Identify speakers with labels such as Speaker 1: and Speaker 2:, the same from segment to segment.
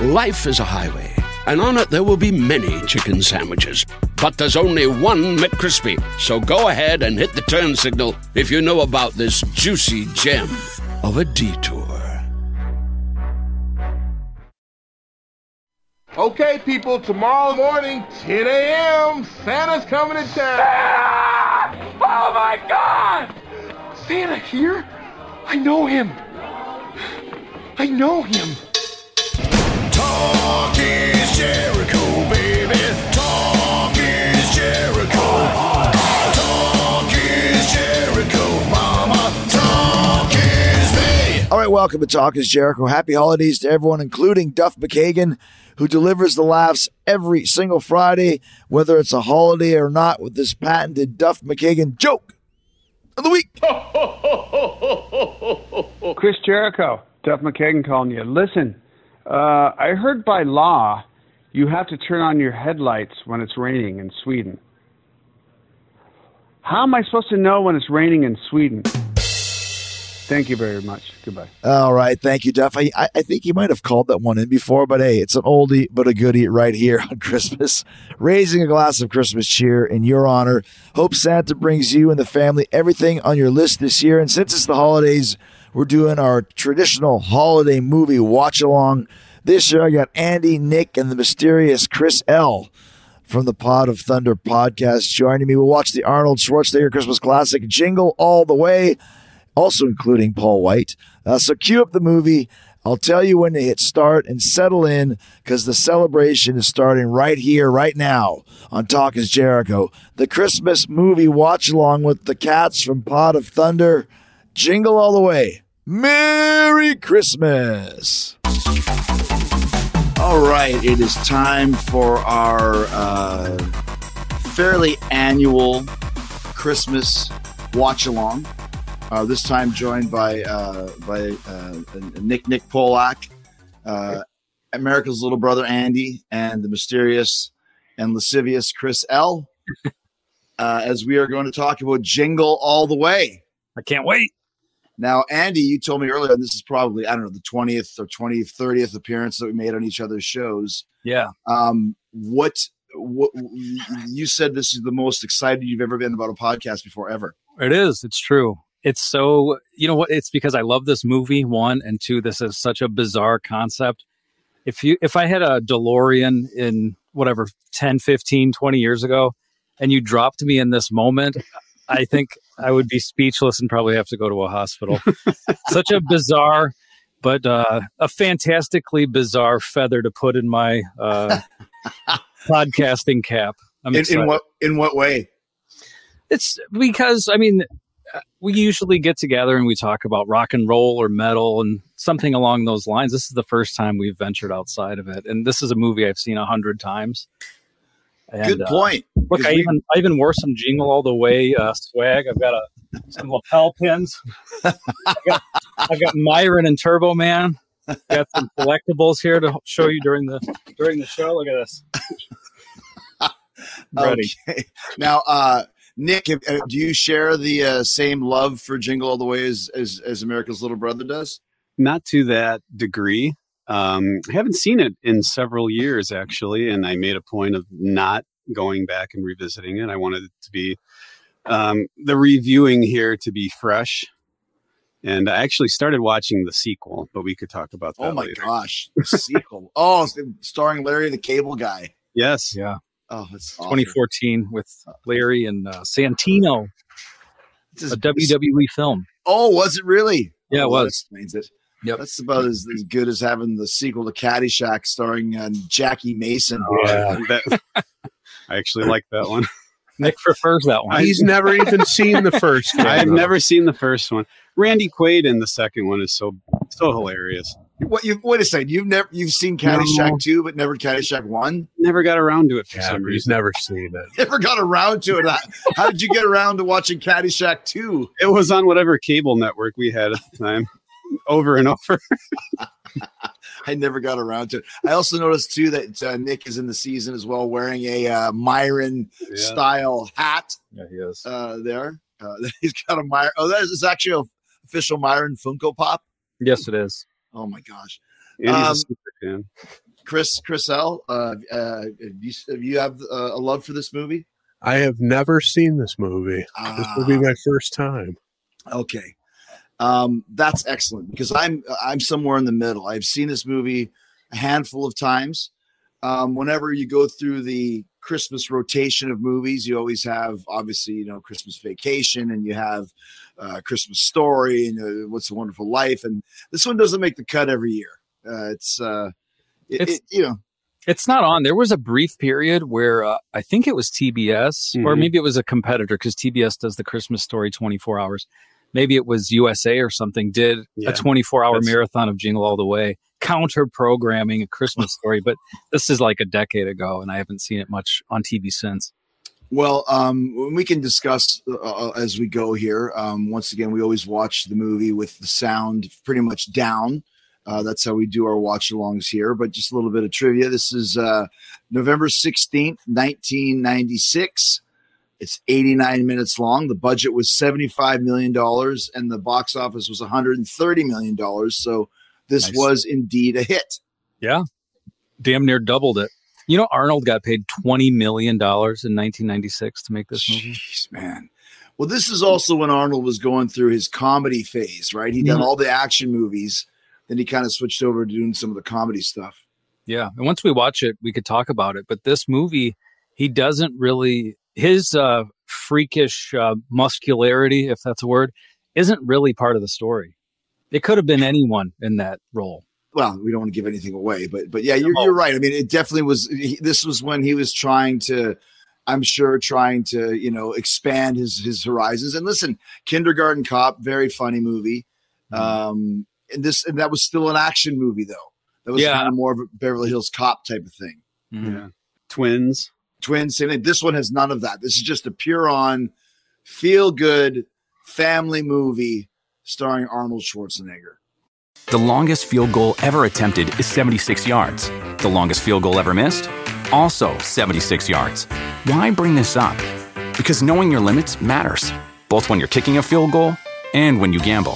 Speaker 1: Life is a highway, and on it there will be many chicken sandwiches. But there's only one McCrispy. So go ahead and hit the turn signal if you know about this juicy gem of a detour.
Speaker 2: Okay, people, tomorrow morning, 10 a.m., Santa's coming to town. Santa! Oh my god! Santa here? I know him. I know him.
Speaker 3: Talk is Jericho, baby. Talk is Jericho. Talk is Jericho, mama. Talk is me.
Speaker 4: All right, welcome to Talk is Jericho. Happy holidays to everyone, including Duff McKagan, who delivers the laughs every single Friday, whether it's a holiday or not, with this patented Duff McKagan joke of the week.
Speaker 5: Chris Jericho, Duff McKagan calling you. Listen, uh, I heard by law you have to turn on your headlights when it's raining in Sweden. How am I supposed to know when it's raining in Sweden? Thank you very much. Goodbye.
Speaker 4: All right, thank you, Duff. I, I I think you might have called that one in before, but hey, it's an oldie but a goodie right here on Christmas. Raising a glass of Christmas cheer in your honor. Hope Santa brings you and the family everything on your list this year. And since it's the holidays, we're doing our traditional holiday movie watch along. This year, I got Andy, Nick, and the mysterious Chris L. From the Pod of Thunder podcast, joining me. We'll watch the Arnold Schwarzenegger Christmas classic Jingle All the Way also including Paul White. Uh, so cue up the movie. I'll tell you when to hit start and settle in because the celebration is starting right here, right now on Talk is Jericho. The Christmas movie watch along with the cats from Pod of Thunder. Jingle all the way. Merry Christmas. All right, it is time for our uh, fairly annual Christmas watch along. Uh, this time joined by uh, by uh, Nick Nick Polak, uh, America's little brother Andy, and the mysterious and lascivious Chris L. Uh, as we are going to talk about Jingle All the Way.
Speaker 6: I can't wait.
Speaker 4: Now, Andy, you told me earlier, and this is probably I don't know the twentieth or 20th, 30th appearance that we made on each other's shows.
Speaker 6: Yeah.
Speaker 4: Um, what what you said this is the most excited you've ever been about a podcast before ever.
Speaker 6: It is. It's true. It's so, you know what? It's because I love this movie, one, and two, this is such a bizarre concept. If you, if I had a DeLorean in whatever 10, 15, 20 years ago, and you dropped me in this moment, I think I would be speechless and probably have to go to a hospital. such a bizarre, but uh, a fantastically bizarre feather to put in my uh, podcasting cap. I'm
Speaker 4: In,
Speaker 6: excited.
Speaker 4: in what in what way?
Speaker 6: It's because I mean, uh, we usually get together and we talk about rock and roll or metal and something along those lines. This is the first time we've ventured outside of it, and this is a movie I've seen a hundred times. And,
Speaker 4: Good
Speaker 6: uh,
Speaker 4: point.
Speaker 6: look, I
Speaker 4: we-
Speaker 6: even I even wore some jingle all the way uh, swag. I've got a some lapel pins. I've got, I've got Myron and Turbo Man. Got some collectibles here to show you during the during the show. Look at this. Ready.
Speaker 4: Okay. Now, uh, Nick, if, uh, do you share the uh, same love for Jingle All the Way as, as, as America's Little Brother does?
Speaker 7: not to that degree. Um, I haven't seen it in several years, actually, and I made a point of not going back and revisiting it. I wanted it to be um, the reviewing here to be fresh. And I actually started watching the sequel, but we could talk about that
Speaker 4: Oh my
Speaker 7: later.
Speaker 4: gosh, the sequel! oh, starring Larry the Cable Guy.
Speaker 7: Yes.
Speaker 6: Yeah.
Speaker 4: Oh, it's awful.
Speaker 6: 2014 with Larry and uh, Santino,
Speaker 4: It's just-
Speaker 6: a WWE film.
Speaker 4: Oh, was it really?
Speaker 6: Yeah, it
Speaker 4: Oh, well, That
Speaker 6: was.
Speaker 4: explains it.
Speaker 6: Yep.
Speaker 4: That's about as, as good as having the sequel to Caddyshack starring uh, Jackie Mason.
Speaker 6: Oh,
Speaker 7: Uh, that- I actually like that one.
Speaker 6: Nick prefers that one.
Speaker 7: I-
Speaker 8: He's never even seen the first. one,
Speaker 7: I've
Speaker 8: though.
Speaker 7: never seen the first one. Randy Quaid in the second one is so so hilarious.
Speaker 4: What you wait a second? You've never you've seen Caddyshack two, but never Caddyshack one.
Speaker 5: Never got around to it for
Speaker 9: Yeah,
Speaker 5: some
Speaker 9: he's
Speaker 5: reason.
Speaker 9: never seen it.
Speaker 4: Never got around to it. How, how did you get around to watching Caddyshack two?
Speaker 5: It was on whatever cable network we had at the time, over and over.
Speaker 4: I never got around to it. I also noticed too that uh, Nick is in the season as well, wearing a uh, Myron
Speaker 5: Yeah.
Speaker 4: style hat.
Speaker 6: Yeah, he is.
Speaker 4: uh, there. Uh, he's got a Myron. Oh, that is it's actually an official Myron Funko Pop.
Speaker 6: Yes, it is.
Speaker 4: Oh my gosh,
Speaker 5: And he's a
Speaker 4: Um,
Speaker 5: super fan.
Speaker 4: Chris, Chris L. Uh, uh, you, you have uh, a love for this movie?
Speaker 9: I have never seen this movie. This will be
Speaker 4: Ah,
Speaker 9: my first time.
Speaker 4: okay, um, that's excellent because I'm I'm somewhere in the middle. I've seen this movie a handful of times. Um, whenever you go through the Christmas rotation of movies, you always have obviously you know Christmas Vacation and you have uh, Christmas Story and uh, What's a Wonderful Life, and this one doesn't make the cut every year. Uh, it's uh, it,
Speaker 6: It's-
Speaker 4: it- you know
Speaker 6: It's not on. There was a brief period where uh, I think it was TBS, or
Speaker 5: Mhm.
Speaker 6: maybe it was a competitor because TBS does the Christmas story 24 hours. Maybe it was USA or something did
Speaker 5: Yeah.
Speaker 6: a 24 hour
Speaker 5: That's-
Speaker 6: marathon of Jingle All the Way, counter programming a Christmas story. But this is like a decade ago, and I haven't seen it much on TV since.
Speaker 4: Well, um, we can discuss uh, as we go here. Um, once again, we always watch the movie with the sound pretty much down. Uh, that's how we do our watch alongs here. But just a little bit of trivia. This is uh, November 16th, 1996. It's 89 minutes long. The budget was $75 million and the box office was $130 million. So this
Speaker 6: Nice.
Speaker 4: was indeed a hit.
Speaker 6: Damn near doubled it. You know, Arnold got paid $20 million in 1996 to make this movie.
Speaker 4: Jeez, man. Well, this is also when Arnold was going through his comedy phase, right? He done all the action movies, then he kind of switched over to doing some of the comedy stuff.
Speaker 6: Yeah. And once we watch it, we could talk about it. But this movie, he doesn't really, his uh, freakish uh, muscularity, if that's a word, isn't really part of the story. It could have been anyone in that role.
Speaker 4: Well, we don't want to give anything away, but but yeah, you're, you're right. I mean, it definitely was. He, this was when he was trying to, I'm sure, trying to you know expand his his horizons. And listen, Kindergarten Cop, very funny movie. Um, and this and that was still an action movie though. That was
Speaker 6: Yeah.
Speaker 4: kind of more of a Beverly Hills Cop type of thing.
Speaker 5: Yeah. Twins.
Speaker 4: twins, same thing. This one has none of that. This is just a pure on feel good family movie starring Arnold Schwarzenegger.
Speaker 10: The longest field goal ever attempted is 76 yards. The longest field goal ever missed? Also 76 yards. Why bring this up? Because knowing your limits matters, both when you're kicking a field goal and when you gamble.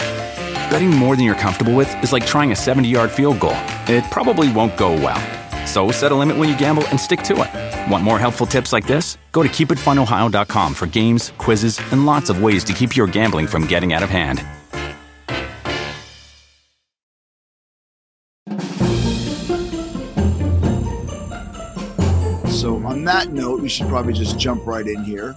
Speaker 10: Betting more than you're comfortable with is like trying a 70 yard field goal, it probably won't go well. So set a limit when you gamble and stick to it. Want more helpful tips like this? Go to keepitfunohio.com for games, quizzes, and lots of ways to keep your gambling from getting out of hand.
Speaker 4: So, on that note, we should probably just jump right in here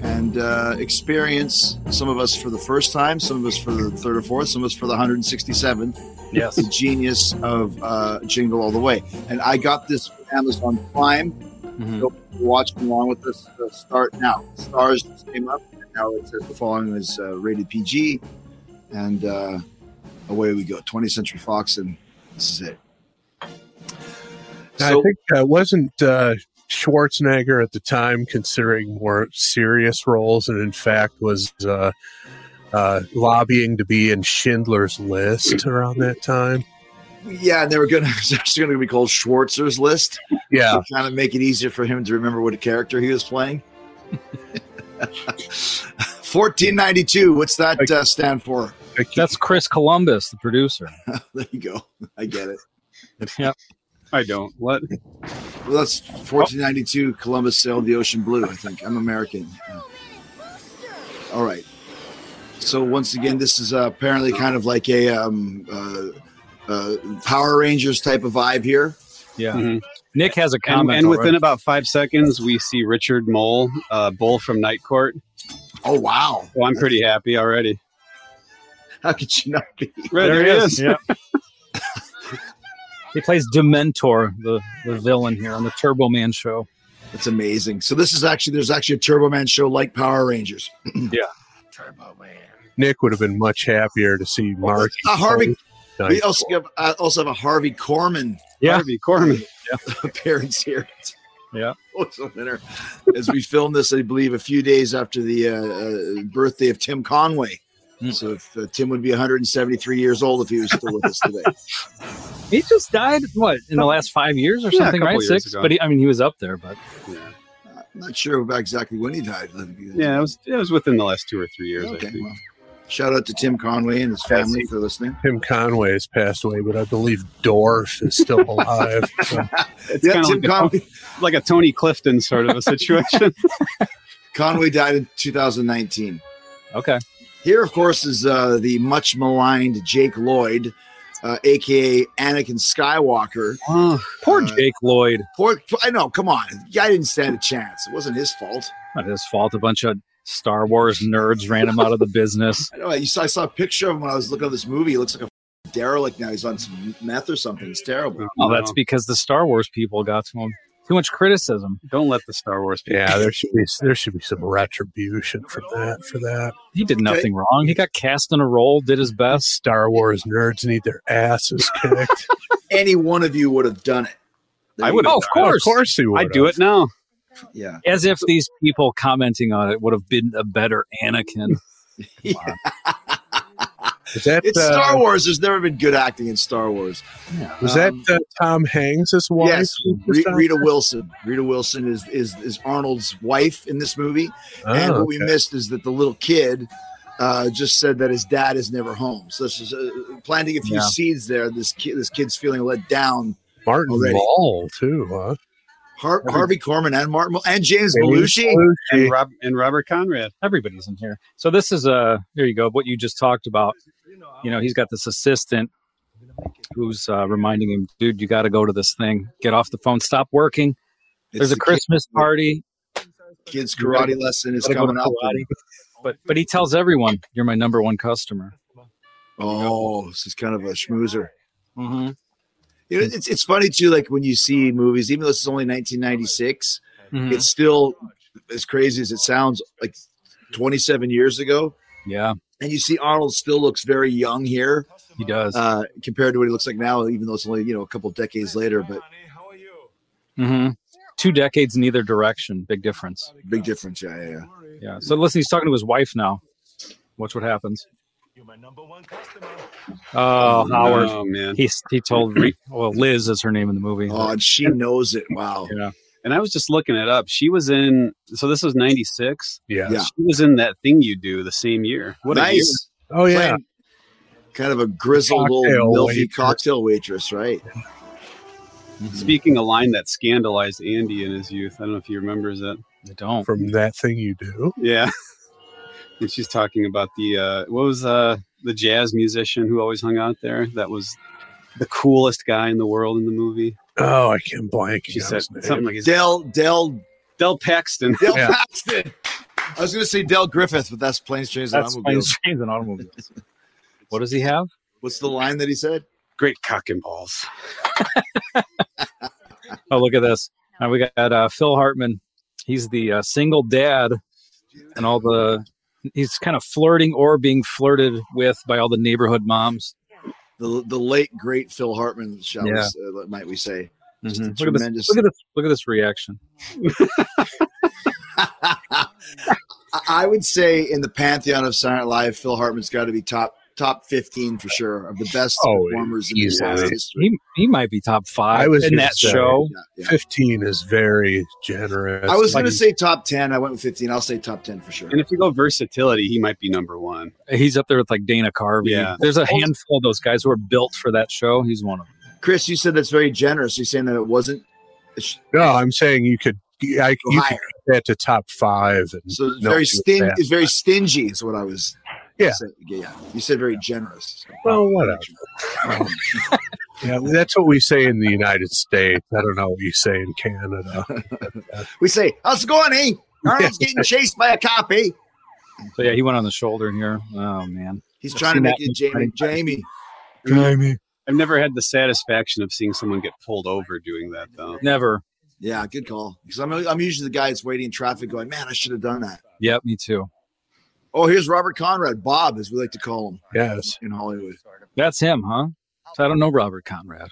Speaker 4: and uh, experience some of us for the first time, some of us for the third or fourth, some of us for the 167th.
Speaker 6: Yes.
Speaker 4: The genius of uh, Jingle All the Way. And I got this from Amazon Prime. watch along with us uh, start now. Stars just came up, and now it says the following is uh, rated PG, and uh, away we go. 20th Century Fox, and this is it.
Speaker 9: I
Speaker 4: So-
Speaker 9: think uh, wasn't uh, Schwarzenegger at the time considering more serious roles, and in fact was uh, uh, lobbying to be in Schindler's List around that time.
Speaker 4: yeah, and they were going to it's actually going to be called Schwarzer's List
Speaker 9: Yeah,
Speaker 4: to kind of make it easier for him to remember what a character he was playing. 1492. What's that uh, stand for?
Speaker 6: That's Chris Columbus, the producer.
Speaker 4: There you go. I get it.
Speaker 5: I don't. What?
Speaker 4: Well, that's 1492. Columbus sailed the ocean blue. I think I'm American. Yeah. All right. So once again, this is uh, apparently kind of like a um, uh, uh, Power Rangers type of vibe here.
Speaker 6: Yeah.
Speaker 5: Mhm.
Speaker 6: Nick has a
Speaker 5: And,
Speaker 6: comment.
Speaker 5: and within
Speaker 6: already.
Speaker 5: about five seconds, we see Richard Mole, uh, Bull from Night Court.
Speaker 4: Oh wow!
Speaker 5: Well, I'm pretty happy already.
Speaker 4: How could you not be?
Speaker 5: Right, there, he is.
Speaker 6: he plays Dementor, the, the villain here on the Turbo Man show.
Speaker 4: That's amazing. So this is actually there's actually a Turbo Man show like Power Rangers.
Speaker 9: Nick would have been much happier to see Mark.
Speaker 4: Uh, Harvey We
Speaker 9: Nice.
Speaker 4: also have, uh, also have a Harvey Corman
Speaker 5: Yeah.
Speaker 4: Harvey
Speaker 5: Corman.
Speaker 4: appearance here.
Speaker 5: Yeah.
Speaker 4: Always a winner. As we film this, I believe a few days after the uh, uh, birthday of Tim Conway.
Speaker 5: Hmm.
Speaker 4: So if, uh, Tim would be 173 years old if he was still with us today.
Speaker 6: He just died what in the last five years
Speaker 5: Yeah,
Speaker 6: or
Speaker 5: a
Speaker 6: something,
Speaker 5: couple
Speaker 6: right?
Speaker 5: years
Speaker 6: Six.
Speaker 5: ago.
Speaker 6: But he, I mean, he was up there. But
Speaker 4: I'm not sure about exactly when he died.
Speaker 5: Yeah, it was it was within the last two or three years. I
Speaker 4: Okay,
Speaker 5: think.
Speaker 4: well, shout out to Tim Conway and his family for listening.
Speaker 9: Tim Conway has passed away, but I believe Dorf is still alive. So,
Speaker 5: It's
Speaker 4: Yeah,
Speaker 5: kind
Speaker 4: Tim
Speaker 5: of like a,
Speaker 4: Conway,
Speaker 5: like a Tony Clifton sort of a situation.
Speaker 4: Conway died in 2019.
Speaker 6: okay,
Speaker 4: Here, of course, is uh, the much maligned Jake Lloyd, uh, aka Anakin Skywalker.
Speaker 6: poor
Speaker 4: Uh,
Speaker 6: Jake Lloyd.
Speaker 4: Poor, I know. Come on, the guy didn't stand a chance. It wasn't his fault.
Speaker 6: Not his fault. A bunch of Star Wars nerds ran him out of the business.
Speaker 4: I know. You saw, I saw a picture of him when I was looking at this movie. He looks like a derelict now. He's on some meth or something. It's terrible.
Speaker 6: Oh, that's because the Star Wars people got to him. Too much criticism.
Speaker 5: Don't let the Star Wars. People.
Speaker 9: yeah, there should be there should be some retribution for that. For that,
Speaker 6: He did nothing wrong. He got cast in a role, did his best.
Speaker 9: Star Wars nerds need their asses kicked.
Speaker 4: Any one of you would have done it.
Speaker 5: I would.
Speaker 6: Oh, of course.
Speaker 9: of course, they would.
Speaker 5: I do it now.
Speaker 4: Yeah.
Speaker 6: As if these people commenting on it would have been a better Anakin.
Speaker 9: Is that
Speaker 4: It's
Speaker 9: uh,
Speaker 4: Star Wars. There's never been good acting in Star Wars.
Speaker 9: Was that
Speaker 4: Um,
Speaker 9: uh, Tom Hanks' wife?
Speaker 4: Yes,
Speaker 9: Super
Speaker 4: Re-
Speaker 9: Star?
Speaker 4: Rita Wilson. Rita Wilson is, is is Arnold's wife in this movie.
Speaker 9: Oh,
Speaker 4: and what we
Speaker 9: okay.
Speaker 4: missed is that the little kid uh, just said that his dad is never home. So this is uh, planting a few
Speaker 6: Yeah.
Speaker 4: seeds there. This kid, this kid's feeling let down.
Speaker 9: Martin
Speaker 4: already.
Speaker 9: Ball too, huh?
Speaker 4: Har- Harvey Corman and Martin Mull- and James Belushi.
Speaker 5: And, Rob, and Robert Conrad.
Speaker 6: Everybody's in here. So this is uh there you go. What you just talked about. You know, he's got this assistant who's uh, reminding him, dude, you got to go to this thing. Get off the phone. Stop working.
Speaker 4: It's
Speaker 6: There's a
Speaker 4: the
Speaker 6: Christmas party.
Speaker 4: kid- kid's karate lesson is
Speaker 6: Gotta go to
Speaker 4: coming up.
Speaker 6: karate. But but he tells everyone, you're my number one customer.
Speaker 4: Oh, this is kind of a schmoozer.
Speaker 6: Mm-hmm.
Speaker 4: You know, it's it's funny too. Like when you see movies, even though this is only 1996,
Speaker 6: Mm-hmm.
Speaker 4: it's still as crazy as it sounds. Like 27 years ago,
Speaker 6: Yeah,
Speaker 4: and you see Arnold still looks very young here.
Speaker 6: he does.
Speaker 4: uh, compared to what he looks like now, even though it's only you know a couple decades later, but
Speaker 6: hmm Two decades in either direction, big difference.
Speaker 4: big difference. Yeah, yeah, yeah.
Speaker 6: Yeah. So listen, he's talking to his wife now. Watch what happens. Oh, Howard.
Speaker 5: Oh man.
Speaker 6: He he told Re- well Liz is her name in the movie.
Speaker 4: Oh, and she knows it. Wow.
Speaker 6: yeah.
Speaker 5: And I was just looking it up. She was in. So this was '96.
Speaker 9: Yeah.
Speaker 4: Yeah.
Speaker 5: She was in that thing you do the same year. What a year.
Speaker 4: nice.
Speaker 9: Oh yeah.
Speaker 4: Playing Kind of a grizzled old
Speaker 9: Cocktail
Speaker 4: milfy
Speaker 9: waitress.
Speaker 4: cocktail waitress, right?
Speaker 5: Mm. Speaking a line that scandalized Andy in his youth. I don't know if he remembers it.
Speaker 6: I don't.
Speaker 9: From that thing you do.
Speaker 5: Yeah. and she's talking about the uh what was uh the jazz musician who always hung out there that was the coolest guy in the world in the movie.
Speaker 9: Oh, I can blank.
Speaker 5: She
Speaker 9: on
Speaker 5: said
Speaker 9: his name.
Speaker 5: something like his
Speaker 4: Del Del
Speaker 5: Del Paxton.
Speaker 4: Del
Speaker 9: Yeah.
Speaker 4: Paxton. I was gonna say Del Griffith, but that's planes, trains, and
Speaker 6: That's
Speaker 4: automobiles.
Speaker 6: planes, trains, and automobiles. what does he have?
Speaker 4: What's the line that he said?
Speaker 5: Great cock and balls.
Speaker 6: Oh, look at this. Now we got uh, Phil Hartman. He's the uh, single dad, and all the he's kind of flirting or being flirted with by all the neighborhood moms.
Speaker 4: The the late great Phil Hartman, shall we, s- uh, might we say? Just a
Speaker 6: Mm-hmm. Look, at
Speaker 4: tremendous-
Speaker 6: this, look at this. Look at this reaction.
Speaker 4: I- I would say in the pantheon of Silent Live, Phil Hartman's got to be top top fifteen for sure of the best
Speaker 9: Oh,
Speaker 4: performers in his
Speaker 9: easily.
Speaker 4: history.
Speaker 6: He he might be top five
Speaker 9: I was
Speaker 6: in
Speaker 9: gonna
Speaker 6: that
Speaker 9: say.
Speaker 6: show.
Speaker 4: Yeah, yeah.
Speaker 9: Fifteen is very generous.
Speaker 4: I was
Speaker 9: Like,
Speaker 4: going to say top ten. I went with fifteen. I'll say top ten for sure.
Speaker 5: And if you go versatility, he might be number one.
Speaker 6: He's up there with like Dana Carvey.
Speaker 5: Yeah.
Speaker 6: There's a handful of those guys who are built for that show. He's one of them.
Speaker 4: Chris, you said that's very generous. You're saying that it wasn't
Speaker 9: no. I'm saying you could. I, you could
Speaker 4: higher,
Speaker 9: get that to top five. And
Speaker 4: so it's
Speaker 9: no,
Speaker 4: very
Speaker 9: do
Speaker 4: stingy.
Speaker 9: that.
Speaker 4: It's very stingy. Is what I was.
Speaker 9: Yeah.
Speaker 4: saying. yeah. yeah. You said very generous.
Speaker 9: Well, whatever. Yeah, that's what we say in the United States. I don't know what you say in Canada.
Speaker 4: We say, "How's it going, eh?" Arnold's getting chased by a cop, eh?
Speaker 6: So yeah, he went on the shoulder here. Oh man.
Speaker 4: He's trying to
Speaker 6: seen
Speaker 4: make
Speaker 6: that
Speaker 4: it, Jamie. Jamie.
Speaker 9: Jamie.
Speaker 5: I've never had the satisfaction of seeing someone get pulled over doing that though.
Speaker 6: Never.
Speaker 4: Yeah, good call. Because I'm, I'm usually the guy that's waiting in traffic going, man, I should have done that.
Speaker 6: Yep, me too.
Speaker 4: Oh, here's Robert Conrad, Bob, as we like to call him
Speaker 9: Yes.
Speaker 4: in Hollywood.
Speaker 6: That's him, huh? So I don't know Robert Conrad.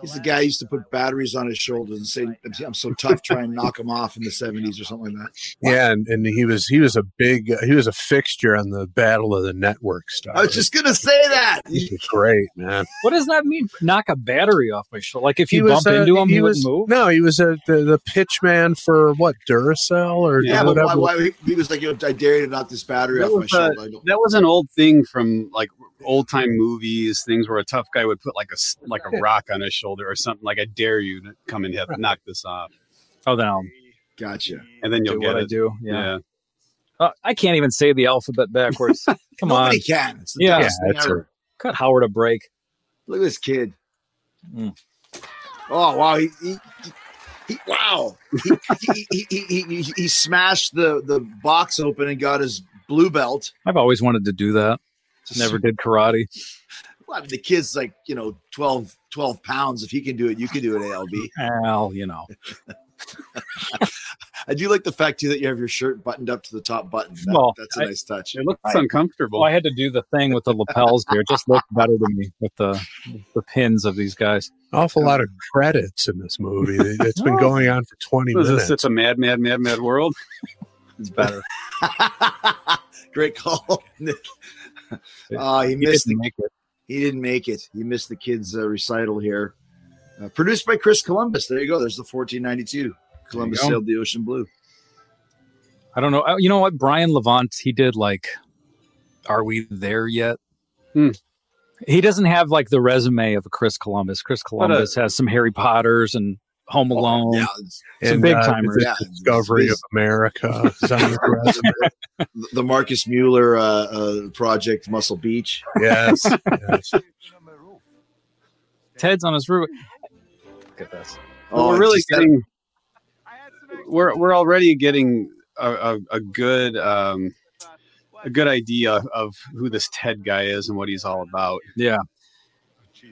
Speaker 4: He's the guy who used to put batteries on his shoulders and say, "I'm, I'm so tough," try and knock him off in the '70s or something like that.
Speaker 9: Yeah, and, and he was he was a big he was a fixture on the Battle of the Network stuff.
Speaker 4: I was just gonna say that.
Speaker 9: He was great, man.
Speaker 6: What does that mean? Knock a battery off my shoulder? Like if you
Speaker 9: was,
Speaker 6: bump
Speaker 9: uh,
Speaker 6: into him, he,
Speaker 9: was
Speaker 6: wouldn't move.
Speaker 9: no, he was a, the the pitch man for what Duracell or
Speaker 4: Yeah, but
Speaker 9: whatever.
Speaker 4: why, why he, he was like, you know, "I dare you to knock this battery
Speaker 7: That
Speaker 4: off my
Speaker 7: was, uh,
Speaker 4: shoulder." I don't-
Speaker 7: that was an old thing from like old time movies, things where a tough guy would put like a s- like a rock on his shoulder or something like I dare you to come and hit, knock this off,
Speaker 6: Oh, then I'll
Speaker 4: Gotcha.
Speaker 7: and then you'll
Speaker 6: do what
Speaker 7: get
Speaker 6: I
Speaker 7: it.
Speaker 6: do. Yeah.
Speaker 7: Yeah,
Speaker 6: Uh, I can't even say the alphabet backwards. Come on.
Speaker 4: Nobody can. It's the
Speaker 6: Yeah.
Speaker 4: dumbest thing
Speaker 9: that's
Speaker 4: ever.
Speaker 6: Cut Howard a break.
Speaker 4: Look at this kid.
Speaker 6: Mm.
Speaker 4: Oh wow! He, he, he wow! He, he, he, he, he, he- he smashed the the box open and got his blue belt.
Speaker 6: I've always wanted to do that. Never did karate.
Speaker 4: Well, I mean, the kid's like you know 12, 12 pounds. If he can do it, you can do it. Alb.
Speaker 6: Al, you know.
Speaker 4: I do like the fact too that you have your shirt buttoned up to the top button. That-
Speaker 6: Well,
Speaker 4: that's a
Speaker 6: I-
Speaker 4: nice touch.
Speaker 7: it looks
Speaker 4: I-
Speaker 7: uncomfortable.
Speaker 6: Well, I had to do the thing with the lapels here. It just looked better to me with the the pins of these guys.
Speaker 9: Awful lot of credits in this movie. It's been going on for twenty
Speaker 7: Was
Speaker 9: minutes.
Speaker 7: this such a mad, mad, mad, mad world?
Speaker 6: It's better.
Speaker 4: Great call, Nick.
Speaker 6: Yeah.
Speaker 4: Uh, he
Speaker 6: He
Speaker 4: missed the
Speaker 6: didn't make it.
Speaker 4: He didn't make it. He missed the kid's uh, recital here. Uh, produced by Chris Columbus. There you go. There's the 1492. Columbus
Speaker 6: There you go.
Speaker 4: sailed the ocean blue.
Speaker 6: I don't know. Uh, You know what? Brian Levant, he did like, Are We There Yet?
Speaker 7: Hmm.
Speaker 6: He doesn't have like the resume of a Chris Columbus. Chris Columbus has some Harry Potters and Home Alone.
Speaker 4: Yeah,
Speaker 6: Some
Speaker 9: And,
Speaker 6: big
Speaker 9: uh,
Speaker 6: timers.
Speaker 9: the
Speaker 4: yeah.
Speaker 9: Discovery of
Speaker 4: He's-
Speaker 9: America. is on his resume.
Speaker 4: the Marcus Mueller uh, uh, project, Muscle Beach.
Speaker 9: yes, yes.
Speaker 6: Ted's on his roof. Look at this.
Speaker 7: Well,
Speaker 4: Oh, it's
Speaker 7: we're really
Speaker 4: just that-
Speaker 7: getting. We're we're already getting a, a, a good um, a good idea of who this Ted guy is and what he's all about.
Speaker 6: Yeah.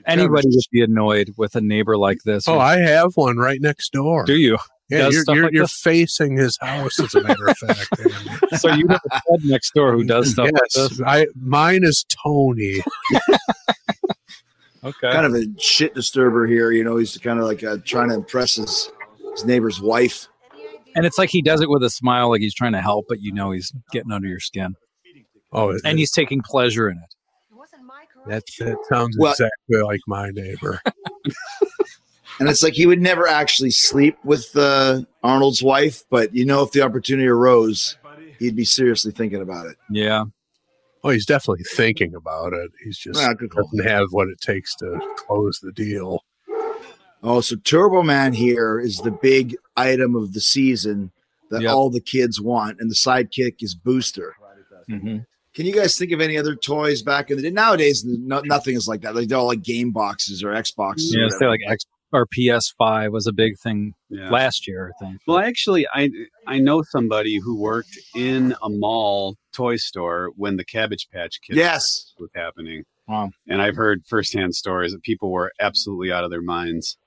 Speaker 6: Anybody would be annoyed with a neighbor like this.
Speaker 9: Oh, I have one right next door.
Speaker 6: do you?
Speaker 9: Yeah,
Speaker 6: does
Speaker 9: you're,
Speaker 6: stuff
Speaker 9: you're,
Speaker 6: like
Speaker 9: you're
Speaker 6: this?
Speaker 9: facing his house, as a matter of fact.
Speaker 6: So you have a Ted next door who does stuff like this.
Speaker 9: yes, Oh, I mine is Tony.
Speaker 6: Okay.
Speaker 4: kind of a shit disturber here. You know, he's kind of like uh, trying to impress his, his neighbor's wife.
Speaker 6: And it's like he does it with a smile, like he's trying to help, but you know he's getting under your skin,
Speaker 9: Oh, it,
Speaker 6: and he's taking pleasure in it.
Speaker 9: that, that sounds
Speaker 4: Well-
Speaker 9: exactly like my neighbor.
Speaker 4: And it's like he would never actually sleep with uh, Arnold's wife, but you know, if the opportunity arose, he'd be seriously thinking about it.
Speaker 6: Yeah.
Speaker 9: Oh, he's definitely thinking about it. He's just
Speaker 4: Ah, good call.
Speaker 9: doesn't have what it takes to close the deal.
Speaker 4: Oh, so Turbo Man here is the big item of the season that
Speaker 6: Yep.
Speaker 4: all the kids want, and the sidekick is Booster.
Speaker 6: Mhm.
Speaker 4: Can you guys think of any other toys back in the day? Nowadays, no, nothing is like that. Like they're all like game boxes or Xboxes. or
Speaker 6: Yeah. Say
Speaker 4: whatever.
Speaker 6: like X or PS5 was a big thing
Speaker 7: Yeah.
Speaker 6: last year, I think.
Speaker 7: Well, actually, I I know somebody who worked in a mall toy store when the Cabbage Patch Kids
Speaker 4: yes,
Speaker 7: was happening.
Speaker 6: Wow.
Speaker 7: And I've heard firsthand stories that people were absolutely out of their minds.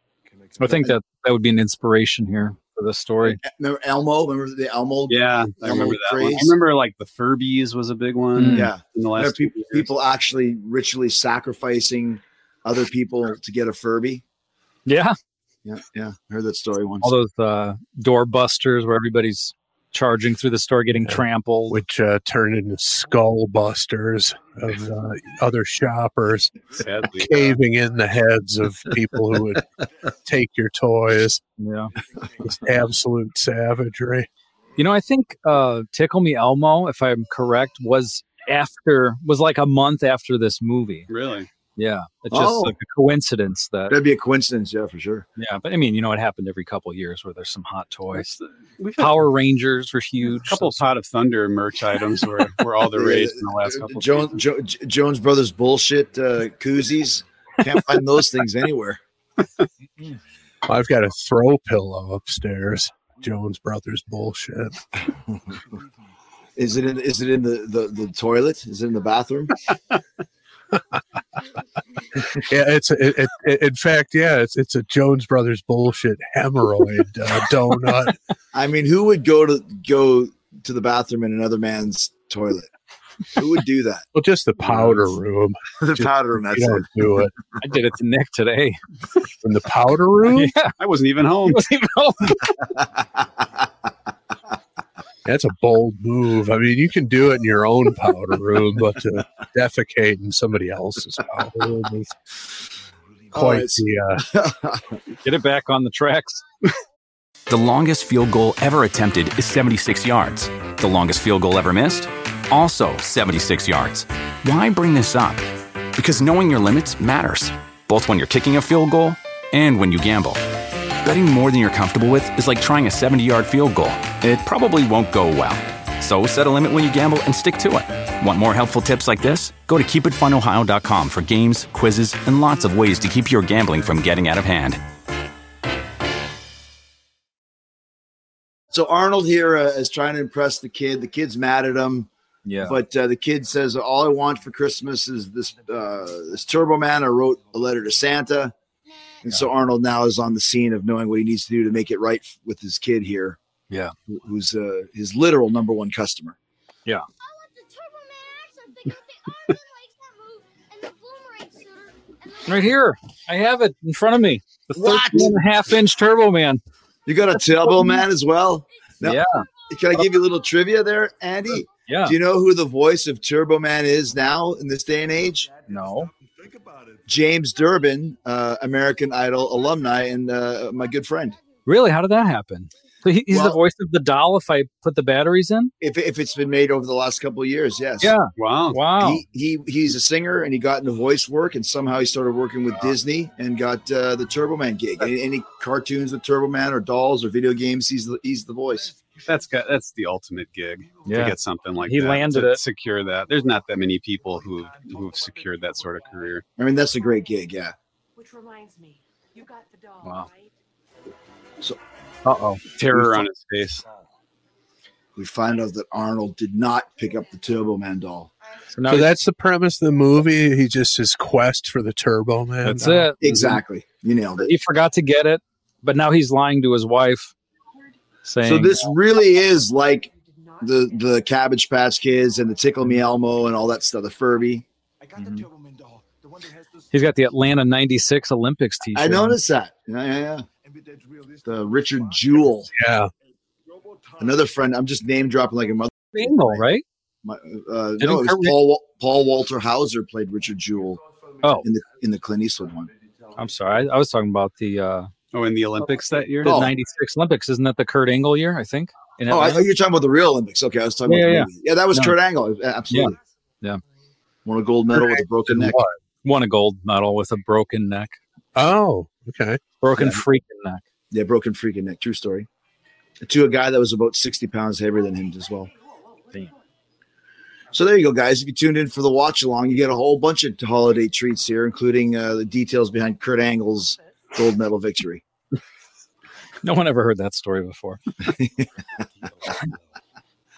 Speaker 6: I think that that would be an inspiration here for this story.
Speaker 4: E-, remember Elmo? Remember the Elmo?
Speaker 7: Yeah, I
Speaker 4: Elmo
Speaker 7: remember that one. I
Speaker 4: craze.
Speaker 7: remember like the Furbies was a big one.
Speaker 6: Mm.
Speaker 4: yeah.
Speaker 7: in the
Speaker 4: There are
Speaker 7: last
Speaker 4: peop-
Speaker 7: few years.
Speaker 4: people actually ritually sacrificing other people to get a Furby.
Speaker 6: Yeah.
Speaker 4: Yeah, yeah, I heard that story once.
Speaker 6: All those uh, door busters where everybody's charging through the store getting
Speaker 9: Yeah.
Speaker 6: trampled.
Speaker 9: Which uh, turned into skull busters of uh, other shoppers,
Speaker 7: Sadly,
Speaker 9: caving in the heads of people who would take your toys.
Speaker 6: Yeah.
Speaker 9: Just absolute savagery.
Speaker 6: You know, I think uh, Tickle Me Elmo, if I'm correct, was after, was like a month after this movie.
Speaker 7: really.
Speaker 6: Yeah. It's just
Speaker 4: Oh.
Speaker 6: like a coincidence that
Speaker 4: That'd be a coincidence, yeah, for sure.
Speaker 6: Yeah, but I mean, you know, it happened every couple of years where there's some hot toys.
Speaker 7: What's the- uh, We've had
Speaker 6: Power Rangers were
Speaker 7: a
Speaker 6: huge.
Speaker 7: couple pot of thunder merch items were, were all the rage in the last
Speaker 4: Uh,
Speaker 7: couple. seasons.
Speaker 4: Jones, jo- J- Jones Brothers bullshit uh, koozies. Can't find those things anywhere.
Speaker 9: I've got a throw pillow upstairs. Jones Brothers bullshit.
Speaker 4: Is it in? Is it in the, the, the toilet? Is it in the bathroom?
Speaker 9: Yeah, it's it, it, it, in fact, yeah, it's it's a Jones Brothers bullshit hemorrhoid uh, donut.
Speaker 4: I mean, who would go to go to the bathroom in another man's toilet? Who would do that?
Speaker 9: Well, just the powder room.
Speaker 4: The
Speaker 9: Just-
Speaker 4: powder room. That's
Speaker 9: You
Speaker 4: it.
Speaker 9: don't do it
Speaker 6: I did it to Nick today.
Speaker 9: in the powder room.
Speaker 6: Yeah,
Speaker 5: I wasn't even
Speaker 6: he
Speaker 5: home.
Speaker 6: wasn't even home.
Speaker 9: That's a bold move. I mean, you can do it in your own powder room, but to defecate in somebody else's powder room is quite
Speaker 4: it's-
Speaker 9: the. uh,
Speaker 6: Get it back on the tracks.
Speaker 10: The longest field goal ever attempted is 76 yards. The longest field goal ever missed? Also 76 yards. Why bring this up? Because knowing your limits matters, both when you're kicking a field goal and when you gamble. Betting more than you're comfortable with is like trying a 70 yard field goal, it probably won't go well. So set a limit when you gamble and stick to it. Want more helpful tips like this? Go to keepitfunohio.com for games, quizzes, and lots of ways to keep your gambling from getting out of hand.
Speaker 4: So Arnold here uh, is trying to impress the kid. The kid's mad at him,
Speaker 6: Yeah.
Speaker 4: but uh, the kid says, "All I want for Christmas is this uh, this Turbo Man." I wrote a letter to Santa, and so Arnold now is on the scene of knowing what he needs to do to make it right f- with his kid here.
Speaker 6: Yeah.
Speaker 4: who- who's uh, his literal number one customer.
Speaker 7: I want the Turbo Man axe. I think the armor laser move and the boomerang shooter. And the
Speaker 6: Right here. I have it in front of me. The 13 and a half inch Turbo Man.
Speaker 4: You got a Turbo Man as well. Now-
Speaker 6: Yeah.
Speaker 4: Can I give you a little trivia there, Andy?
Speaker 6: Yeah.
Speaker 4: Do you know who the voice of Turbo Man is now in this day and age?
Speaker 6: No.
Speaker 4: James Durbin, uh, American Idol alumni, and uh, my good friend.
Speaker 6: Really? How did that happen? So he, he's the
Speaker 4: Well-
Speaker 6: voice of the doll if I put the batteries in?
Speaker 4: If, if it's been made over the last couple of years, yes.
Speaker 6: Yeah.
Speaker 5: Wow.
Speaker 6: Wow.
Speaker 4: He, he he's a singer and he got into voice work and somehow he started working with Disney and got uh, the Turbo Man gig. Any, any cartoons with Turbo Man or dolls or video games, he's the, he's the voice.
Speaker 5: That's got that's the ultimate gig
Speaker 6: Yeah.
Speaker 5: to get something like
Speaker 6: He
Speaker 5: that,
Speaker 6: landed
Speaker 5: to
Speaker 6: it.
Speaker 5: Secure that. There's not that many people who who've secured that sort of career.
Speaker 4: I mean that's a great gig, yeah.
Speaker 7: Which reminds me, you got the doll,
Speaker 6: Wow.
Speaker 7: right?
Speaker 6: Uh oh.
Speaker 5: Terror on his face.
Speaker 4: We find out that Arnold did not pick up the Turbo Man doll.
Speaker 6: So
Speaker 9: Uh,
Speaker 6: now
Speaker 9: so that's the premise of the movie. He just his quest for the Turbo Man. Oh,
Speaker 6: that's it.
Speaker 4: Exactly, you nailed it.
Speaker 6: He forgot to get it, but now he's lying to his wife saying,
Speaker 4: So this really is like the the Cabbage Patch Kids and the Tickle Me Elmo and all that stuff. The Furby. Mm-hmm.
Speaker 6: Mhm. He's got the Atlanta 96 Olympics t shirt.
Speaker 4: I noticed that. Yeah, yeah, yeah. The Richard Jewell,
Speaker 9: Yeah.
Speaker 4: another friend. I'm just name dropping like a mother.
Speaker 6: Bingo, right?
Speaker 4: My, uh,
Speaker 6: Didn't
Speaker 4: no, it was
Speaker 6: Kurt-
Speaker 4: Paul, Wa- Paul Walter Hauser played Richard Jewell
Speaker 6: Oh,
Speaker 4: in the in the Clint Eastwood one.
Speaker 6: I'm sorry. I, I was talking about the uh,
Speaker 5: Oh, in the Olympics that year.
Speaker 6: the
Speaker 4: Oh.
Speaker 6: 96 Olympics. Isn't that the Kurt Angle year, I think? In
Speaker 4: Oh, I,
Speaker 6: Atlanta?
Speaker 4: oh, you're talking about the real Olympics. Okay, I was talking
Speaker 6: Yeah,
Speaker 4: about
Speaker 6: yeah,
Speaker 4: the movie. yeah. That was
Speaker 6: No.
Speaker 4: Kurt Angle. uh, Absolutely.
Speaker 6: Yeah. Yeah.
Speaker 4: Won a gold medal with a broken neck.
Speaker 9: What?
Speaker 6: Won a gold medal with a broken neck,
Speaker 9: Oh, okay.
Speaker 6: broken
Speaker 4: Yeah.
Speaker 6: freaking neck.
Speaker 4: Yeah, broken freaking neck. True story. To a guy that was about 60 pounds heavier than him as well.
Speaker 6: Damn.
Speaker 4: So there you go, guys. If you tuned in for the watch along, you get a whole bunch of holiday treats here, including uh, the details behind Kurt Angle's gold medal victory.
Speaker 6: No one ever heard that story before.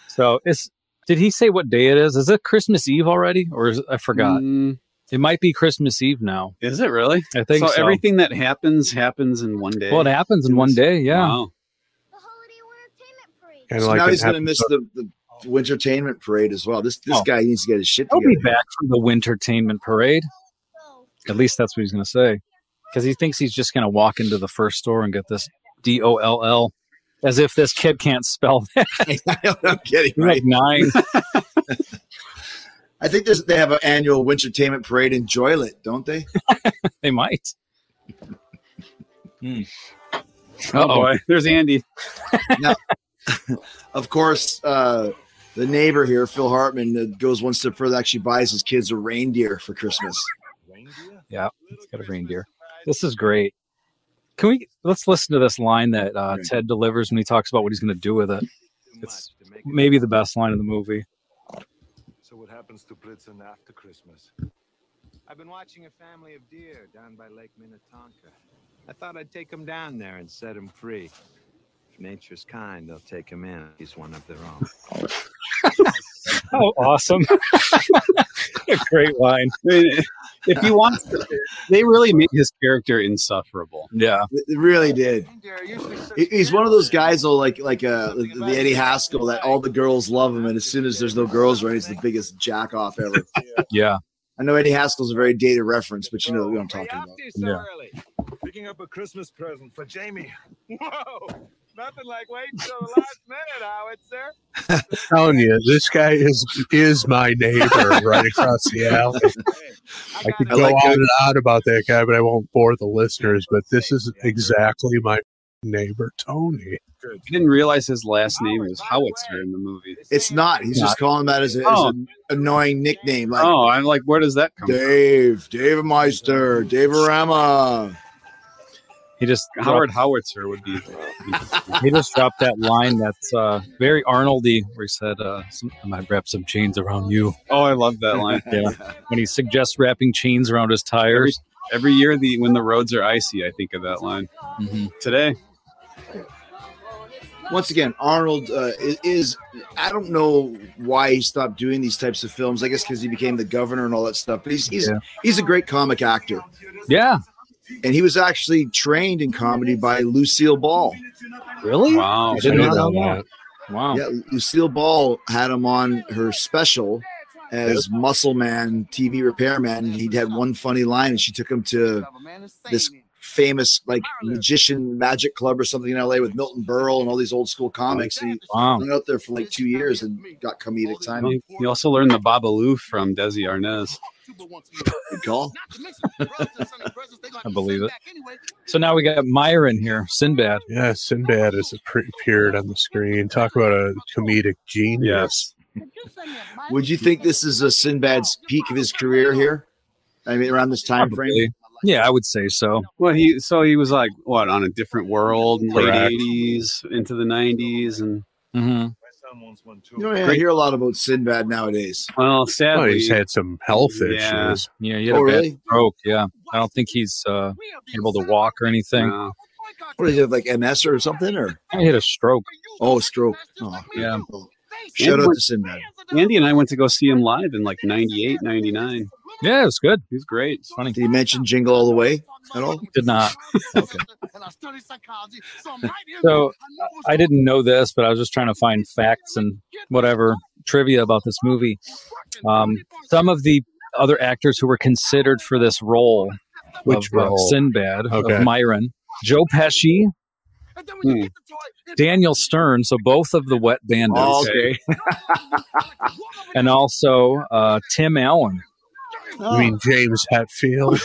Speaker 6: so it's did he say what day it is? Is it Christmas Eve already? Or is it, I forgot.
Speaker 5: Mm,
Speaker 6: It might be Christmas Eve now.
Speaker 5: is it really?
Speaker 6: I think so.
Speaker 5: everything that happens happens in one day.
Speaker 6: well, it happens in one day, yeah.
Speaker 5: Wow.
Speaker 7: The holiday entertainment parade.
Speaker 9: Kind of
Speaker 4: So
Speaker 9: like
Speaker 4: now
Speaker 9: an
Speaker 4: he's going to miss
Speaker 9: episode-
Speaker 4: the, the wintertainment parade as well. This this
Speaker 6: Oh.
Speaker 4: guy needs to get his shit
Speaker 6: He'll be
Speaker 4: together.
Speaker 6: back for the wintertainment parade.
Speaker 7: So,
Speaker 6: At least that's what he's going to say. Because he thinks he's just going to walk into the first store and get this D O L L as if this kid can't spell that.
Speaker 4: I'm kidding,
Speaker 6: He's
Speaker 4: right?
Speaker 6: like nine.
Speaker 4: I think there's, they have an annual wintertainment parade in Joylet, don't they?
Speaker 6: they might.
Speaker 5: Hmm. Oh boy, there's Andy.
Speaker 4: Of course, uh, the neighbor here, Phil Hartman, uh, goes one step further. Actually, buys his kids a reindeer for Christmas.
Speaker 6: It's got a reindeer. This is great. Can we let's listen to this line that uh, Ted delivers when he talks about what he's going to do with it? It's maybe the best line in the movie.
Speaker 2: So what happens to Blitzen after Christmas? I've been watching a family of deer down by Lake Minnetonka. I thought I'd take them down there and set them free. If nature's kind, they'll take him in. He's one of their own.
Speaker 6: Oh, awesome! a great line.
Speaker 5: I mean, if he wants, to, they really made his character insufferable.
Speaker 6: Yeah,
Speaker 4: It really did. He- He's one of those guys though, like like uh, the, the Eddie Haskell, that all the girls love him, and as soon as there's no girls around, he's the biggest jack off ever.
Speaker 6: yeah,
Speaker 4: I know Eddie Haskell's a very dated reference, but you know what I'm talking about.
Speaker 6: yeah.
Speaker 2: Picking up a Christmas present for Jamie. Whoa! Nothing like waiting till the last minute, Howard, sir.
Speaker 9: telling you, this guy is is my neighbor right across the alley. I could
Speaker 2: I
Speaker 9: go
Speaker 2: like
Speaker 9: on
Speaker 2: how-
Speaker 9: and on about that guy, but I won't bore the listeners. But this is exactly my neighbor Tony.
Speaker 5: I didn't realize his last name was Howitzer in the movie.
Speaker 4: It's not. He's just calling that as, a, as
Speaker 5: Oh.
Speaker 4: an annoying nickname. Like
Speaker 5: Oh, I'm like, where does that come?
Speaker 4: Dave, Dave Meister, Dave Rama.
Speaker 6: He just
Speaker 5: Howard Howitzer would be.
Speaker 6: he just dropped that line that's uh, very Arnoldy, where he said, uh, some, "I might wrap some chains around you."
Speaker 5: Oh, I love that line.
Speaker 6: Yeah, when he suggests wrapping chains around his tires.
Speaker 5: Every year, the when the roads are icy, I think of that line.
Speaker 6: Mm-hmm.
Speaker 5: Today,
Speaker 4: Once again, Arnold uh, i- is. I don't know why he stopped doing these types of films. I guess because he became the governor and all that stuff. But he's he's
Speaker 6: Yeah.
Speaker 4: he's a great comic actor,
Speaker 6: Yeah,
Speaker 4: and he was actually trained in comedy by Lucille Ball.
Speaker 6: really?
Speaker 5: Wow,
Speaker 4: I didn't know that.
Speaker 6: Wow.
Speaker 4: Yeah, Lucille Ball had him on her special as Muscle Man TV repairman. and He'd had one funny line, and she took him to this famous like magician magic club or something in LA with Milton Berle and all these old school comics. And he
Speaker 6: Wow.
Speaker 4: hung out there for like two years and got comedic time.
Speaker 5: you you also learned the Babalu from Desi Arnaz.
Speaker 4: Good call.
Speaker 6: I believe it. So now we got Meyer in here, Sinbad.
Speaker 9: Yeah, Sinbad has appre- appeared on the screen. Talk about a comedic genius.
Speaker 4: Would you think this is a Sinbad's peak of his career here? I mean, around this time frame.
Speaker 6: Probably. Yeah, I would say so.
Speaker 5: Well, he so he was like what on a different world, in late
Speaker 6: Correct.
Speaker 5: eighties into the nineties, and
Speaker 6: hmm
Speaker 4: You know, I hear a lot about Sinbad nowadays.
Speaker 5: well,
Speaker 9: Oh,
Speaker 5: sadly,
Speaker 9: he's had some health
Speaker 5: Yeah.
Speaker 9: issues.
Speaker 6: Yeah, he had
Speaker 4: Oh,
Speaker 6: a bad
Speaker 4: really?
Speaker 6: stroke. Yeah, I don't think he's uh, able to walk or anything.
Speaker 5: uh,
Speaker 4: What is it, like MS or something? Or
Speaker 6: He had a stroke.
Speaker 4: oh, stroke. Oh.
Speaker 5: yeah.
Speaker 4: Shout out to Sinbad.
Speaker 5: Andy and I went to go see him live in like 98, 99.
Speaker 6: Yeah, it was good.
Speaker 5: He was great. It's funny.
Speaker 4: Did he mention Jingle All the Way at all?
Speaker 6: Did not. So I didn't know this, but I was just trying to find facts and whatever trivia about this movie. Um, some of the other actors who were considered for this role
Speaker 9: Which
Speaker 6: of uh,
Speaker 9: role?
Speaker 6: Sinbad
Speaker 9: Okay.
Speaker 6: of Myron, Joe Pesci,
Speaker 5: Hmm.
Speaker 6: Daniel Stern, so both of the Wet Bandits,
Speaker 4: Oh,
Speaker 5: Okay.
Speaker 4: Hmm.
Speaker 6: and also uh, Tim Allen.
Speaker 4: Oh.
Speaker 9: I mean, James Hetfield.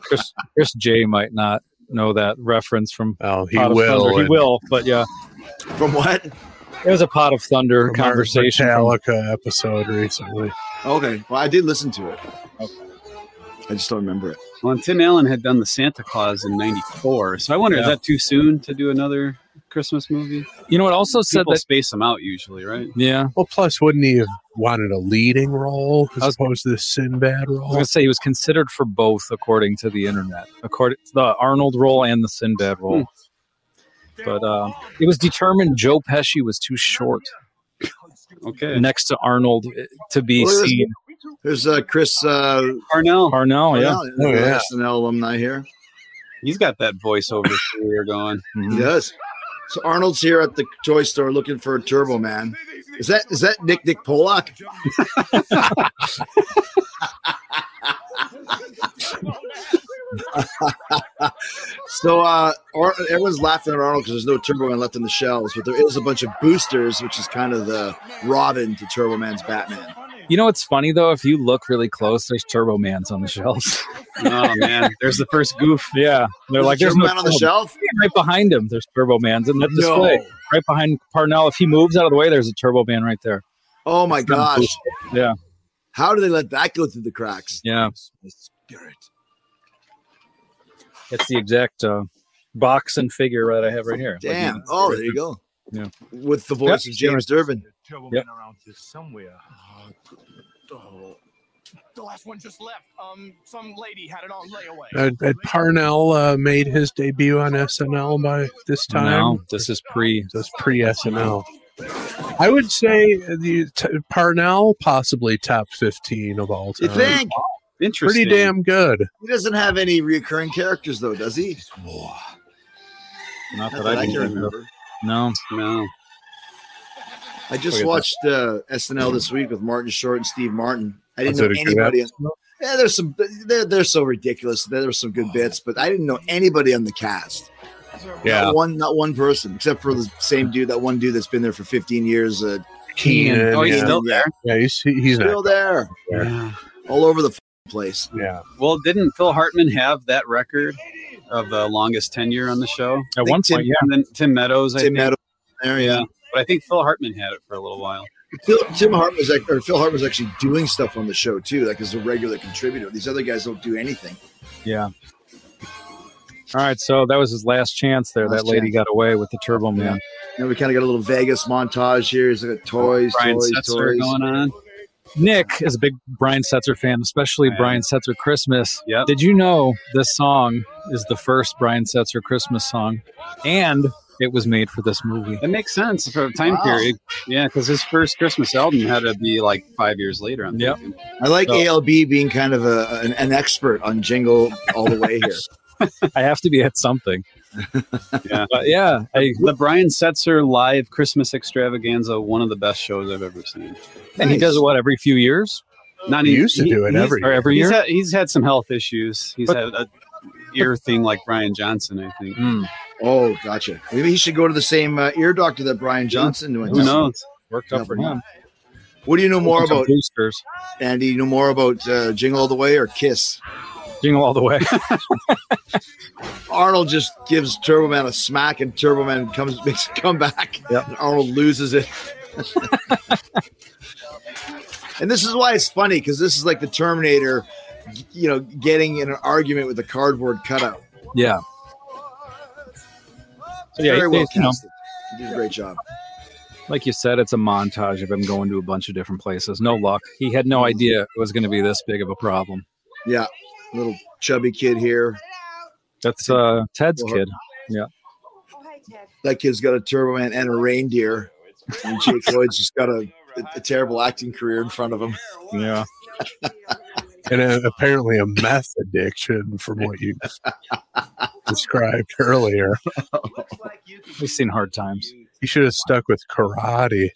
Speaker 6: Chris, Chris J might not know that reference from
Speaker 9: Oh, he
Speaker 6: Pot of
Speaker 9: will.
Speaker 6: Thunder. He
Speaker 9: and
Speaker 6: will, but yeah,
Speaker 4: From what?
Speaker 6: it was a pot of thunder
Speaker 9: from our
Speaker 6: conversation. from-
Speaker 9: Metallica episode recently.
Speaker 4: Okay. Well, I did listen to it. I just don't remember it.
Speaker 5: Well, and Tim Allen had done the Santa Claus in 94. So I wonder, is
Speaker 6: Yeah.
Speaker 5: that too soon to do another Christmas movie?
Speaker 6: you know, it also said
Speaker 5: People
Speaker 6: that.
Speaker 5: space them out usually, right?
Speaker 6: Yeah,
Speaker 9: Well, plus, wouldn't he have wanted a leading role as
Speaker 6: I was-
Speaker 9: opposed to the Sinbad
Speaker 6: I was
Speaker 9: role?
Speaker 6: gonna say he was considered for both, according to the internet, according to the Arnold role and the Sinbad role.
Speaker 5: Hmm.
Speaker 6: But um, it was determined Joe Pesci was too short
Speaker 5: Okay.
Speaker 6: next to Arnold eh, to be
Speaker 4: Well, there's-
Speaker 6: seen.
Speaker 4: There's uh, Chris. Uh,
Speaker 5: Parnell,
Speaker 6: Arnold, yeah,
Speaker 4: Cornell,
Speaker 9: Oh, yeah.
Speaker 4: SNL alumni here.
Speaker 5: he's got that voiceover career going.
Speaker 6: Mhm.
Speaker 4: Yes. So Arnold's here at the toy store looking for a Turbo Man. Is that is that Nick Nick Pollock? so uh, Ar- everyone's laughing at Arnold because there's no Turbo Man left in the shelves, but there is a bunch of boosters, which is kind of the Robin to Turbo Man's Batman.
Speaker 6: You know what's funny though? If you look really close, there's Turbo Man's on the shelves.
Speaker 5: Oh, man. There's the first goof.
Speaker 6: yeah, they're like there's
Speaker 4: Turbo
Speaker 6: no
Speaker 4: Man on the
Speaker 6: Turbo-
Speaker 4: shelf.
Speaker 6: Yeah, right behind him. There's Turbo Man's in that
Speaker 4: No.
Speaker 6: display. Right behind Parnell. If he moves out of the way, there's a Turbo Man right there.
Speaker 4: Oh my gosh!
Speaker 6: Yeah,
Speaker 4: How do they let that go through the cracks?
Speaker 6: yeah. It's the exact uh, box and figure right I have right here. Like,
Speaker 4: Damn! Oh, there you go.
Speaker 6: Yeah.
Speaker 4: With the voice
Speaker 6: Yep.
Speaker 4: of James Durbin.
Speaker 6: Yep.
Speaker 2: around here somewhere. The last one just left. Um, some lady had it on layaway.
Speaker 9: Had, had Uh, Parnell uh, made his debut on SNL by this time?
Speaker 6: No, this is pre.
Speaker 9: So it's pre SNL. I would say the t- Parnell possibly top fifteen of all
Speaker 4: You
Speaker 9: time.
Speaker 4: think?
Speaker 9: Pretty damn good.
Speaker 4: He doesn't have any recurring characters though, does he?
Speaker 10: Not
Speaker 4: that I can remember.
Speaker 10: No, no.
Speaker 4: I just
Speaker 10: Look at
Speaker 4: watched uh, SNL this week with Martin Short and Steve Martin. I didn't
Speaker 9: Is
Speaker 4: know
Speaker 9: it a good
Speaker 4: anybody.
Speaker 9: episode?
Speaker 4: Yeah, there's some. They're, they're so ridiculous. There were some good bits, but I didn't know anybody on the cast.
Speaker 9: Yeah.
Speaker 4: Not one, not one person, except for the same dude, that one dude that's been there for 15 years. Uh, Keenan.
Speaker 9: Oh, he's still
Speaker 4: there.
Speaker 9: Yeah, he's he's
Speaker 4: still
Speaker 9: not.
Speaker 4: there.
Speaker 6: Yeah.
Speaker 4: All over the f- place.
Speaker 9: Yeah.
Speaker 6: Well, didn't Phil Hartman have that record of the longest tenure on the show?
Speaker 10: At one
Speaker 6: Tim-
Speaker 10: point, yeah.
Speaker 6: And then Tim Meadows, I
Speaker 4: Tim
Speaker 6: think.
Speaker 4: Meadows there, yeah.
Speaker 6: But I think Phil Hartman had it for a little while.
Speaker 4: Phil, Tim Hartman was like, or Phil Hartman was actually doing stuff on the show too, like as a regular contributor. These other guys don't do anything.
Speaker 10: Yeah. All right, so that was his last chance there.
Speaker 4: Last
Speaker 10: that lady
Speaker 4: chance.
Speaker 10: got away with the Turbo Man.
Speaker 4: Now we kind of got a little Vegas montage here. He's got toys,
Speaker 6: Brian
Speaker 4: toys,
Speaker 6: Setzer
Speaker 4: toys.
Speaker 6: going on.
Speaker 10: Nick is a big Brian Setzer fan, especially Brian Setzer Christmas.
Speaker 6: Yep.
Speaker 10: Did you know this song is the first Brian Setzer Christmas song? And it was made for this movie.
Speaker 6: That makes sense for a time
Speaker 4: Wow.
Speaker 6: period. Yeah, because his first Christmas album had to be like five years later. I'm
Speaker 10: Yep.
Speaker 6: thinking.
Speaker 4: I like
Speaker 10: So-
Speaker 4: ALB being kind of a, an, an expert on jingle all the way here.
Speaker 10: I have to be at something.
Speaker 6: Yeah.
Speaker 10: But yeah, I,
Speaker 6: The Brian Setzer live Christmas extravaganza, one of the best shows I've ever seen.
Speaker 10: and he
Speaker 4: Nice.
Speaker 10: does it what every few years
Speaker 6: Not
Speaker 9: He
Speaker 6: even-
Speaker 9: used to do it
Speaker 6: he's-
Speaker 9: every
Speaker 10: or every
Speaker 6: He's
Speaker 10: year.
Speaker 6: had, he's had some health issues. He's
Speaker 10: But-
Speaker 6: had a ear thing like Brian Johnson, I think.
Speaker 10: Hmm.
Speaker 4: Oh, gotcha. Maybe he should go to the same uh, ear doctor that Brian Johnson went
Speaker 6: Who
Speaker 4: to.
Speaker 6: knows?
Speaker 10: worked out for him.
Speaker 4: What do you know more
Speaker 10: Some
Speaker 4: about,
Speaker 10: boosters.
Speaker 4: Andy? You know more about uh, Jingle All the Way or Kiss?
Speaker 10: Jingle all the way.
Speaker 4: Arnold just gives Turbo Man a smack, and Turbo Man comes makes a comeback. And Arnold loses it. and this is why it's funny because this is like the Terminator, you know, getting in an argument with a cardboard cutout.
Speaker 10: yeah. So Oh, yeah,
Speaker 4: Very
Speaker 10: it-
Speaker 4: well
Speaker 10: it- you know,
Speaker 4: casted. You did a great job.
Speaker 10: like you said, it's a montage of him going to a bunch of different places. No luck. He had no idea it was going to be this big of a problem.
Speaker 4: Yeah, little chubby kid here.
Speaker 10: That's uh, Ted's kid.
Speaker 4: That kid's got a Turbo Man and a reindeer. And Jake Lloyd's just got a, a- a terrible acting career in front of him.
Speaker 10: Yeah.
Speaker 9: And uh, apparently a meth addiction from what you described earlier.
Speaker 10: We've seen hard times.
Speaker 9: He should have stuck with karate.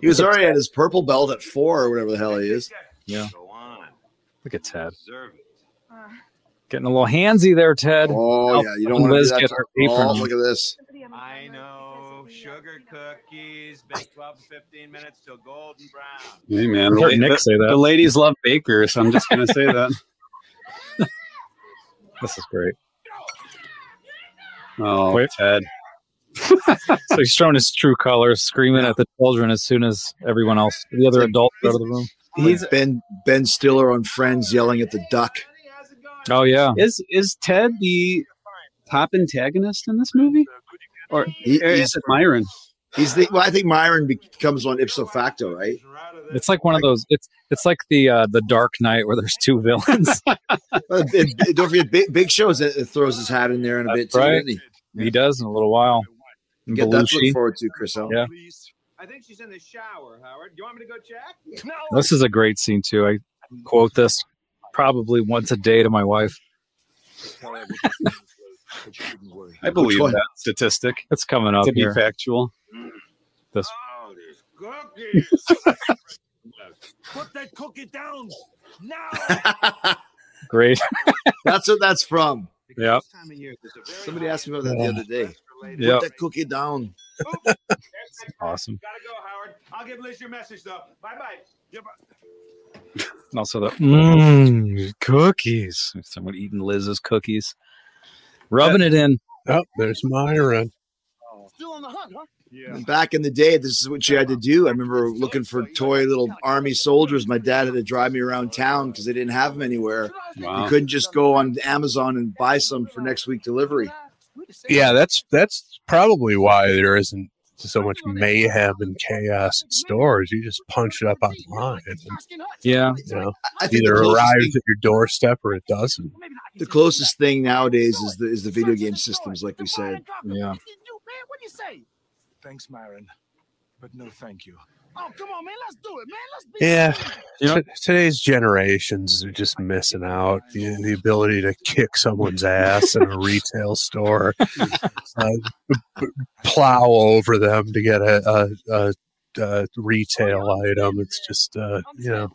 Speaker 4: he was already at his purple belt at four or whatever the hell he is.
Speaker 10: Yeah. Look at Ted.
Speaker 2: Observe it.
Speaker 10: Getting a little handsy there, Ted.
Speaker 4: Oh yeah, you don't want to do
Speaker 10: Liz
Speaker 4: that.
Speaker 10: get
Speaker 4: to-
Speaker 10: her
Speaker 4: oh,
Speaker 10: apron.
Speaker 4: look at this.
Speaker 2: I know sugar cookies, bake 12 to 15 minutes till golden brown.
Speaker 6: Hey, man.
Speaker 10: I
Speaker 6: The,
Speaker 10: heard
Speaker 6: la-
Speaker 10: Nick
Speaker 6: the-
Speaker 10: say
Speaker 6: the
Speaker 10: that.
Speaker 6: ladies love Baker, so I'm just going to say that.
Speaker 10: This is great.
Speaker 6: Oh,
Speaker 10: Wait.
Speaker 6: Ted.
Speaker 10: So he's showing his true colors, screaming at the children as soon as everyone else, the other adults, out of the room.
Speaker 4: He's Ben Ben Stiller on Friends yelling at the duck.
Speaker 10: Oh yeah,
Speaker 6: Is is Ted the top antagonist in this movie? Or
Speaker 4: He-
Speaker 6: or is
Speaker 4: he's,
Speaker 6: it Myron?
Speaker 4: he's the well, I think Myron becomes one ipso facto, right?
Speaker 10: it's like one of those. It's it's like the uh, the Dark Knight where there's two villains.
Speaker 4: Uh, and- and don't forget, Big, Big Show is- uh, throws his hat in there in a
Speaker 10: That's
Speaker 4: bit too.
Speaker 10: right.
Speaker 4: doesn't he?
Speaker 10: he does in a little while.
Speaker 4: You Get that to
Speaker 10: Belushi.
Speaker 4: look forward to, Chris. L.
Speaker 10: Yeah.
Speaker 2: I think she's in the shower, Howard. Do you want me to go check?
Speaker 10: This is a great scene too. I quote this probably once a day to my wife.
Speaker 6: I believe
Speaker 4: one?
Speaker 6: that statistic
Speaker 10: It's coming up
Speaker 6: to be
Speaker 10: here.
Speaker 6: factual.
Speaker 10: This
Speaker 2: Oh, there's cookies. Put that cookie down now.
Speaker 10: great.
Speaker 4: That's what that's from.
Speaker 10: Yeah.
Speaker 4: Somebody asked me about that the other day.
Speaker 10: Yeah.
Speaker 4: Put that cookie down.
Speaker 10: Awesome.
Speaker 2: Gotta go, Howard. I'll give Liz your message, though. Bye bye.
Speaker 10: And also the mm, cookies. Someone eating Liz's cookies, rubbing it in.
Speaker 9: Oh, there's Myron.
Speaker 2: Still on the hunt, huh? Yeah.
Speaker 4: Back in the day, this is what you had to do. I remember looking for toy little army soldiers. My dad had to drive me around town because they didn't have them anywhere. You
Speaker 10: Uh-huh.
Speaker 6: Wow.
Speaker 4: couldn't just go on Amazon and buy some for next week delivery.
Speaker 9: Yeah, that's that's probably why there isn't so much mayhem and chaos in stores. You just punch it up online. And,
Speaker 10: Yeah,
Speaker 9: you know,
Speaker 4: I think
Speaker 9: either
Speaker 4: the closest
Speaker 9: arrives
Speaker 4: thing-
Speaker 9: at your doorstep or it doesn't.
Speaker 4: the closest thing nowadays is the is the video game systems, like we said.
Speaker 10: yeah.
Speaker 11: Thanks, Myron. But no thank you.
Speaker 12: Oh, come on, man. Let's do it, man. Let's be.
Speaker 9: Yeah, T- today's generations are just missing out. The, the ability to kick someone's ass in a retail store, uh, b- b- plow over them to get a, a, a, a retail item. It's just, uh, you know,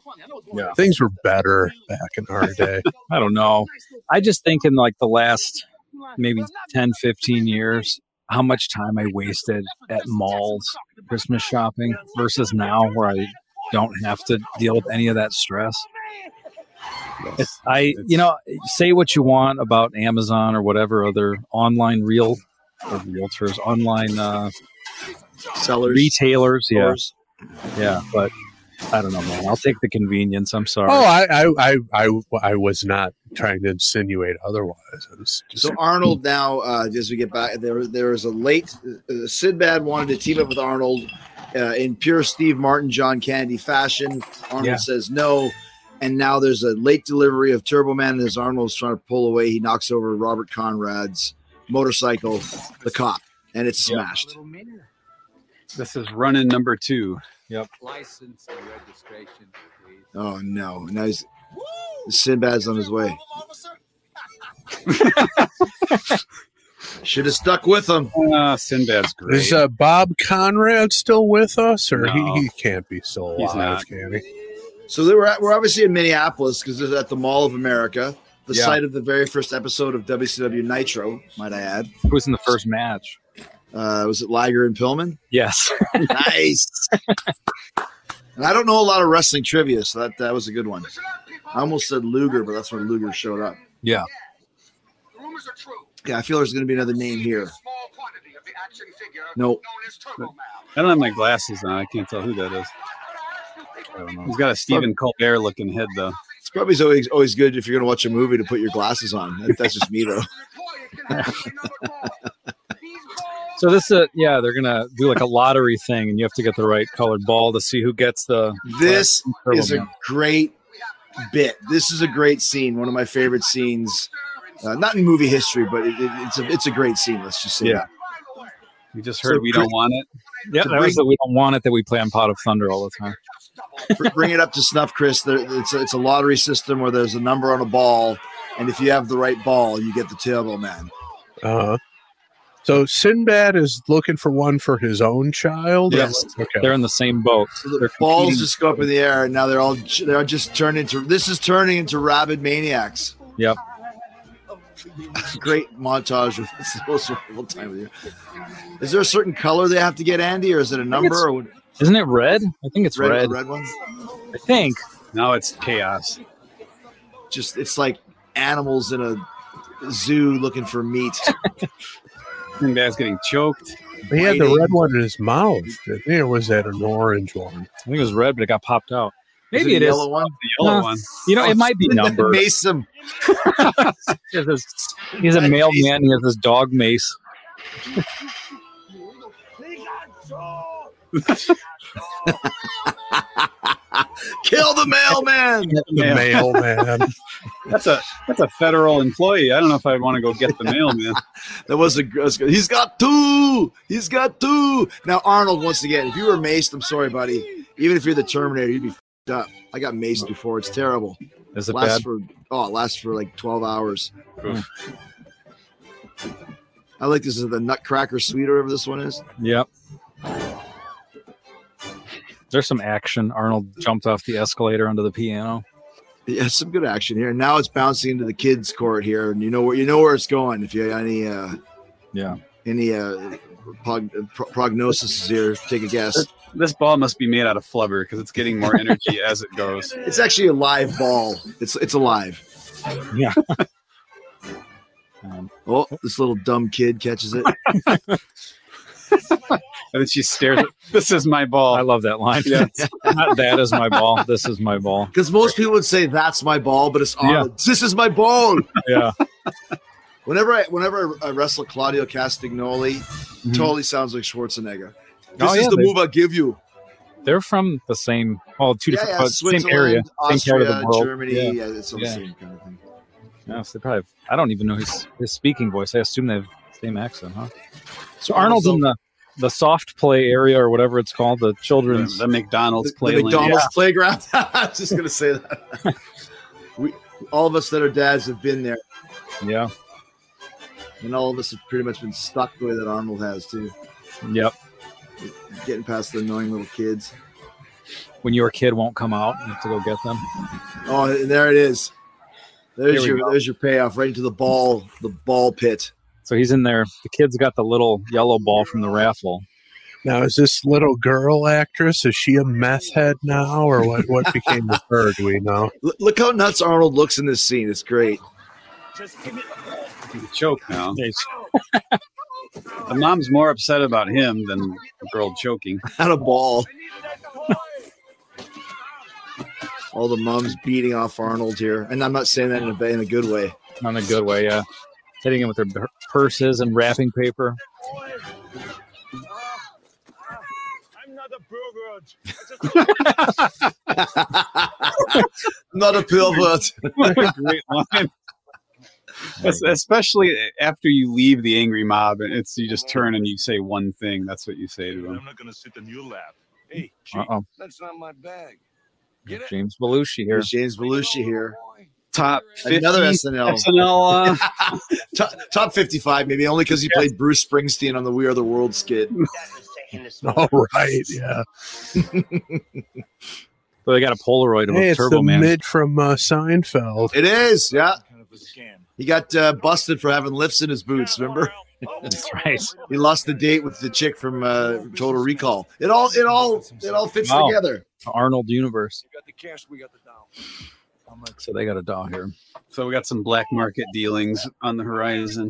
Speaker 6: Yeah.
Speaker 9: things were better back in our day.
Speaker 6: I don't know. I just think in like the last maybe 10, 15 years, how much time I wasted at malls Christmas shopping versus now where I don't have to deal with any of that stress. It's, I, you know, say what you want about Amazon or whatever other online real or realtors, online uh,
Speaker 4: sellers,
Speaker 6: retailers, yeah,
Speaker 4: Stores.
Speaker 6: yeah. But I don't know, man. I'll take the convenience. I'm sorry.
Speaker 9: Oh, I, I, I, I, I was not trying to insinuate otherwise. I was just,
Speaker 4: So Arnold now, uh, as we get back, there there is a late. Uh, Sinbad wanted to team up with Arnold uh, in pure Steve Martin, John Candy fashion. Arnold
Speaker 6: Yeah.
Speaker 4: says no, and now there's a late delivery of Turbo Man, and as Arnold's trying to pull away, he knocks over Robert Conrad's motorcycle, the cop, and it's smashed.
Speaker 10: This is running number two.
Speaker 6: Yep.
Speaker 13: License and registration, please.
Speaker 4: Oh no! Now he's Sinbad's on his way. Should have stuck with him.
Speaker 10: Uh, Sinbad's great.
Speaker 9: is uh, Bob Conrad still with us, or
Speaker 10: No.
Speaker 9: he, he can't be still alive?
Speaker 10: He's not.
Speaker 9: Can he?
Speaker 4: So they were at, we're obviously in Minneapolis because it's at the Mall of America, the
Speaker 6: Yeah.
Speaker 4: site of the very first episode of WCW Nitro, might I add.
Speaker 6: Who was in the first match?
Speaker 4: Uh, was it Liger and Pillman?
Speaker 6: Yes.
Speaker 4: nice. and I don't know a lot of wrestling trivia, so that, that was a good one. I almost said Luger, but that's when Luger showed up.
Speaker 6: Yeah.
Speaker 4: Yeah, I feel there's going to be another name here. Nope.
Speaker 10: I don't have my glasses on. I can't tell who that is. I don't know. He's got a Stephen Colbert looking head though.
Speaker 4: It's probably always always good if you're going to watch a movie to put your glasses on. That- That's just me though.
Speaker 6: So this is yeah, they're gonna do like a lottery thing, and you have to get the right colored ball to see who gets the.
Speaker 4: This
Speaker 6: Turbo
Speaker 4: is a
Speaker 6: Man.
Speaker 4: great bit. This is a great scene. One of my favorite scenes, uh, not in movie history, but it, it- it's a it's a great scene. Let's just say
Speaker 10: Yeah.
Speaker 4: that.
Speaker 10: We just
Speaker 4: So
Speaker 10: heard we don't
Speaker 4: Chris-
Speaker 10: want it.
Speaker 6: yeah. That was the we don't want it that we play on Pot of Thunder all the time.
Speaker 4: Br- Bring it up to snuff, Chris. There, it's a, it's a lottery system where there's a number on a ball, and if you have the right ball, you get the tailbone man.
Speaker 9: Uh huh. So Sinbad is looking for one for his own child.
Speaker 4: Yes.
Speaker 9: Okay.
Speaker 6: They're in the same boat. They're
Speaker 4: Balls
Speaker 6: competing.
Speaker 4: just go up in the air, and now they're all j- they're just turned into. This is turning into rabid maniacs.
Speaker 6: Yep.
Speaker 4: Great montage of this most wonderful time with you. Is there a certain color they have to get, Andy, or is it a number?
Speaker 6: it's
Speaker 4: or what-
Speaker 6: Isn't it red? I think it's red.
Speaker 4: red, red one.
Speaker 6: I think.
Speaker 10: Now it's chaos.
Speaker 4: Just it's like animals in a zoo looking for meat.
Speaker 10: Sinbad's getting choked.
Speaker 9: He had the red one in his mouth. didn't he? Or was that an orange one?
Speaker 6: I think it was red, but it got popped out.
Speaker 9: Was
Speaker 6: Maybe
Speaker 9: it
Speaker 6: it
Speaker 9: the
Speaker 6: is
Speaker 9: yellow one?
Speaker 10: The yellow
Speaker 6: Nah.
Speaker 10: one. Oh,
Speaker 6: You know, it might be numbered.
Speaker 4: Mason.
Speaker 6: He's a mailman. He has this dog mace.
Speaker 4: Kill the mailman.
Speaker 9: The mailman.
Speaker 10: That's a that's a federal employee. I don't know if I'd want to go get the mailman.
Speaker 4: That was a that was good. He's got two. He's got two. Now Arnold once again. If you were maced, I'm sorry, buddy. Even if you're the Terminator, you'd be fed up. I got maced before. It's terrible.
Speaker 6: Is it
Speaker 4: lasts
Speaker 6: bad?
Speaker 4: for oh, it lasts for like 12 hours.
Speaker 6: Oof.
Speaker 4: I like this is the Nutcracker Suite or whatever this one is.
Speaker 6: Yep. There's some action. Arnold jumped off the escalator onto the piano.
Speaker 4: Yeah, some good action here. Now it's bouncing into the kids' court here, and you know where you know where it's going. If you have any uh,
Speaker 6: yeah
Speaker 4: any uh, prog- pro- prognosis here, take a guess.
Speaker 10: This ball must be made out of flubber because it's getting more energy as it goes.
Speaker 4: It's actually a live ball. It's it's alive.
Speaker 6: Yeah. Um,
Speaker 4: oh, this little dumb kid catches it.
Speaker 10: And then she stares. At, this is my ball. I
Speaker 6: love that line.
Speaker 10: Yeah.
Speaker 6: Not that is my ball. This is my ball.
Speaker 4: Because most people would say that's my ball, but it's
Speaker 6: Yeah.
Speaker 4: Arnold. This is my ball.
Speaker 6: Yeah.
Speaker 4: Whenever I whenever I, I wrestle Claudio Castagnoli, totally sounds like Schwarzenegger. This
Speaker 6: Mm-hmm. Oh,
Speaker 4: is
Speaker 6: yeah,
Speaker 4: the
Speaker 6: they-
Speaker 4: move I give you.
Speaker 6: They're from the same, well, two
Speaker 4: Yeah,
Speaker 6: different,
Speaker 4: yeah,
Speaker 6: but same area,
Speaker 4: Switzerland,
Speaker 6: same part of the
Speaker 4: Austria,
Speaker 6: world.
Speaker 4: Germany, yeah, it's all the same kind of thing.
Speaker 6: Yeah, so they probably. Have, I don't even know his his speaking voice. I assume they have the same accent, huh? So Arnold's in the
Speaker 14: the soft play area or whatever it's called, the children's
Speaker 6: the McDonald's
Speaker 4: The McDonald's playground. I was just gonna say that. we, all of us that are dads have been there,
Speaker 14: Yeah.
Speaker 4: and all of us have pretty much been stuck the way that Arnold has too.
Speaker 14: Yep.
Speaker 4: Getting past the annoying little kids.
Speaker 14: When your kid won't come out, you have to go get them.
Speaker 4: Oh, and there it is.
Speaker 14: Here
Speaker 4: There's
Speaker 14: we
Speaker 4: your
Speaker 14: go.
Speaker 4: there's your payoff right into the ball the ball pit.
Speaker 14: So he's in there. The kid's got the little yellow ball from the raffle.
Speaker 9: Now, is this little girl actress? Is she a meth head now, or what? What became of her? Do we know?
Speaker 4: L- look how nuts Arnold looks in this scene. It's great.
Speaker 1: Just give me.
Speaker 6: choke now. the mom's more upset about him than the girl choking.
Speaker 4: Not a ball. All the moms beating off Arnold here, and I'm not saying that in a in a good way.
Speaker 14: Not in a good way, yeah. Hitting him with their bur- purses and wrapping paper.
Speaker 4: not a pilbert.
Speaker 6: What a great line. Es- Especially after you leave the angry mob, and it's you just turn and you say one thing. That's what you say to
Speaker 7: I'm
Speaker 6: them.
Speaker 7: not gonna sit in your lap. Hey, Chief,
Speaker 6: Uh-oh.
Speaker 7: that's not my bag. Get it?
Speaker 14: James Belushi here.
Speaker 4: James Belushi here.
Speaker 6: Top uh,
Speaker 14: 50
Speaker 4: another SNL.
Speaker 6: SNL
Speaker 4: top, top 55, maybe only because he played Bruce Springsteen on the We Are the World skit.
Speaker 9: All right, yeah.
Speaker 14: So they got a Polaroid of
Speaker 9: Hey,
Speaker 14: a
Speaker 9: it's
Speaker 14: Turbo
Speaker 9: the
Speaker 14: Man.
Speaker 9: mid from uh, Seinfeld.
Speaker 4: It is, yeah. He got uh, busted for having lifts in his boots. Remember?
Speaker 7: Oh,
Speaker 14: That's right.
Speaker 4: He lost the date with the chick from uh, Total Recall. It all, it all, it all fits
Speaker 14: Wow.
Speaker 4: together.
Speaker 14: The Arnold universe.
Speaker 7: We got the doll.
Speaker 14: So they got a doll here.
Speaker 6: So we got some black market dealings on the horizon.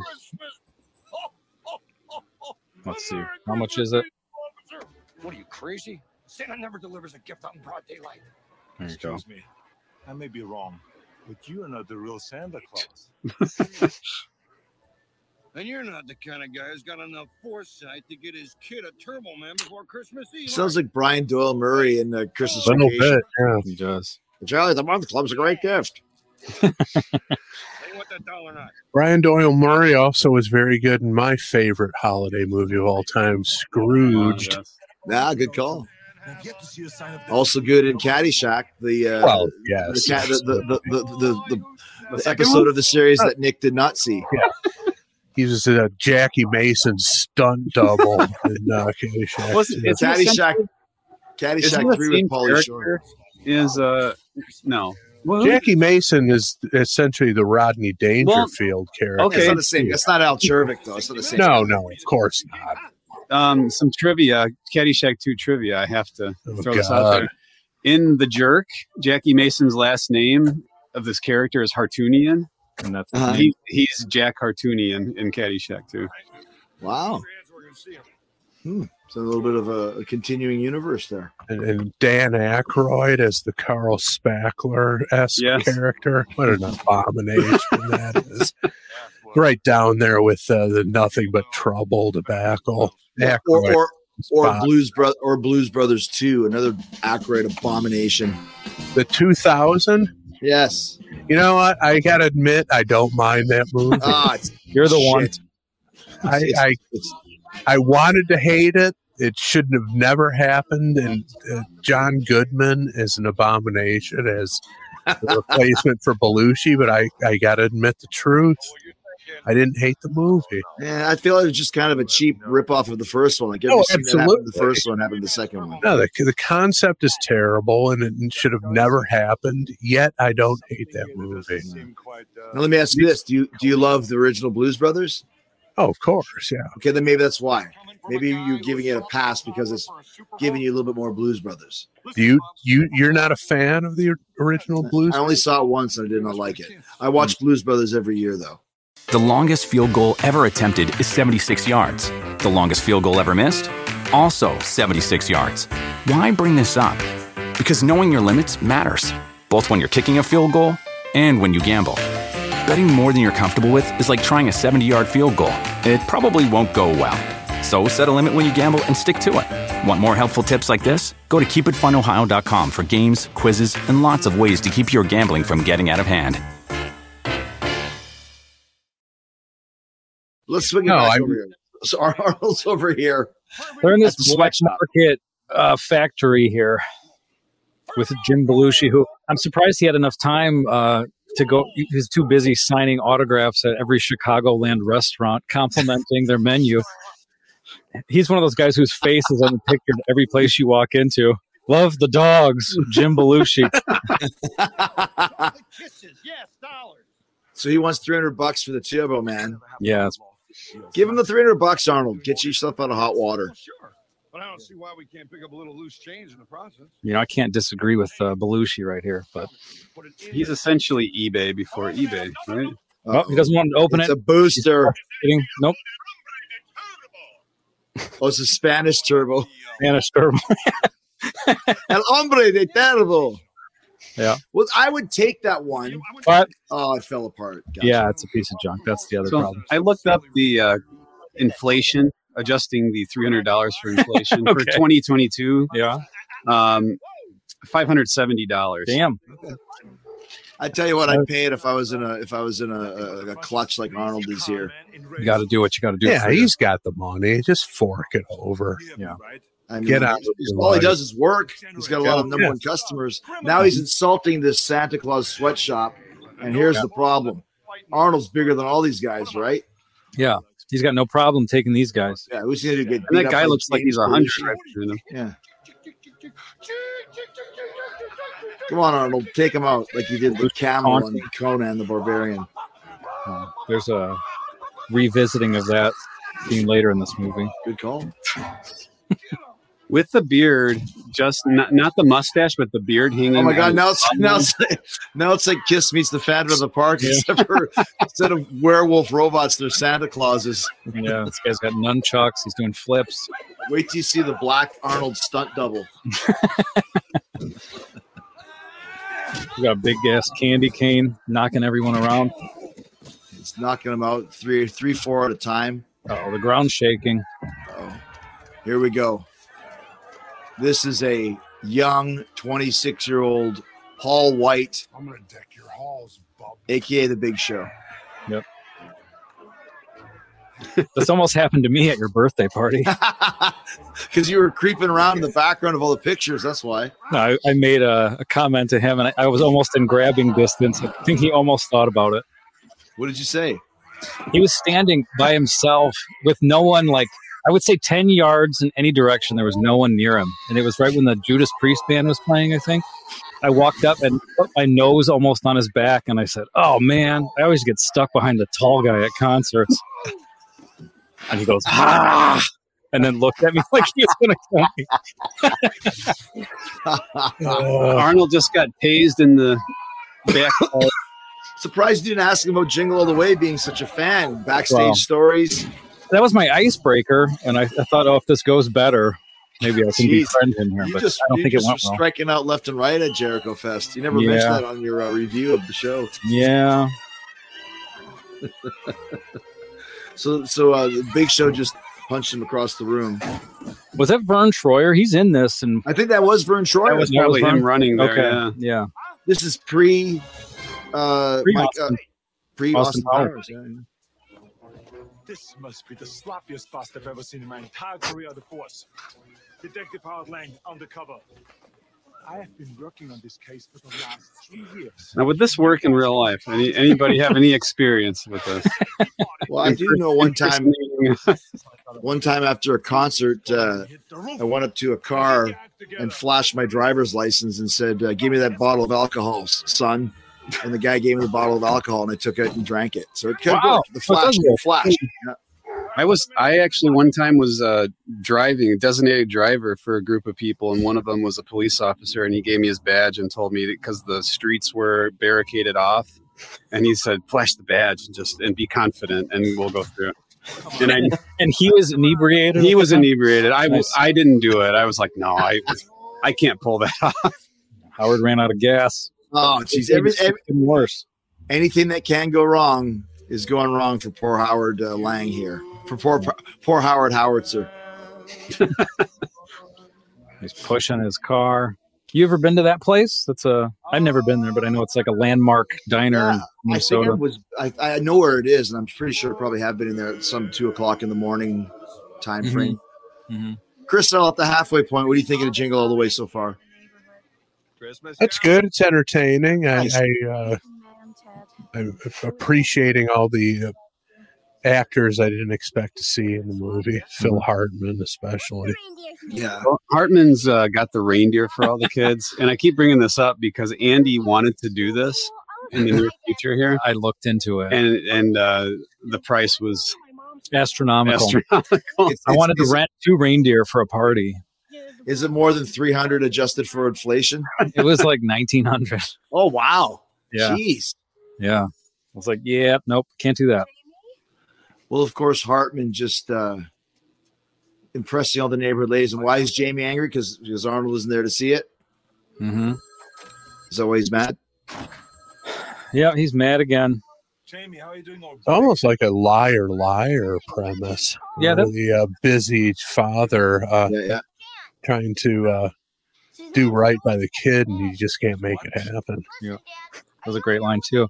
Speaker 14: Let's see. How much is it?
Speaker 7: What are you crazy? Santa never delivers a gift out in broad daylight.
Speaker 14: There you go.
Speaker 7: Excuse me, I may be wrong, but you are not the real Santa Claus.
Speaker 1: And you're not the kind of guy who's got enough foresight to get his kid a Turbo Man before Christmas Eve.
Speaker 4: Sounds like Brian Doyle Murray uh, in the Christmas
Speaker 9: A little
Speaker 4: Vacation.
Speaker 9: bit, yeah.
Speaker 14: He does.
Speaker 4: Charlie, the month club's a great gift.
Speaker 9: Brian Doyle Murray also was very good in my favorite holiday movie of all time, Scrooged.
Speaker 4: Nah, good call. Also good in Caddyshack, the uh,
Speaker 9: Well, yes.
Speaker 4: the, cat, the, the, the, the, the, the,
Speaker 9: second
Speaker 4: episode
Speaker 9: one? Oh.
Speaker 4: of the series that Nick did not see.
Speaker 9: He was a Jackie Mason stunt double in uh, Caddyshack.
Speaker 6: Was it- it's
Speaker 4: Caddyshack,
Speaker 6: Isn't
Speaker 4: Caddyshack
Speaker 6: the
Speaker 4: three with
Speaker 6: same
Speaker 4: Pauly Shore.
Speaker 6: character Is uh no. Well,
Speaker 9: Jackie Mason is essentially the Rodney Dangerfield character.
Speaker 6: okay.
Speaker 4: It's not the same. It's not Al Chervik though. It's not the same.
Speaker 9: No, no, of course not.
Speaker 6: um, some trivia, Caddyshack 2 trivia. I have to
Speaker 9: Oh,
Speaker 6: throw this out
Speaker 9: God.
Speaker 6: there. In The Jerk, Jackie Mason's last name of this character is Hartoonian.
Speaker 14: And that's
Speaker 4: Uh-huh.
Speaker 6: He, he's Jack Hartoonian in Caddyshack 2.
Speaker 4: Wow. Hmm. So a little bit of a, a continuing universe there.
Speaker 9: And, and Dan Aykroyd as the Carl Spackler esque
Speaker 6: Yes.
Speaker 9: character. What an abomination that is. Right down there with uh, the nothing but trouble debacle. Aykroyd.
Speaker 4: Or or or
Speaker 9: Spot.
Speaker 4: Blues Bro- or Blues Brothers two, another Aykroyd abomination.
Speaker 9: the 2000.
Speaker 4: Yes.
Speaker 9: You know what? I gotta admit, I don't mind that movie.
Speaker 4: Ah, it's,
Speaker 14: You're the one.
Speaker 4: shit.
Speaker 9: I,
Speaker 4: It's-
Speaker 9: I
Speaker 4: it's-
Speaker 9: I wanted to hate it. It shouldn't have never happened. And uh, John Goodman is an abomination as the replacement for Belushi. But I, I got to admit the truth. I didn't hate the movie.
Speaker 4: Yeah, I feel like it's just kind of a cheap ripoff of the first one. Like
Speaker 9: Oh,
Speaker 4: everything that happened to the
Speaker 9: absolutely.
Speaker 4: first one happened to the second one.
Speaker 9: No, the, the concept is terrible and it should have never happened. Yet I don't hate that movie.
Speaker 4: Now let me ask you this: Do you do you love the original Blues Brothers?
Speaker 9: Oh, of course, yeah.
Speaker 4: Okay, then maybe that's why. Maybe you're giving it a pass because it's giving you a little bit more Blues Brothers.
Speaker 9: Do you you you're not a fan of the original Blues?
Speaker 4: I only saw it once and I did not like it. I watch Blues Brothers every year though.
Speaker 10: The longest field goal ever attempted is 76 yards. The longest field goal ever missed? Also 76 yards. Why bring this up? Because knowing your limits matters, both when you're kicking a field goal and when you gamble. Betting more than you're comfortable with is like trying a 70 yard field goal, it probably won't go well. So set a limit when you gamble and stick to it. Want more helpful tips like this? Go to keepitfunohio.com for games, quizzes, and lots of ways to keep your gambling from getting out of hand.
Speaker 4: Let's swing it
Speaker 9: No,
Speaker 4: back
Speaker 9: I'm-
Speaker 4: over here. So Ar- Arnold's over here.
Speaker 6: They're in this
Speaker 15: At the
Speaker 6: black market uh, factory here with Jim Belushi, who I'm surprised he had enough time uh, to go. he was too busy signing autographs at every Chicagoland restaurant, complimenting their menu. He's one of those guys whose face is on the picture of every place you walk into. Love the dogs, Jim Belushi.
Speaker 4: So he wants 300 bucks for the turbo, man.
Speaker 6: yeah, it's
Speaker 4: Give him the 300 bucks, Arnold. Get yourself out of hot water.
Speaker 16: But I don't see why we can't pick up a little loose change in the process.
Speaker 6: you know, I can't disagree with uh, Belushi right here, but
Speaker 9: he's essentially eBay before eBay, right?
Speaker 6: oh, he doesn't want to open
Speaker 9: It's
Speaker 6: it.
Speaker 9: a
Speaker 4: booster.
Speaker 6: Nope.
Speaker 4: Oh, it's a Spanish turbo.
Speaker 6: Spanish turbo.
Speaker 4: El hombre de terrible.
Speaker 6: Yeah.
Speaker 4: Well, I would take that one.
Speaker 6: But
Speaker 4: oh, it fell apart.
Speaker 6: Yeah, it's a piece of junk. That's the other
Speaker 9: So
Speaker 6: problem.
Speaker 9: I looked up the uh, inflation, adjusting the three hundred dollars for inflation for
Speaker 6: Okay.
Speaker 9: twenty twenty two.
Speaker 6: Yeah,
Speaker 9: um, five hundred seventy dollars.
Speaker 6: Damn.
Speaker 4: I tell you what, I'd pay it if I was in a if I was in a, a, a clutch like Arnold is here.
Speaker 6: You got to do what you got to
Speaker 4: do
Speaker 7: Yeah,
Speaker 4: for
Speaker 7: he's got the money. Just fork it over.
Speaker 6: Yeah.
Speaker 4: I mean,
Speaker 7: Get out.
Speaker 4: he's- all he does is work. He's got a lot of number one customers. Now he's insulting this Santa Claus sweatshop, and here's the problem: Arnold's bigger than all these guys, right?
Speaker 6: Yeah, he's got no problem taking these guys.
Speaker 4: Yeah, who's gonna get?
Speaker 6: And that
Speaker 4: beat up
Speaker 6: guy looks like
Speaker 4: James
Speaker 6: he's a hunch.
Speaker 4: Belushi? Yeah. Come on, Arnold, take him out like you did the camel and Conan the Barbarian.
Speaker 6: Uh, there's a revisiting of that theme later in this movie.
Speaker 4: Good call.
Speaker 9: With the beard, just not, not the mustache, but the beard hanging.
Speaker 4: Oh my God!
Speaker 9: out.
Speaker 4: Now it's now it's, now it's like Kiss meets the Phantom of the Park, except for instead of werewolf robots, they're Santa Clauses.
Speaker 6: Yeah, this guy's got nunchucks. He's doing flips.
Speaker 4: Wait till you see the black Arnold stunt double.
Speaker 6: He's got a big ass candy cane knocking everyone around.
Speaker 4: It's knocking them out three, three, four at a time.
Speaker 6: Oh, the ground's shaking.
Speaker 4: Oh, here we go. This is a young 26 year old Paul White,
Speaker 17: I'm gonna deck your halls, bub.
Speaker 4: aka The Big Show.
Speaker 6: Yep. this almost happened to me at your birthday party.
Speaker 4: Because you were creeping around in the background of all the pictures. That's why.
Speaker 6: No, I, I made a, a comment to him, and I, I was almost in grabbing distance. I think he almost thought about it.
Speaker 4: What did you say?
Speaker 6: He was standing by himself with no one, like I would say, ten yards in any direction. There was no one near him, and it was right when the Judas Priest band was playing. I think I walked up and put my nose almost on his back, and I said, "Oh man, I always get stuck behind the tall guy at concerts." And he goes, "Ah!" and then looked at me like he was going to kill me.
Speaker 9: Uh, Arnold just got tased in the back.
Speaker 4: Surprised you didn't ask him about Jingle All the Way being such a fan. Backstage
Speaker 6: Wow.
Speaker 4: stories.
Speaker 6: that was my icebreaker, and I, I thought, oh, if this goes better, maybe I can
Speaker 4: Jeez.
Speaker 6: befriend him here.
Speaker 4: You
Speaker 6: But
Speaker 4: just,
Speaker 6: I don't
Speaker 4: you
Speaker 6: think it
Speaker 4: just
Speaker 6: went
Speaker 4: were
Speaker 6: well.
Speaker 4: striking out left and right at Jericho Fest. You never
Speaker 6: Yeah.
Speaker 4: mentioned that on your uh, review of the show.
Speaker 6: yeah,
Speaker 4: So, so uh, the Big Show just punched him across the room.
Speaker 6: was that Vern Troyer? He's in this, and
Speaker 4: I think that was Vern Troyer.
Speaker 6: That was probably him running there, yeah. yeah.
Speaker 4: This is pre, uh,
Speaker 6: Pre
Speaker 4: Mike, uh,
Speaker 6: Austin.
Speaker 4: pre Austin,
Speaker 6: Austin Powers.
Speaker 4: Powers. yeah, yeah.
Speaker 17: This must be the sloppiest bust I've ever seen in my entire career of the force. Detective Howard Lang, undercover. I have been working on this case for the last three years.
Speaker 9: Now, would this work in real life? Any, anybody have any experience with this?
Speaker 4: Well, I do know one time, one time after a concert, uh, I went up to a car and flashed my driver's license and said, uh, "Give me that bottle of alcohol, s- son." And the guy gave me the bottle of alcohol, and I took it and drank it. So it could
Speaker 9: Wow.
Speaker 4: work. The
Speaker 9: That
Speaker 4: flash,
Speaker 9: does
Speaker 4: the
Speaker 9: work.
Speaker 4: flash. Yeah.
Speaker 9: I was I actually one time was uh, driving a designated driver for a group of people, and one of them was a police officer, and he gave me his badge and told me because the streets were barricaded off, and he said, "Flash the badge and just and be confident, and we'll go through it." And I
Speaker 6: and he was inebriated.
Speaker 9: He was inebriated. I was
Speaker 6: Nice.
Speaker 9: I didn't do it. I was like, no, I I can't pull that off.
Speaker 6: Howard ran out of gas.
Speaker 4: Oh, jeez. Every, every,
Speaker 6: worse.
Speaker 4: Anything that can go wrong is going wrong for poor Howard uh, Lang here. For poor, poor Howard Howitzer.
Speaker 6: He's pushing his car. You ever been to that place? That's a I've never been there, but I know it's like a landmark diner in
Speaker 4: I think I
Speaker 6: Minnesota.
Speaker 4: was. I, I
Speaker 6: Mm-hmm.
Speaker 4: know where it is, and I'm pretty sure I probably have been in there at some two o'clock in the morning time frame. Crystal at the halfway point. What do you think of the jingle all the way so far?
Speaker 7: That's good. It's entertaining. I, I uh, I'm appreciating all the uh, actors I didn't expect to see in the movie. Phil Hartman, especially.
Speaker 4: Yeah.
Speaker 9: Hartman's uh, got the reindeer for all the kids, and I keep bringing this up because Andy wanted to do this in the near future here.
Speaker 6: I looked into it,
Speaker 9: and and uh, the price was
Speaker 6: astronomical.
Speaker 9: astronomical.
Speaker 6: I wanted to rent two reindeer for a party.
Speaker 4: Is it more than 300 adjusted for inflation?
Speaker 6: It was like 1900.
Speaker 4: Oh wow.
Speaker 6: Yeah.
Speaker 4: Jeez.
Speaker 6: Yeah. I was like, yeah, nope, can't do that.
Speaker 4: Well, of course, Hartman just uh, impressing all the neighborhood ladies. And why is Jamie angry? Because because Arnold isn't there to see it.
Speaker 6: Mm-hmm.
Speaker 4: Is that why he's mad?
Speaker 6: Yeah, he's mad again.
Speaker 7: It's almost like a liar, liar premise.
Speaker 6: Yeah, that-
Speaker 7: the uh, busy father uh, trying to uh, do right by the kid, and you just can't make it happen.
Speaker 6: Yeah. That was a great line too.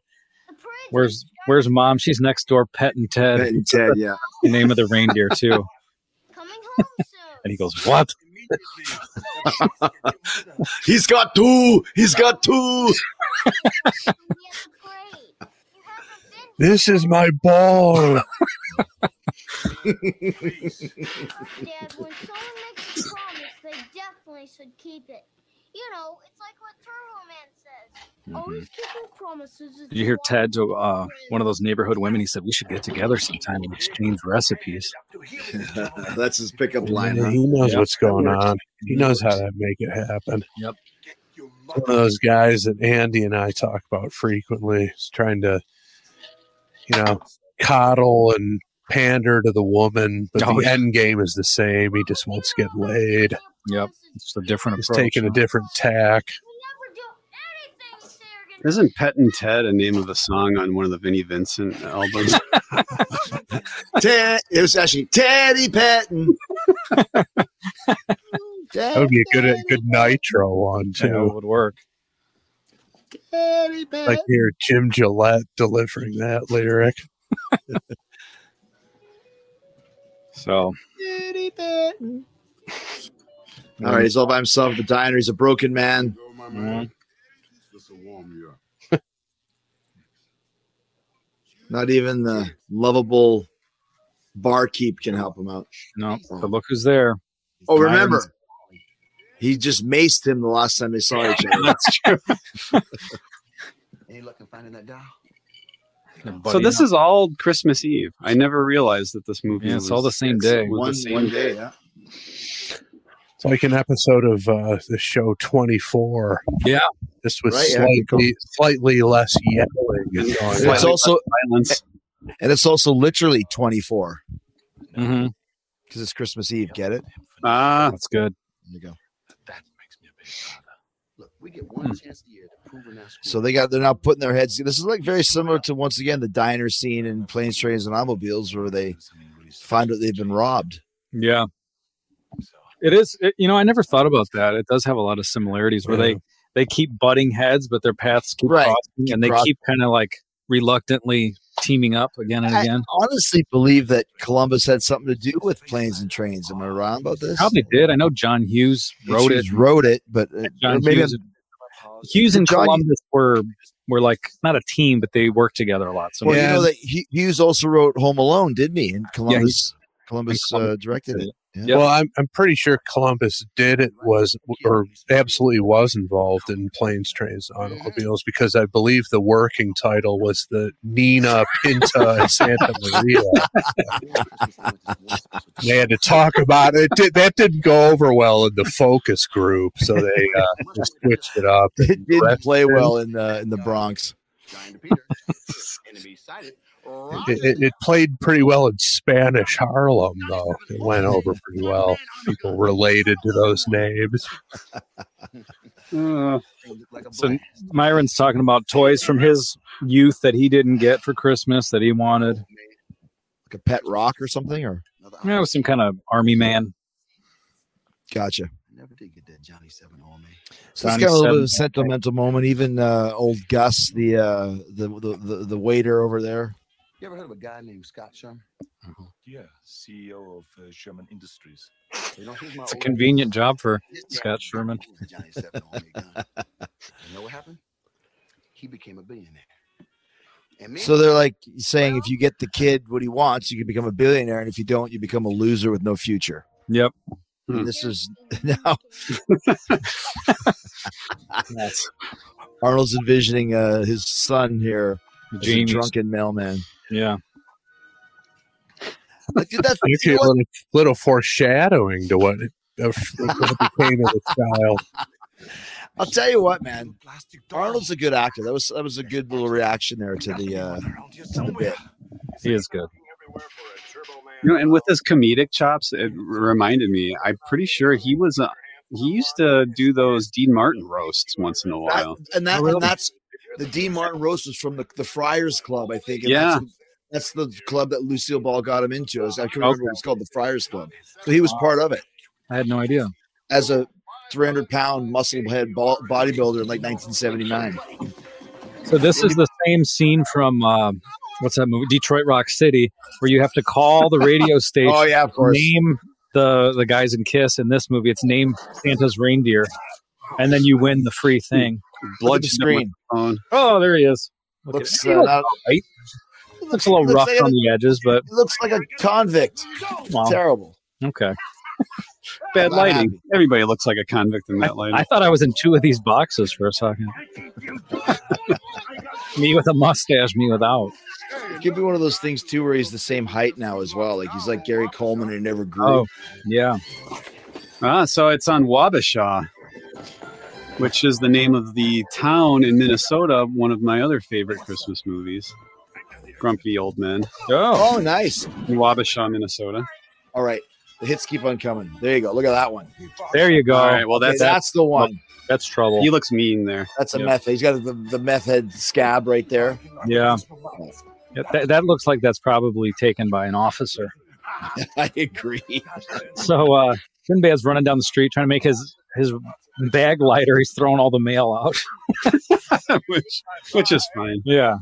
Speaker 6: Where's Where's mom? She's next door, petting Ted.
Speaker 4: Petting Ted, yeah.
Speaker 6: The name of the reindeer too. and he goes, "What?"
Speaker 4: he's got two. He's got two.
Speaker 7: This is my ball.
Speaker 18: Dad, when someone makes a promise, they definitely should keep it. You know, it's like what Turbo Man says.
Speaker 6: Mm-hmm.
Speaker 18: Always keep your promises.
Speaker 6: Did you hear Ted to uh, one of those neighborhood women? He said, "We should get together sometime and exchange recipes."
Speaker 4: That's his pickup line.
Speaker 7: he knows what's going on. He knows how to make it happen.
Speaker 6: Yep.
Speaker 7: One of those guys that Andy and I talk about frequently is trying to, you know, coddle and pander to the woman, but
Speaker 6: Oh,
Speaker 7: the
Speaker 6: yeah.
Speaker 7: end game is the same. He just wants to get laid.
Speaker 6: Yep. It's a different
Speaker 7: He's
Speaker 9: approach,
Speaker 7: taking a different tack.
Speaker 9: Isn't Pet and Ted a name of a song on one of the Vinnie Vincent albums?
Speaker 4: Ted, it was actually Teddy Patton.
Speaker 7: That would be a good a good nitro one too.
Speaker 6: Yeah, it would work.
Speaker 4: Teddy Patton.
Speaker 7: Like hear Jim Gillette delivering that lyric.
Speaker 6: so
Speaker 4: Teddy Patton. All right, he's all by himself at the diner. He's a broken man.
Speaker 7: Mm-hmm.
Speaker 4: Not even the lovable barkeep can help him out.
Speaker 6: No, but look who's there.
Speaker 4: Oh, remember, he just maced him the last time they saw each other.
Speaker 6: That's true.
Speaker 19: Any luck in finding that doll?
Speaker 9: so this is all Christmas Eve. I never realized that this movie.
Speaker 6: Yeah, it's all the same day.
Speaker 9: One,
Speaker 6: One-
Speaker 9: the same
Speaker 6: one
Speaker 9: day.
Speaker 6: day,
Speaker 4: yeah.
Speaker 7: It's like an episode of uh, the show Twenty Four.
Speaker 6: Yeah,
Speaker 7: this was
Speaker 4: Right, yeah,
Speaker 7: slightly slightly less yelling. and going
Speaker 4: it's
Speaker 7: on.
Speaker 4: also and it's also literally 24
Speaker 6: because
Speaker 4: it's christmas eve get it
Speaker 9: ah
Speaker 6: Mm-hmm. that's good
Speaker 4: there you go
Speaker 19: We get one chance a year to prove an
Speaker 4: so they got they're now putting their heads this is like very similar to once again the diner scene in planes trains and automobiles where they find out they've been robbed
Speaker 6: Yeah. It is. It, you know, I never thought about that. It does have a lot of similarities where
Speaker 7: Yeah.
Speaker 6: they they keep butting heads, but their paths keep crossing, and they
Speaker 4: crossing.
Speaker 6: keep kind of like reluctantly teaming up again and
Speaker 4: I
Speaker 6: again.
Speaker 4: honestly believe that Columbus had something to do with planes and trains. Am I wrong about this?
Speaker 6: Probably did. I know John Hughes wrote
Speaker 4: Hughes
Speaker 6: it.
Speaker 4: Wrote it, but uh,
Speaker 6: John
Speaker 4: maybe
Speaker 6: Hughes,
Speaker 4: I'm-
Speaker 6: Hughes and
Speaker 4: John-
Speaker 6: Columbus were were like not a team, but they worked together a lot. So
Speaker 4: well, you know that Hu- Hughes also wrote Home Alone, didn't he? And Columbus,
Speaker 6: he's-
Speaker 4: Columbus, uh, directed it.
Speaker 7: Well, I'm I'm pretty sure Columbus did it was or absolutely was involved in planes, trains, and automobiles because I believe the working title was the Nina Pinta and Santa Maria. they had to talk about it. Did- that didn't go over well in the focus group, so they, uh, they switched it up.
Speaker 4: It didn't play well in the in the Bronx.
Speaker 7: It, it, it played pretty well in Spanish Harlem, though. It went over pretty well. People related to those names.
Speaker 6: Uh, so Myron's talking about toys from his youth that he didn't get for Christmas that he wanted.
Speaker 4: Like a pet rock or something, or
Speaker 6: Yeah, it was some kind of army man.
Speaker 4: Gotcha.
Speaker 19: Never did get that Johnny Seven on me.
Speaker 4: So it's
Speaker 6: Johnny
Speaker 4: got a little bit of a
Speaker 6: Seven-
Speaker 4: sentimental moment. Even uh, old Gus, the, uh, the the the the waiter over there.
Speaker 19: You ever heard of a guy named Scott Sherman?
Speaker 17: Yeah, CEO of uh, Sherman Industries.
Speaker 20: You know, here's my
Speaker 6: It's a
Speaker 20: old-
Speaker 6: convenient job for
Speaker 20: Yeah,
Speaker 6: Scott Sherman.
Speaker 20: Johnny Seven Homie gun. You know what happened? He became a billionaire. And me-
Speaker 4: So they're like saying if you get the kid what he wants, you can become a billionaire, and if you don't, you become a loser with no future.
Speaker 6: Yep. Hmm.
Speaker 4: And This is now Arnold's envisioning uh, his son here, as a
Speaker 6: Jamie's-
Speaker 4: drunken mailman.
Speaker 6: Yeah.
Speaker 4: that's
Speaker 7: Maybe a little, little foreshadowing to what, of what became of the child.
Speaker 4: I'll tell you what, man. Arnold's a good actor. That was that was a good little reaction there to the, uh, to the bit.
Speaker 6: He is good.
Speaker 9: You know, and with his comedic chops, it reminded me. I'm pretty sure he was a. He used to do those Dean Martin roasts once in a while.
Speaker 4: and that and that's the Dean Martin roast was from the, the Friars Club, I think. and
Speaker 9: Yeah.
Speaker 4: That's, the- that's the club that Lucille Ball got him into. I was- I can remember
Speaker 6: Okay.
Speaker 4: it was called the Friars Club. So he was part of it
Speaker 6: I had no idea.
Speaker 4: as a 300 pound musclehead ball, bodybuilder in like 1979.
Speaker 6: So this is the same scene from uh, what's that movie? Detroit Rock City, where you have to call the radio station.
Speaker 4: Oh, yeah, of course.
Speaker 6: Name the the guys in Kiss in this movie. It's name Santa's reindeer, and then you win the free thing.
Speaker 4: Blood screen.
Speaker 6: Oh, there he is. Look at
Speaker 4: Looks,
Speaker 6: him. He
Speaker 4: uh,
Speaker 6: looks
Speaker 4: not-
Speaker 6: all right. Looks a little
Speaker 4: looks
Speaker 6: rough
Speaker 4: like
Speaker 6: on
Speaker 4: a-
Speaker 6: the edges, but
Speaker 4: He looks like a convict.
Speaker 6: Wow.
Speaker 4: Terrible.
Speaker 6: okay.
Speaker 9: Bad
Speaker 4: not
Speaker 9: lighting.
Speaker 4: happy.
Speaker 9: Everybody looks like a convict in that lighting.
Speaker 6: I thought I was in two of these boxes for a second. me with a mustache, me without.
Speaker 4: It could be one of those things too, where he's the same height now as well. Like he's like Gary Coleman and he never grew.
Speaker 9: Oh.
Speaker 6: Yeah.
Speaker 9: Ah, so it's on Wabasha, which is the name of the town in Minnesota. One of my other favorite Christmas movies, Grumpy Old Men,
Speaker 6: Oh.
Speaker 4: Oh, nice.
Speaker 9: in Wabasha, Minnesota.
Speaker 4: All right. The hits keep on coming. There you go. Look at that one.
Speaker 6: There you go.
Speaker 9: All right, well that's oh,
Speaker 4: that's, the one.
Speaker 6: That's trouble.
Speaker 9: he looks mean there.
Speaker 4: That's a
Speaker 9: Yep.
Speaker 4: meth. He's got the, the meth head scab right there.
Speaker 6: Yeah. Yeah, That, that looks like that's probably taken by an officer.
Speaker 4: I agree.
Speaker 6: So uh Sinbad's running down the street trying to make his his bag lighter. He's throwing all the mail out.
Speaker 9: which, which is fine.
Speaker 6: Yeah.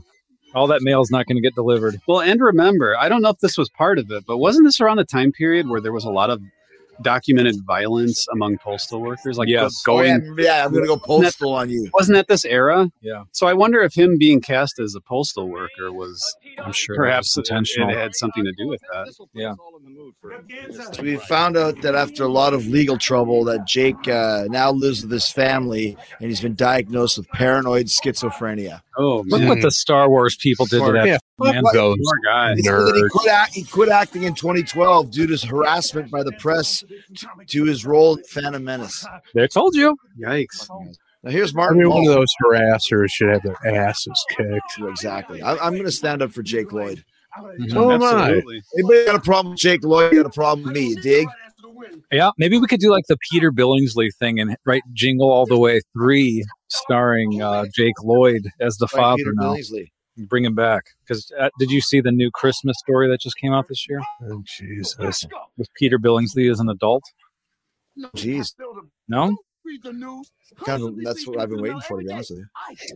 Speaker 6: All that mail's not going to get delivered.
Speaker 9: Well, and remember, I don't know if this was part of it, but wasn't this around the time period where there was a lot of documented violence among postal workers? Like
Speaker 6: Yes.
Speaker 9: go- going,
Speaker 4: Oh, yeah, yeah, I'm gonna go postal on you.
Speaker 9: wasn't that this era?
Speaker 6: Yeah.
Speaker 9: So I wonder if him being cast as a postal worker was
Speaker 6: I'm sure. that was
Speaker 9: perhaps it,
Speaker 6: intentional.
Speaker 9: it had something to do with that.
Speaker 6: yeah.
Speaker 4: So we found out that after a lot of legal trouble, that Jake uh, now lives with his family, and he's been diagnosed with paranoid schizophrenia.
Speaker 9: Oh
Speaker 6: Look
Speaker 9: man,
Speaker 6: what the Star Wars people did to that.
Speaker 7: Yeah,
Speaker 6: man.
Speaker 7: those
Speaker 9: poor guy.
Speaker 4: He said that He
Speaker 7: nerds.
Speaker 4: quit, act, he quit acting in 2012 due to his harassment by the press t- to his role in Phantom Menace.
Speaker 6: They told you.
Speaker 9: Yikes.
Speaker 4: Now here's Martin.
Speaker 7: Every one of
Speaker 4: Mull.
Speaker 7: those harassers should have their asses kicked.
Speaker 4: Exactly. I, I'm going to stand up for Jake Lloyd.
Speaker 6: Mhm.
Speaker 7: So am I.
Speaker 9: Absolutely.
Speaker 4: Anybody got a problem with Jake Lloyd? You got a problem with me? You dig?
Speaker 6: Yeah, maybe we could do like the Peter Billingsley thing and write Jingle All the Way 3 starring uh, Jake Lloyd as the
Speaker 4: Like
Speaker 6: father
Speaker 4: Peter
Speaker 6: now.
Speaker 4: Billingsley.
Speaker 6: Bring him back. Because uh, did you see the new Christmas story that just came out this year
Speaker 7: Oh, Jesus.
Speaker 6: with Peter Billingsley as an adult?
Speaker 4: Jeez,
Speaker 6: No?
Speaker 4: kind of, that's what I've been waiting for. To be honest with you.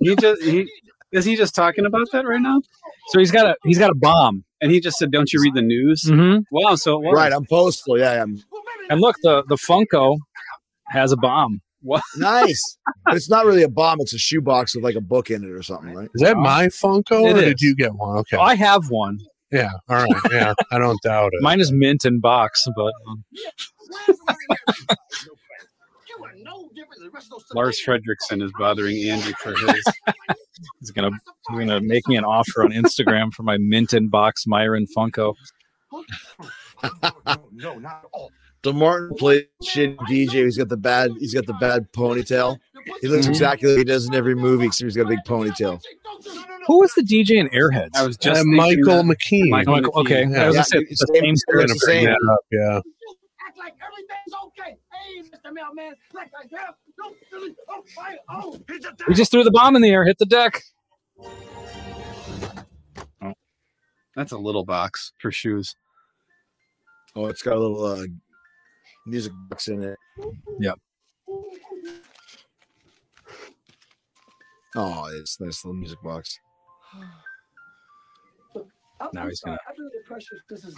Speaker 9: He just he is he just talking about that right now?
Speaker 6: So he's got a he's got a bomb.
Speaker 9: And he just said, "Don't you read the news?"
Speaker 6: Mm-hmm.
Speaker 9: Wow. So it was.
Speaker 4: Right, I'm postal. Yeah, I'm
Speaker 6: And look, the the Funko has a bomb.
Speaker 4: nice. but it's not really a bomb. It's a shoebox with like a book in it or something, right?
Speaker 7: Is that
Speaker 9: Uh,
Speaker 7: my Funko,
Speaker 6: It
Speaker 7: or
Speaker 6: is.
Speaker 7: did you get one? Okay.
Speaker 9: Oh,
Speaker 6: I have one.
Speaker 7: yeah. All right. Yeah. I don't doubt it.
Speaker 6: Mine is mint in box, but um,
Speaker 9: Lars Fredrickson is bothering Andy for his.
Speaker 6: he's gonna he's gonna make me an offer on Instagram for my mint in box Myron Funko.
Speaker 4: The Martin plays shit DJ. He's got the bad. He's got the bad ponytail. He
Speaker 6: Mm-hmm.
Speaker 4: looks exactly like he does in every movie, except he's got a big ponytail.
Speaker 6: Who was the DJ in Airheads?
Speaker 9: I was
Speaker 7: Uh,
Speaker 9: just thinking
Speaker 7: Michael
Speaker 9: that.
Speaker 7: McKean.
Speaker 9: Michael
Speaker 6: Michael- okay,
Speaker 7: Yeah.
Speaker 6: I was
Speaker 4: Yeah,
Speaker 6: gonna say
Speaker 4: it's
Speaker 6: the
Speaker 4: the
Speaker 6: same
Speaker 4: same-
Speaker 7: We're
Speaker 6: spirit.
Speaker 7: gonna bring that up, yeah.
Speaker 2: act like everything's okay. Hey, Mr. Mailman, like I have no feeling. Oh, my, oh, he's a
Speaker 6: We just threw the bomb in the air, hit the deck.
Speaker 9: That's a little box for shoes.
Speaker 4: Oh, it's got a little uh, music box in it.
Speaker 6: Yep.
Speaker 4: Oh, it's a nice little music box.
Speaker 2: I'm,
Speaker 6: Now
Speaker 2: I'm
Speaker 6: he's
Speaker 2: sorry.
Speaker 6: gonna.
Speaker 2: I've been under pressure. This is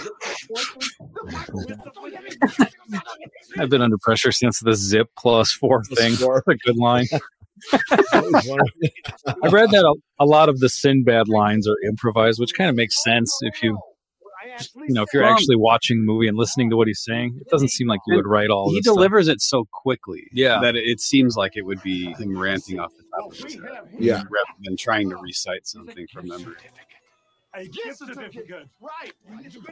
Speaker 2: zip plus
Speaker 6: I've been under pressure since the zip plus four thing. That's a good line. I read that a, a lot of the Sinbad lines are improvised, which kind of makes sense if you, you know, if you're
Speaker 9: Well,
Speaker 6: actually watching the movie and listening to what he's saying. It doesn't seem like you would write all.
Speaker 9: He
Speaker 6: this
Speaker 9: delivers it so quickly,
Speaker 6: Yeah.
Speaker 9: that it, it seems like it would be him ranting off the top of his head,
Speaker 6: Yeah.
Speaker 9: rather than trying to recite something from memory.
Speaker 21: A gift certificate. Right.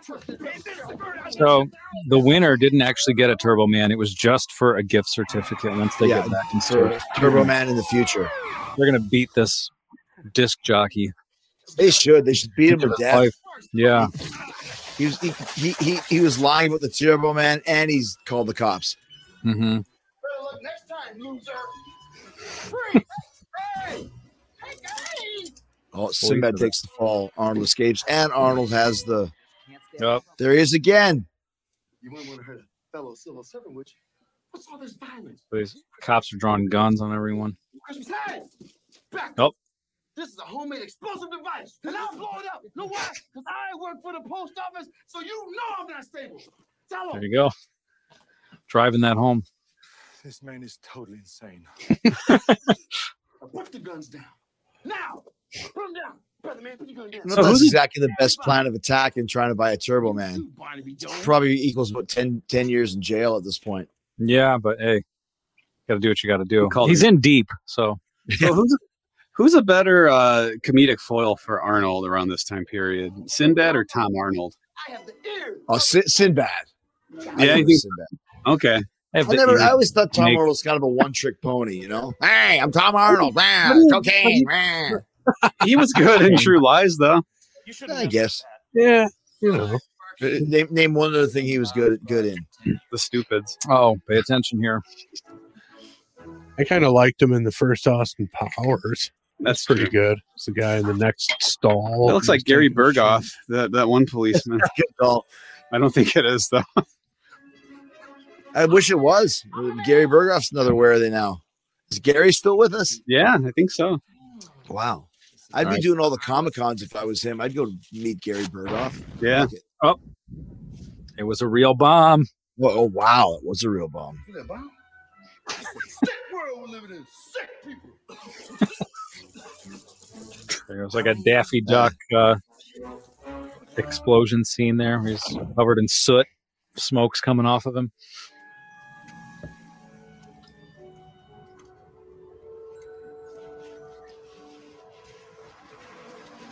Speaker 6: Stuff. So the winner didn't actually get a Turbo Man. It was just for a gift certificate. Once they
Speaker 4: Yeah,
Speaker 6: get back in
Speaker 4: Tur-
Speaker 6: service,
Speaker 4: Turbo Man in the future.
Speaker 6: They're gonna beat this disc jockey.
Speaker 4: They should. They should beat him to
Speaker 6: His
Speaker 4: death.
Speaker 6: life. Yeah.
Speaker 4: He was he, he, he, he was lying about the Turbo Man, and he's called the cops.
Speaker 6: Mm-hmm.
Speaker 2: next time, loser. Free. hey. Hey, hey.
Speaker 4: Oh, Sinbad takes the fall. Arnold escapes, and Arnold has the.
Speaker 6: Yep.
Speaker 4: There he is again.
Speaker 2: You might want to hurt a fellow civil servant, would you? What's all this violence?
Speaker 6: These cops are drawing guns on everyone.
Speaker 2: Christmas time. Back
Speaker 6: Oh,
Speaker 2: This is a homemade explosive device, and I'll blow it up. You know why? Because I work for the post office, so you know I'm not stable. Tell
Speaker 6: there
Speaker 2: him.
Speaker 6: you go. Driving that home.
Speaker 21: This man is totally insane.
Speaker 2: Put the guns down. Now. Put them down. Brother man, put your gun down.
Speaker 4: So that's exactly the best plan of attack in trying to buy a Turbo Man.
Speaker 2: Barnaby Jones.
Speaker 4: Probably equals what 10, 10 years in jail at this point.
Speaker 6: Yeah, but hey, got to do what you got to do.
Speaker 9: called
Speaker 6: He's in deep, so
Speaker 9: So who's, who's a better uh, comedic foil for Arnold around this time period, Sinbad or Tom Arnold?
Speaker 4: Oh, Sin- Sinbad. I
Speaker 9: Yeah, I
Speaker 4: think
Speaker 9: think-
Speaker 4: Sinbad.
Speaker 9: Okay.
Speaker 4: I, never, I always thought Tom Arnold was kind of a one trick pony, you know? Hey, I'm Tom Arnold. Rah, cocaine. rah.
Speaker 9: he was good in True Lies, though.
Speaker 4: I guess.
Speaker 9: Yeah.
Speaker 4: You know. Name, name one other thing he was good good in.
Speaker 9: The Stupids.
Speaker 6: Oh, pay attention here.
Speaker 7: I kind of liked him in the first Austin Powers.
Speaker 9: That's
Speaker 7: pretty good. It's the guy in the next stall.
Speaker 6: Oh,
Speaker 9: That looks like Gary Burghoff, that, that one policeman. I don't think it is, though.
Speaker 4: I wish it was. Gary Burghoff's another where are they now? Is Gary still with us?
Speaker 9: Yeah, I think so.
Speaker 4: Wow. I'd
Speaker 9: All
Speaker 4: be
Speaker 9: right.
Speaker 4: doing all the Comic Cons if I was him. I'd go meet Gary Burghoff.
Speaker 9: Yeah.
Speaker 6: Oh, it was a real bomb.
Speaker 4: Well, oh, wow. It was a real bomb.
Speaker 2: Look at that, Bob. Sick world we're living in. Sick people.
Speaker 6: It was like a Daffy Duck uh, explosion scene there. He's covered in soot, smoke's coming off of him.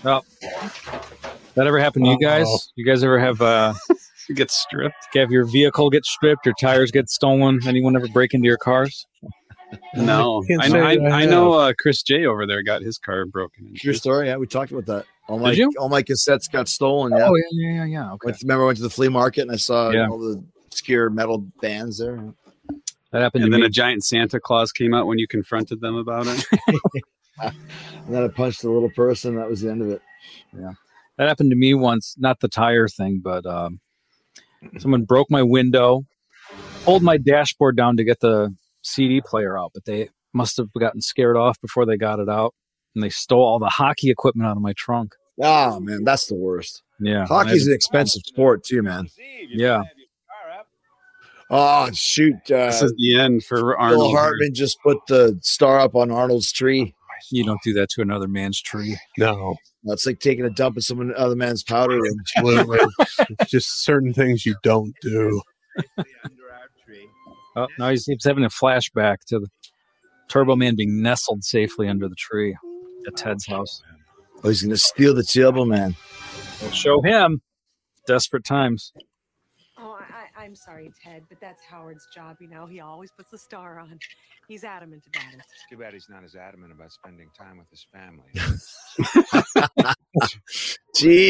Speaker 6: Oh, that ever happened to you guys?
Speaker 9: Uh-oh.
Speaker 6: You guys ever have uh,
Speaker 9: get stripped?
Speaker 6: Have your vehicle get stripped? Your tires get stolen? Anyone ever break into your cars?
Speaker 9: No,
Speaker 6: I
Speaker 9: I,
Speaker 6: can't say
Speaker 9: I,
Speaker 6: that I
Speaker 9: I, know
Speaker 6: have.
Speaker 9: uh, Chris J over there got his car broken.
Speaker 4: True story. Yeah, we talked about that. All my
Speaker 9: Did you?
Speaker 4: all my cassettes got stolen. Yeah.
Speaker 6: Oh, yeah, yeah, yeah, yeah. Okay.
Speaker 4: Went- remember, I went to the flea market and I saw
Speaker 9: Yeah.
Speaker 4: all the obscure metal bands there.
Speaker 6: That happened
Speaker 9: And
Speaker 6: to
Speaker 9: then
Speaker 6: me.
Speaker 9: a giant Santa Claus came out when you confronted them about it.
Speaker 4: And then I punched a little person. That was the end of it.
Speaker 6: Yeah. That happened to me once, not the tire thing, but um, someone broke my window, pulled my dashboard down to get the CD player out, but they must have gotten scared off before they got it out. And they stole all the hockey equipment out of my trunk.
Speaker 4: Oh man, that's the worst.
Speaker 6: Yeah.
Speaker 4: Hockey's
Speaker 6: I-
Speaker 4: an expensive sport too, man.
Speaker 6: Yeah.
Speaker 4: Oh shoot! Uh,
Speaker 9: this is the end for
Speaker 4: Bill
Speaker 9: Arnold.
Speaker 4: Hartman just put the star up on Arnold's tree.
Speaker 6: You don't do that to another man's tree.
Speaker 7: No.
Speaker 4: That's like taking a dump in someone other man's powder room.
Speaker 7: Absolutely. It's just certain things you don't do.
Speaker 6: Oh, now he's, he's having a flashback to the Turbo Man being nestled safely under the tree at Ted's house.
Speaker 4: Oh, he's gonna steal the turbo man.
Speaker 6: We'll show him desperate times.
Speaker 22: Oh, I, I- I'm sorry, Ted, but that's Howard's job. You know, he always puts the star on. He's adamant about it.
Speaker 5: Too bad he's not as adamant about spending time with his family.
Speaker 4: Jeez,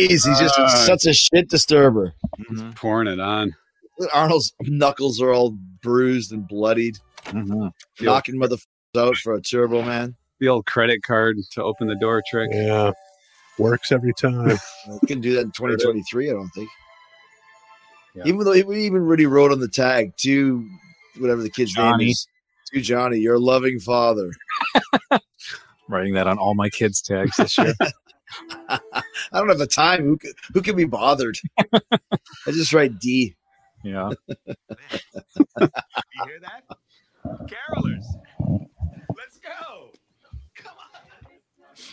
Speaker 4: he's just
Speaker 9: Uh,
Speaker 4: such a shit disturber.
Speaker 5: Mm-hmm.
Speaker 9: pouring it on.
Speaker 4: Arnold's knuckles are all bruised and bloodied,
Speaker 9: Yeah.
Speaker 4: knocking motherfuckers out for a turbo man.
Speaker 9: The old credit card to open the door trick.
Speaker 7: Yeah. Works every time.
Speaker 4: You can do that in 2023, I don't think. Even though he we even really wrote on the tag to whatever the kid's
Speaker 6: Johnny.
Speaker 4: name is, to Johnny, your loving father.
Speaker 6: Writing that on all my kids' tags this year.
Speaker 4: I don't have the time. Who could, who can be bothered? I just write D.
Speaker 6: Yeah.
Speaker 23: You hear that? Carolers, let's go.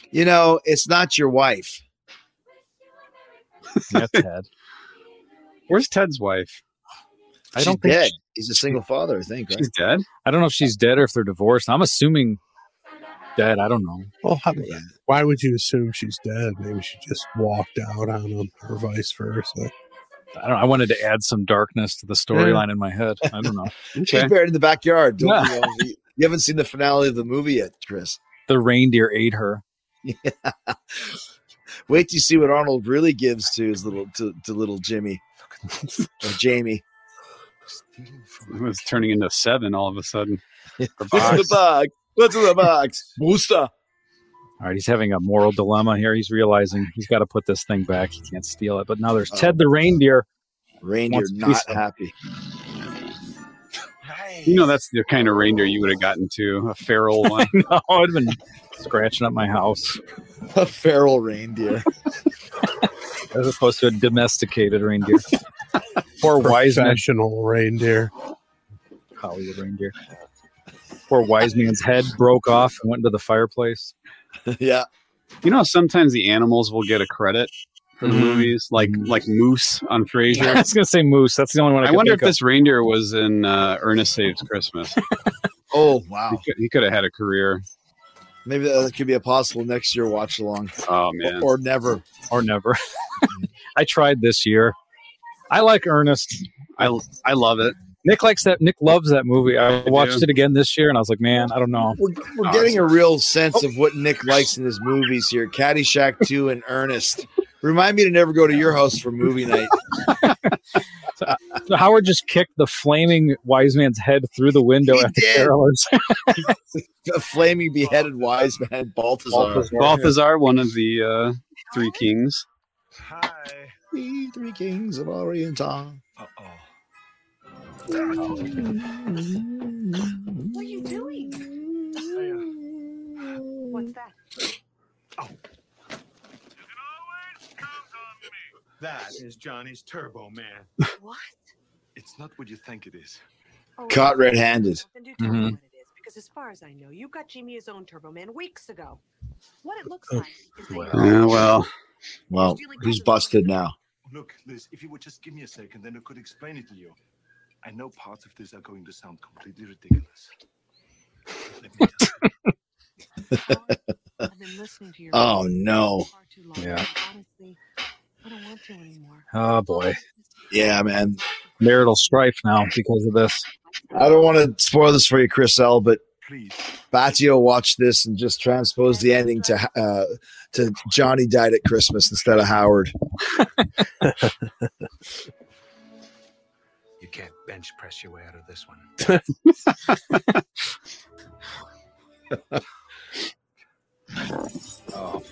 Speaker 4: You know, it's not your wife.
Speaker 6: yeah, Ted.
Speaker 9: Where's Ted's wife?
Speaker 6: I
Speaker 4: She's
Speaker 6: don't think
Speaker 4: dead.
Speaker 6: she-
Speaker 4: He's a single father, I think. Right?
Speaker 9: She's dead.
Speaker 6: I don't know if she's dead or if they're divorced. I'm assuming dead. I don't know.
Speaker 7: Well, how, why would you assume she's dead? Maybe she just walked out on him, or vice versa.
Speaker 6: I don't. I wanted to add some darkness to the storyline in my head. I don't know.
Speaker 4: She's buried in the backyard. Don't
Speaker 6: Yeah.
Speaker 4: you, know? You- you haven't seen the finale of the movie yet, Chris.
Speaker 6: The reindeer ate her.
Speaker 4: Wait till you see what Arnold really gives to his little to, to little Jimmy or Jamie.
Speaker 9: It was turning into seven all of a sudden.
Speaker 4: What's in the bag? What's in the box? Booster.
Speaker 6: All right, he's having a moral dilemma here. He's realizing he's got to put this thing back. He can't steal it. But now there's Ted the reindeer.
Speaker 4: Reindeer
Speaker 6: Wants to do
Speaker 4: not
Speaker 6: something.
Speaker 4: happy.
Speaker 9: You know, that's the kind of reindeer you would have gotten to a feral one.
Speaker 6: no, I'd been scratching up my house.
Speaker 4: A feral reindeer.
Speaker 6: As opposed to a domesticated reindeer. Poor Wiseman.
Speaker 7: Professional reindeer.
Speaker 6: Hollywood reindeer. Poor Wiseman's head broke off and went into the fireplace.
Speaker 4: yeah.
Speaker 9: You know, how sometimes the animals will get a credit for the
Speaker 6: Mhm.
Speaker 9: movies, like like Moose on
Speaker 6: I
Speaker 9: Frasier.
Speaker 6: was going to say moose. That's the only one I,
Speaker 9: I
Speaker 6: could
Speaker 9: wonder if
Speaker 6: think of.
Speaker 9: this reindeer was in uh, Ernest Saves Christmas.
Speaker 4: Oh wow.
Speaker 9: He could- He could have had a career.
Speaker 4: Maybe that could be a possible next year watch along.
Speaker 9: Oh man,
Speaker 4: Or never.
Speaker 6: or never. I tried this year. I like Ernest.
Speaker 9: I I love it.
Speaker 6: Nick likes that. Nick loves that movie. I
Speaker 9: do.
Speaker 6: watched it again this year, and I was like, man, I don't know.
Speaker 4: We're, we're getting a real sense of what Nick likes in his movies here. Caddyshack 2 and Ernest. Remind me to never go to your house for movie night.
Speaker 6: So Howard just kicked the flaming wise man's head through the window at the
Speaker 4: did.
Speaker 6: carolers.
Speaker 4: A flaming beheaded wise man, Balthazar.
Speaker 9: Balthazar, one of the uh, three kings.
Speaker 4: We three kings of Orient are.
Speaker 24: What are you doing?
Speaker 17: Oh,
Speaker 24: What's that?
Speaker 17: Oh. That is Johnny's Turbo Man.
Speaker 24: What?
Speaker 17: It's not what you think it is.
Speaker 24: Oh,
Speaker 4: Caught red-handed.
Speaker 24: Then do tell me
Speaker 6: Mm-hmm.
Speaker 24: what it is, because as far as I know, you got Jimmy his own Turbo Man weeks ago. What it looks like is that you're
Speaker 9: Yeah, well,
Speaker 4: Well, he's busted now.
Speaker 17: Look, Liz, if you would just give me a second, then I could explain it to you. I know parts of this are going to sound completely ridiculous. Let me tell you.
Speaker 24: I've been listening to your
Speaker 4: Oh,
Speaker 24: voice
Speaker 4: no.
Speaker 24: far too long,
Speaker 6: Yeah.
Speaker 24: and Honestly, I don't want to anymore.
Speaker 6: Oh boy,
Speaker 4: Yeah, man.
Speaker 6: marital strife now because of this.
Speaker 4: I don't want to spoil this for you, Chris L, but Batio watched this and just transposed the ending to uh, to Johnny died at Christmas instead of Howard.
Speaker 17: You can't bench press your way out of this one.
Speaker 6: Oh.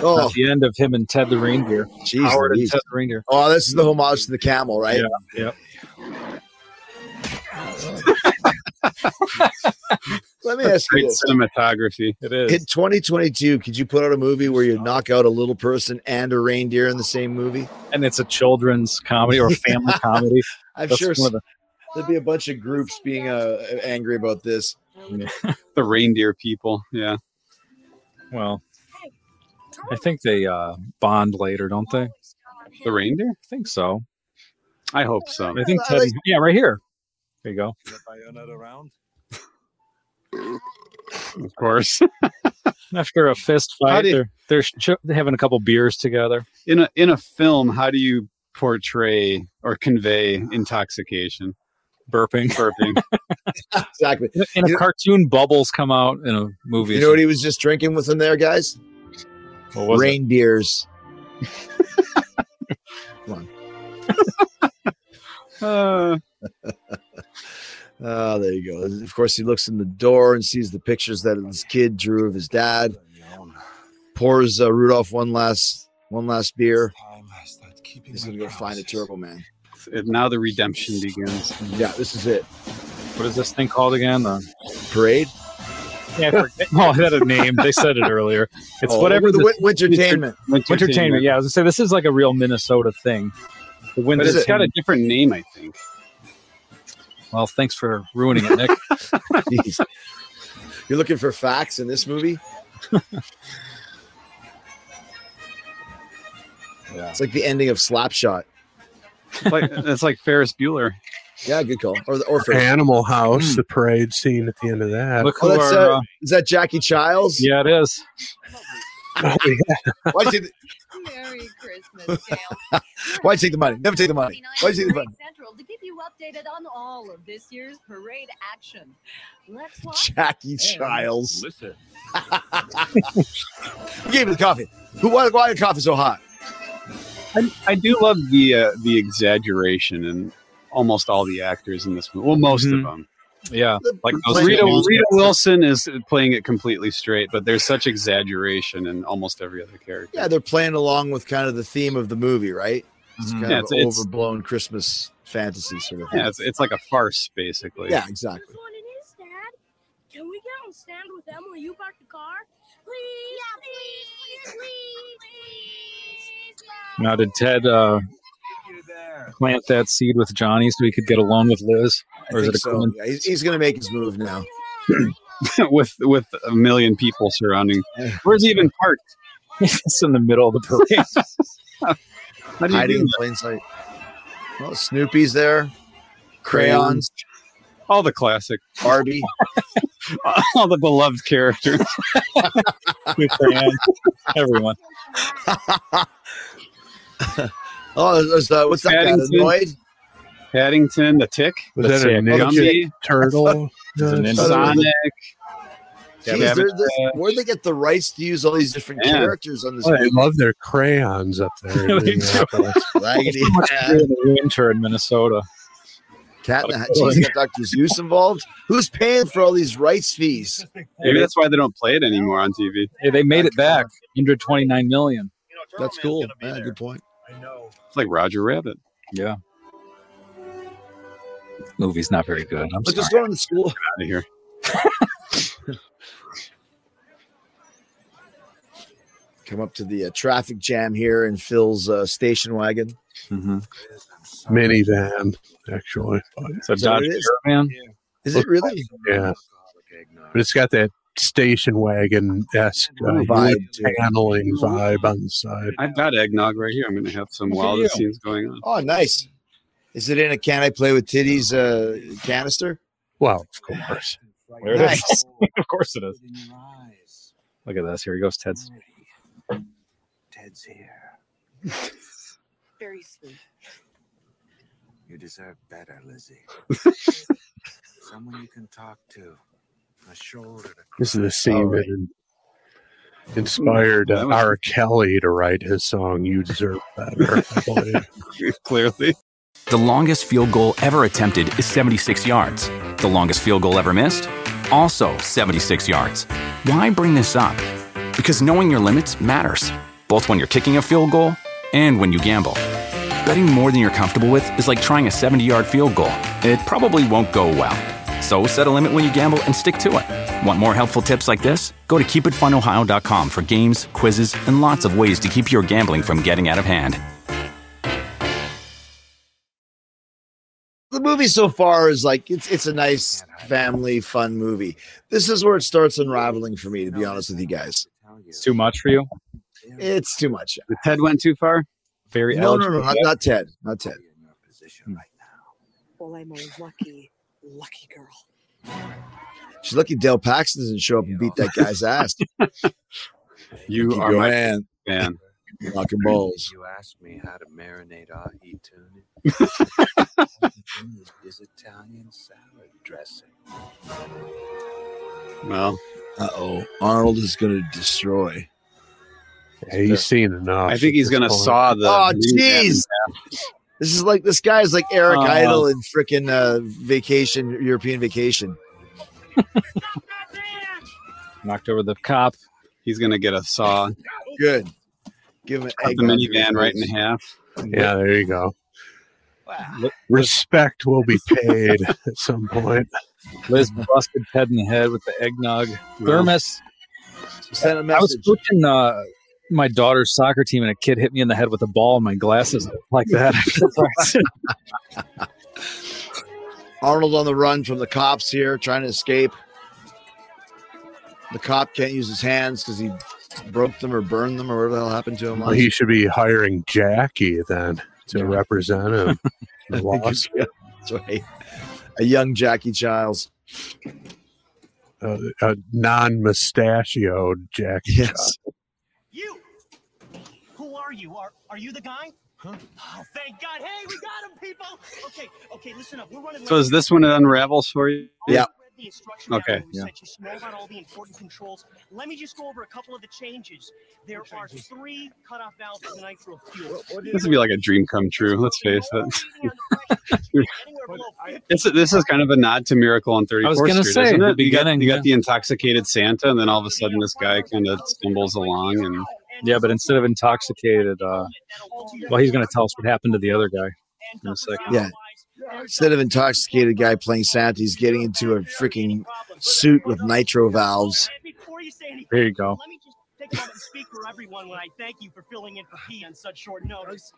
Speaker 4: Oh,
Speaker 6: the end of him and Ted the reindeer.
Speaker 4: Jeez
Speaker 6: Howard
Speaker 4: Louise.
Speaker 6: and Ted the reindeer.
Speaker 4: oh, this is the homage to the camel, right?
Speaker 6: Yeah.
Speaker 4: Let me ask you
Speaker 9: great
Speaker 4: this.
Speaker 9: cinematography.
Speaker 6: It is.
Speaker 4: In 2022, could you put out a movie where you knock out a little person and a reindeer in the same movie?
Speaker 6: and it's a children's comedy or family comedy.
Speaker 4: I'm
Speaker 6: That's
Speaker 4: sure
Speaker 6: one of the-
Speaker 4: there'd be a bunch of groups being uh, angry about this.
Speaker 9: The reindeer people. Yeah.
Speaker 6: well, I think they uh, bond later, don't they?
Speaker 9: The reindeer?
Speaker 6: I think so.
Speaker 9: I hope so.
Speaker 6: I think Ted. Yeah, right here. There you go.
Speaker 17: Is that by another round?
Speaker 9: Of course.
Speaker 6: After a fist
Speaker 9: How
Speaker 6: fight,
Speaker 9: do you-
Speaker 6: they're they're sh- they're having a couple beers together.
Speaker 9: In a in a film, how do you portray or convey intoxication?
Speaker 6: burping.
Speaker 9: Burping.
Speaker 4: Exactly.
Speaker 6: And
Speaker 4: You
Speaker 6: a
Speaker 4: know-
Speaker 6: cartoon bubbles come out in a movie.
Speaker 4: You know what he was just drinking with him there, guys?
Speaker 6: What was it?
Speaker 4: Reindeers. Come
Speaker 9: Uh,
Speaker 4: on. Oh, there you go. Of course, he looks in the door and sees the pictures that his kid drew of his dad. Pours uh, Rudolph one last one last beer.
Speaker 17: Time I start keeping
Speaker 4: He's
Speaker 17: my
Speaker 4: gonna go find a
Speaker 17: promises.
Speaker 4: Turbo Man.
Speaker 9: and now the redemption begins.
Speaker 4: Yeah, this is it.
Speaker 6: what is this thing called again? The
Speaker 4: Parade.
Speaker 6: Yeah, I forget- no, I Uh, had a name. They said it earlier. It's
Speaker 4: Oh,
Speaker 6: whatever
Speaker 4: the Win- Wintertainment.
Speaker 6: Wintertainment. Wintertainment. Yeah, I was gonna say this is like a real Minnesota thing. The
Speaker 9: But
Speaker 6: winter-
Speaker 9: it's got a different name, I think.
Speaker 6: Well, thanks for ruining it, Nick.
Speaker 4: You're looking for facts in this movie? It's like the ending of Slapshot.
Speaker 9: like that's like Ferris Bueller.
Speaker 4: Yeah, good call. Or or Ferris.
Speaker 7: Animal House, the parade scene at the end of that.
Speaker 4: Oh, that's, uh, is that Jackie Childs?
Speaker 6: Yeah, it is.
Speaker 4: Why'd you, why'd you take the money? Never take the money. Why'd you take the money?
Speaker 25: Central to keep you updated on all of this year's parade action. Let's watch.
Speaker 4: Jackie Childs. Listen. Who gave me the coffee? Who, why, why the coffee so hot?
Speaker 9: I, I do love the uh, the exaggeration in almost all the actors in this movie. Well, most of
Speaker 7: Mm-hmm.
Speaker 9: them.
Speaker 6: Yeah,
Speaker 9: like
Speaker 6: those
Speaker 9: Rita,
Speaker 6: names.
Speaker 9: Rita Wilson is playing it completely straight, but there's such exaggeration in almost every other character.
Speaker 4: Yeah, they're playing along with kind of the theme of the movie, right? It's
Speaker 9: Mhm.
Speaker 4: kind
Speaker 9: Yeah,
Speaker 4: of
Speaker 9: it's- it's-
Speaker 4: overblown Christmas fantasy sort of thing.
Speaker 9: Yeah, it's, it's like a farce, basically.
Speaker 4: Yeah, exactly.
Speaker 25: What it is, Dad? Can we get on stand with them while you park the car? Please, please, please, please,
Speaker 6: Now, did Ted uh, plant that seed with Johnny so he could get along with Liz,
Speaker 4: I
Speaker 6: or is
Speaker 4: think
Speaker 6: it a
Speaker 4: so.
Speaker 6: coin-
Speaker 4: Yeah, he's he's going to make his move now.
Speaker 9: with with a million people surrounding. Where's he even parked?
Speaker 6: it's in the middle of the
Speaker 9: parade. How do you
Speaker 4: Hiding
Speaker 9: do
Speaker 4: in
Speaker 9: that?
Speaker 4: plain sight. Well, Snoopy's there. Crayons.
Speaker 9: All the classic
Speaker 4: Barbie.
Speaker 9: All the beloved characters.
Speaker 6: Everyone.
Speaker 4: oh, there's, uh, what's that guy? Annoyed?
Speaker 9: Paddington, the tick.
Speaker 7: Was
Speaker 9: The
Speaker 7: that a
Speaker 9: Tick.
Speaker 7: ninja
Speaker 9: Gumby,
Speaker 7: turtle?
Speaker 9: Sonic.
Speaker 4: Jeez,
Speaker 7: Yeah,
Speaker 4: they're-
Speaker 7: but-
Speaker 4: they're- where'd they get the rights to use all these different
Speaker 7: Yeah.
Speaker 4: characters on this?
Speaker 7: Oh, I
Speaker 4: movie?
Speaker 7: love their crayons up there.
Speaker 6: They do.
Speaker 4: Raggedy
Speaker 6: So much
Speaker 4: hat.
Speaker 6: beer in the winter in Minnesota.
Speaker 4: Cat in the Hat. Jeez, got Dr. Zeus involved. Who's paying for all these rights fees?
Speaker 9: Maybe that's why they don't play it anymore on TV.
Speaker 6: Hey, they made it back. 129 million.
Speaker 4: That's cool. Yeah, good point.
Speaker 9: It's like Roger Rabbit.
Speaker 6: Yeah. Movie's not very good. I'm
Speaker 4: But just
Speaker 6: sorry.
Speaker 4: going to school.
Speaker 9: Out of here.
Speaker 4: Come up to the uh, traffic jam here in Phil's uh, station wagon. Mm-hmm.
Speaker 7: Minivan, actually.
Speaker 6: So
Speaker 4: Is that what Dodge it is? Caravan? Is it really?
Speaker 7: Yeah. But it's got that station wagon esque uh,
Speaker 9: Vibe
Speaker 7: wood
Speaker 9: to it.
Speaker 7: paneling vibe on the side.
Speaker 9: I've got eggnog right here. I'm going to have some
Speaker 4: Look at
Speaker 9: while this
Speaker 4: you.
Speaker 9: scene's going on.
Speaker 4: Oh, nice. Is it in a can I play with titties uh, canister?
Speaker 7: Well, of course.
Speaker 6: There it
Speaker 4: nice.
Speaker 6: is. of course it is. Look at this. Here he goes, Ted's.
Speaker 2: Ted's here.
Speaker 24: Very sweet.
Speaker 2: You deserve better, Lizzie. Someone you can talk to. A shoulder to
Speaker 7: This is the same that in- inspired uh, R. Kelly to write his song "You Deserve Better." I believe.
Speaker 9: Clearly.
Speaker 10: The longest field goal ever attempted is 76 yards. The longest field goal ever missed? Also 76 yards. Why bring this up? Because knowing your limits matters, both when you're kicking a field goal and when you gamble. Betting more than you're comfortable with is like trying a 70 yard field goal, it probably won't go well. So set a limit when you gamble and stick to it. Want more helpful tips like this? Go to keepitfunohio.com for games, quizzes, and lots of ways to keep your gambling from getting out of hand.
Speaker 4: the movie so far is like it's it's a nice family fun movie. This is where it starts unraveling for me, to be honest with you guys.
Speaker 6: It's too much for you.
Speaker 4: It's too much.
Speaker 9: Ted went too far.
Speaker 6: Very
Speaker 4: No, no, no,
Speaker 6: eligible.
Speaker 4: not, not Ted, not Ted.
Speaker 24: Well, I'm a lucky, lucky girl.
Speaker 4: She's lucky Dale Paxton doesn't show up and beat that guy's ass.
Speaker 9: You
Speaker 4: Keep
Speaker 9: are
Speaker 4: your
Speaker 9: my
Speaker 4: hand.
Speaker 9: man.
Speaker 4: Locking balls.
Speaker 2: You asked me how to marinate our e tuna. Mm-hmm. is Italian salad dressing.
Speaker 9: Well,
Speaker 4: uh oh, Arnold is going to destroy.
Speaker 7: Yeah, he's seen enough.
Speaker 9: I think he's going to saw the.
Speaker 4: Oh, jeez. This is like this guy's like Eric
Speaker 9: Oh.
Speaker 4: Idle in freaking uh, vacation, European vacation.
Speaker 6: Knocked over the cop.
Speaker 9: He's going to get a saw.
Speaker 4: Good. Give him an
Speaker 9: Cut
Speaker 4: egg.
Speaker 9: the minivan right in half.
Speaker 7: Yeah, there you go. Respect will be paid at some point.
Speaker 6: Liz busted Ted in the head with the eggnog thermos.
Speaker 4: Send a
Speaker 6: I was coaching uh, my daughter's soccer team, and a kid hit me in the head with a ball, and my glasses looked like that. after practice.
Speaker 4: Arnold on the run from the cops here, trying to escape. The cop can't use his hands because he broke them or burned them or whatever the hell happened to him.
Speaker 7: Well, he should be hiring Jackie then to represent him. The loss.
Speaker 4: That's right. A young Jackie Childs.
Speaker 7: Uh, a non mustachioed Jackie.
Speaker 4: Yes.
Speaker 5: Who are you? Are are you the guy? Huh? Oh, thank God. Hey, we got him, people. Okay, okay, listen up. We're running.
Speaker 9: So is this when it unravels for you?
Speaker 4: Yeah.
Speaker 5: The instruction
Speaker 9: Okay.
Speaker 5: manual we sent you. So know about all the important controls. Let me just go over a couple of the changes. There are three cutoff valves for the nitro fuel.
Speaker 9: This would be like a dream come true. Let's face it. it's, this is kind of a nod to Miracle on
Speaker 6: I was
Speaker 9: 34th
Speaker 6: gonna
Speaker 9: Street,
Speaker 6: say,
Speaker 9: isn't
Speaker 6: the
Speaker 9: it? You got,
Speaker 6: beginning,
Speaker 9: you
Speaker 6: yeah.
Speaker 9: got the intoxicated Santa, and then all of a sudden this guy kind of stumbles along, and
Speaker 6: yeah, but instead of intoxicated, uh, well, he's going to tell us what happened to the other guy in a second.
Speaker 4: Yeah. Instead of intoxicated guy playing Santa, he's getting into a freaking suit with nitro valves.
Speaker 6: There you go.
Speaker 5: Let me just take a moment and speak for everyone when I thank you for filling in for P on such short notice.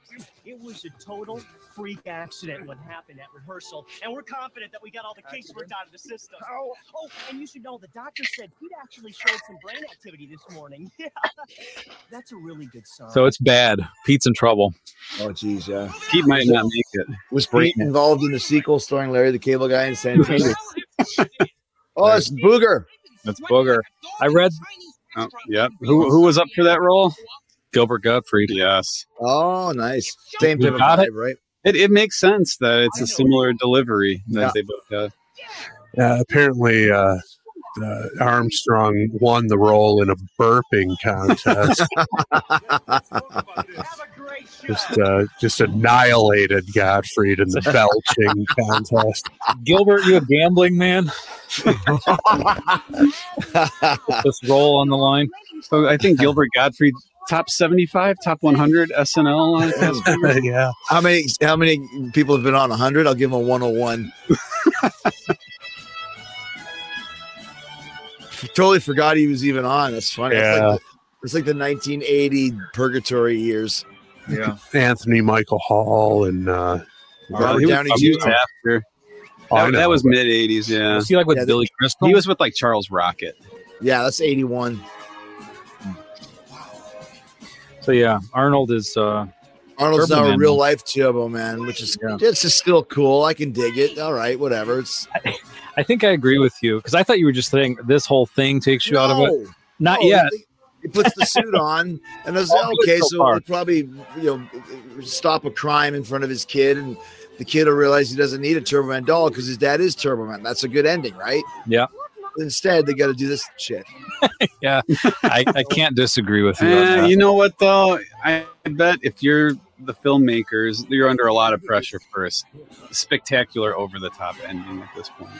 Speaker 5: It was a total freak accident what happened at rehearsal, and we're confident that we got all the casework out of the system. Oh, and you should know the doctor said Pete actually showed some brain activity this morning. Yeah, that's a really good sign.
Speaker 6: So it's bad. Pete's in trouble.
Speaker 4: Oh, geez, yeah.
Speaker 9: Pete might not make it.
Speaker 4: Was Pete involved in the sequel starring Larry the Cable Guy and Santana? oh, it's Booger.
Speaker 6: That's Booger. I read.
Speaker 9: Oh, yep. Who who was up for that role?
Speaker 6: Gilbert Gottfried.
Speaker 9: Yes.
Speaker 4: Oh, nice. Same
Speaker 9: You
Speaker 4: type of
Speaker 9: got
Speaker 4: vibe,
Speaker 9: it?
Speaker 4: right?
Speaker 9: It, it makes sense that it's a similar delivery that
Speaker 4: Yeah.
Speaker 9: they both have.
Speaker 7: Uh, apparently, uh, uh, Armstrong won the role in a burping contest. just, uh, just annihilated Gottfried in the belching contest.
Speaker 6: Gilbert, you a gambling man?
Speaker 9: This roll on the line. So I think Gilbert Gottfried top seventy five, top one hundred SNL.
Speaker 7: yeah.
Speaker 4: How many how many people have been on 100? I'll give them a 101. totally forgot he was even on. That's funny. It's,
Speaker 7: Yeah.
Speaker 4: like the, it's like the 1980 purgatory years. Yeah.
Speaker 7: Anthony Michael Hall and uh,
Speaker 4: Robert Downey
Speaker 9: he was
Speaker 4: Jr.
Speaker 9: after.
Speaker 7: Oh, I
Speaker 9: That, that
Speaker 7: know,
Speaker 9: was
Speaker 7: but-
Speaker 9: mid eighties. Yeah.
Speaker 4: Was he, like, with Yeah, Billy Crystal?
Speaker 9: He was with like Charles Rocket.
Speaker 4: Yeah, that's 81.
Speaker 6: So yeah, Arnold is. Uh,
Speaker 4: Arnold's
Speaker 6: Turbo
Speaker 4: now a
Speaker 6: Man.
Speaker 4: real life Turbo Man, which is it's just still cool. I can dig it. All right, whatever. It's
Speaker 6: I think I agree with you because I thought you were just saying this whole thing takes you out of it.
Speaker 4: No.
Speaker 6: Not
Speaker 4: No,
Speaker 6: yet.
Speaker 4: Oh, He, he puts the suit on, and it's
Speaker 6: All good
Speaker 4: okay.
Speaker 6: so
Speaker 4: So
Speaker 6: far."
Speaker 4: he'll probably you know stop a crime in front of his kid, and the kid will realize he doesn't need a Turbo Man doll because his dad is Turbo Man. That's a good ending, right?
Speaker 6: Yeah,
Speaker 4: Instead, they got to do this shit.
Speaker 6: yeah. I, I can't disagree with you. on
Speaker 9: Eh,
Speaker 6: that.
Speaker 9: you know what though? I bet if you're the filmmakers, you're under a lot of pressure for a s- spectacular, over the top ending at this point.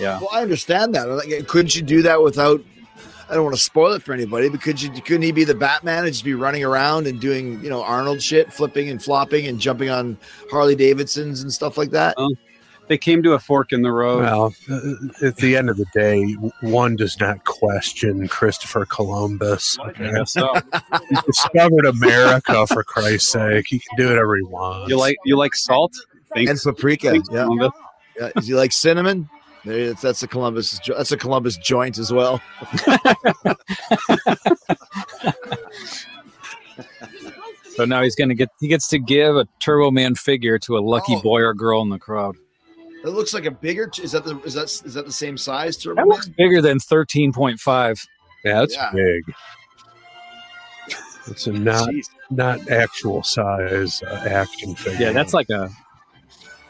Speaker 6: Yeah.
Speaker 4: Well, I understand that. Like, couldn't you do that without? I don't want to spoil it for anybody, but could you? Couldn't he be the Batman and just be running around and doing you know Arnold shit, flipping and flopping and jumping on Harley Davidsons and stuff like that?
Speaker 9: They came to a fork in the road.
Speaker 7: Well, uh, at the end of the day, w- one does not question Christopher Columbus. okay?
Speaker 9: guess so.
Speaker 7: he discovered America for Christ's sake. He can do whatever he wants.
Speaker 9: You like you like salt? Thanks.
Speaker 4: and paprika.
Speaker 9: Thanks,
Speaker 4: yeah.
Speaker 9: Columbus.
Speaker 4: yeah. Is he like cinnamon? There, that's, that's a Columbus. jo- That's a Columbus joint as well.
Speaker 6: So now he's gonna get. He gets to give a Turbo Man figure to a lucky boy or girl in the crowd.
Speaker 4: It looks like a bigger. Is that the is that is that the same size? Turbo
Speaker 6: That looks bigger than thirteen point five.
Speaker 7: Yeah, that's
Speaker 4: Yeah.
Speaker 7: big. It's a not not actual size uh, action figure.
Speaker 6: Yeah, that's like a.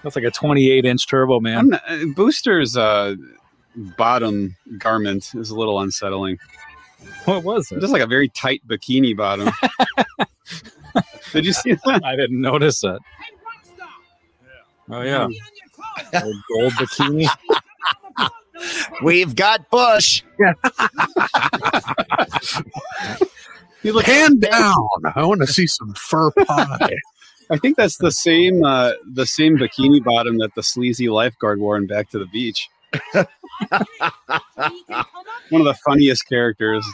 Speaker 6: That's like a twenty-eight inch Turbo
Speaker 9: I'm
Speaker 6: Man.
Speaker 9: not, uh, Booster's uh, bottom garment is a little unsettling.
Speaker 6: What was it?
Speaker 9: Just like a very tight bikini bottom. Did you see that?
Speaker 6: I didn't notice it. Oh yeah. Old gold bikini.
Speaker 4: We've got Bush.
Speaker 9: You look
Speaker 7: hand down. I want to see some fur pie.
Speaker 9: I think that's the same uh, the same bikini bottom that the sleazy lifeguard wore in Back to the Beach. One of the funniest characters.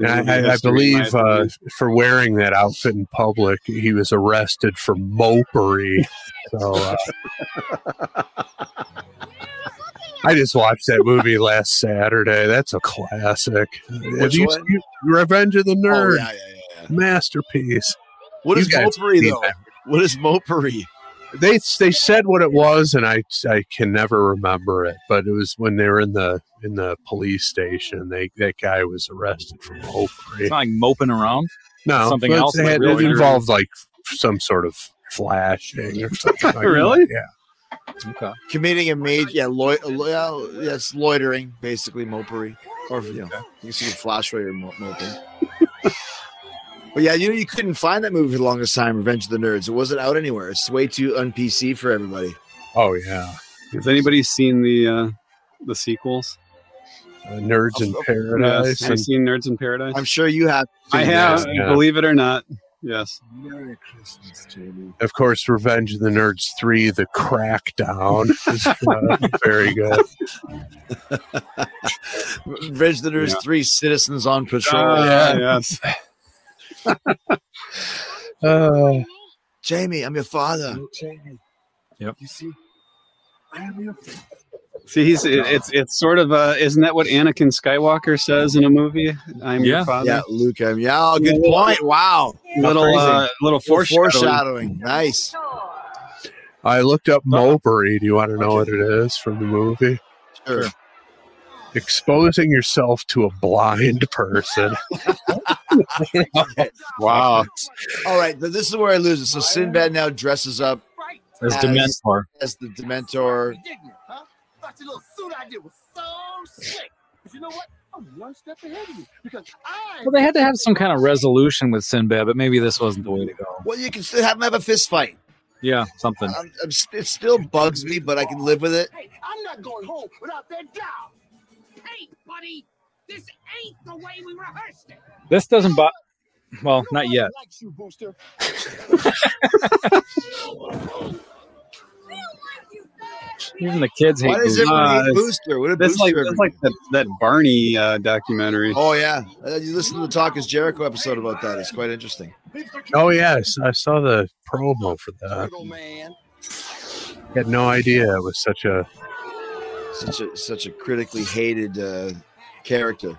Speaker 9: in
Speaker 7: And
Speaker 9: movie
Speaker 7: I, I, I
Speaker 9: history, in my
Speaker 7: believe uh,
Speaker 9: opinion.
Speaker 7: for wearing that outfit in public, he was arrested for mopery. So uh, I just watched that movie last Saturday. That's a classic. Have
Speaker 3: Which
Speaker 7: you
Speaker 3: one? Oh,
Speaker 7: seen Revenge of the
Speaker 4: Oh,
Speaker 7: Nerd?
Speaker 3: yeah, yeah,
Speaker 7: Masterpiece.
Speaker 3: What
Speaker 7: You
Speaker 3: is
Speaker 7: guys
Speaker 3: mopery
Speaker 7: need
Speaker 3: though?
Speaker 7: that.
Speaker 3: What is mopery?
Speaker 7: They they said what it was, and I I can never remember it. But it was when they were in the in the police station. They that guy was arrested for mopery.
Speaker 6: It's not like moping around.
Speaker 7: No,
Speaker 6: something
Speaker 7: but
Speaker 6: else.
Speaker 7: It,
Speaker 6: like
Speaker 7: had-
Speaker 6: real
Speaker 7: it
Speaker 6: dirty.
Speaker 7: involved like some sort of flashing or something. like that.
Speaker 6: Really?
Speaker 7: Yeah.
Speaker 6: Okay.
Speaker 4: Committing a major, yeah, lo- lo- yeah, it's loitering, basically mopery, or you know, you see a flash right or mo- moping. but yeah, you know, you couldn't find that movie for the longest time. Revenge of the Nerds. It wasn't out anywhere. It's way too un PC for everybody.
Speaker 7: Oh yeah.
Speaker 9: Has anybody seen the uh, the sequels?
Speaker 7: Uh, Nerds in Paradise.
Speaker 9: Yes. Have you seen Nerds in Paradise?
Speaker 4: I'm sure you have.
Speaker 9: I have. Believe it or not. Yes.
Speaker 4: Merry Christmas, Jamie.
Speaker 7: Of course, Revenge of the Nerds three, the crackdown is uh, very good.
Speaker 4: Revenge of the Nerds
Speaker 7: Yeah.
Speaker 4: three citizens on patrol.
Speaker 7: Ah, yes. Uh,
Speaker 4: Jamie, I'm your father.
Speaker 6: Yep.
Speaker 4: You see, I am your father.
Speaker 9: See, he's it, it's it's sort of uh, isn't that what Anakin Skywalker says in a movie? I'm your father.
Speaker 4: Yeah, Luke. I'm, yeah, oh, good
Speaker 9: Little-
Speaker 4: point. Wow.
Speaker 9: little,
Speaker 4: Crazy.
Speaker 9: uh, little foreshadowing.
Speaker 4: foreshadowing. Nice.
Speaker 7: I looked up
Speaker 6: Uh-huh.
Speaker 7: mopery. Do you want to know what it is from the movie?
Speaker 4: Sure.
Speaker 7: Exposing yourself to a blind person. wow.
Speaker 4: All right, th- this is where I lose it. So Sinbad now dresses up
Speaker 6: As Dementor.
Speaker 4: As the Dementor.
Speaker 2: Indignant, huh? Thought your little suit I did was so slick. But you know what? I'm one step ahead of you because I.
Speaker 6: Well, they had to have some kind of resolution with Sinbad, but maybe this wasn't the way to go.
Speaker 4: Well, you can still have him have a fist fight.
Speaker 6: Yeah, something.
Speaker 4: I'm, I'm, st- it still bugs me, but I can live with it.
Speaker 2: Hey, I'm not going home without that doll. Hey, buddy, this ain't the way we rehearsed it.
Speaker 6: This doesn't bother. Well, not yet.
Speaker 2: Likes you, Booster.
Speaker 9: Even the
Speaker 6: kids hate Why does Booster. everyone hate Booster?
Speaker 4: What did
Speaker 9: that's
Speaker 4: Booster
Speaker 9: like,
Speaker 4: ever
Speaker 9: that's like that, that Barney uh, documentary.
Speaker 4: Oh yeah, uh, you listen to the Talk Is Jericho episode about that. It's quite interesting.
Speaker 7: Oh yes, I saw the promo for that. Had no idea it was such a
Speaker 4: Such a such a critically hated uh, character.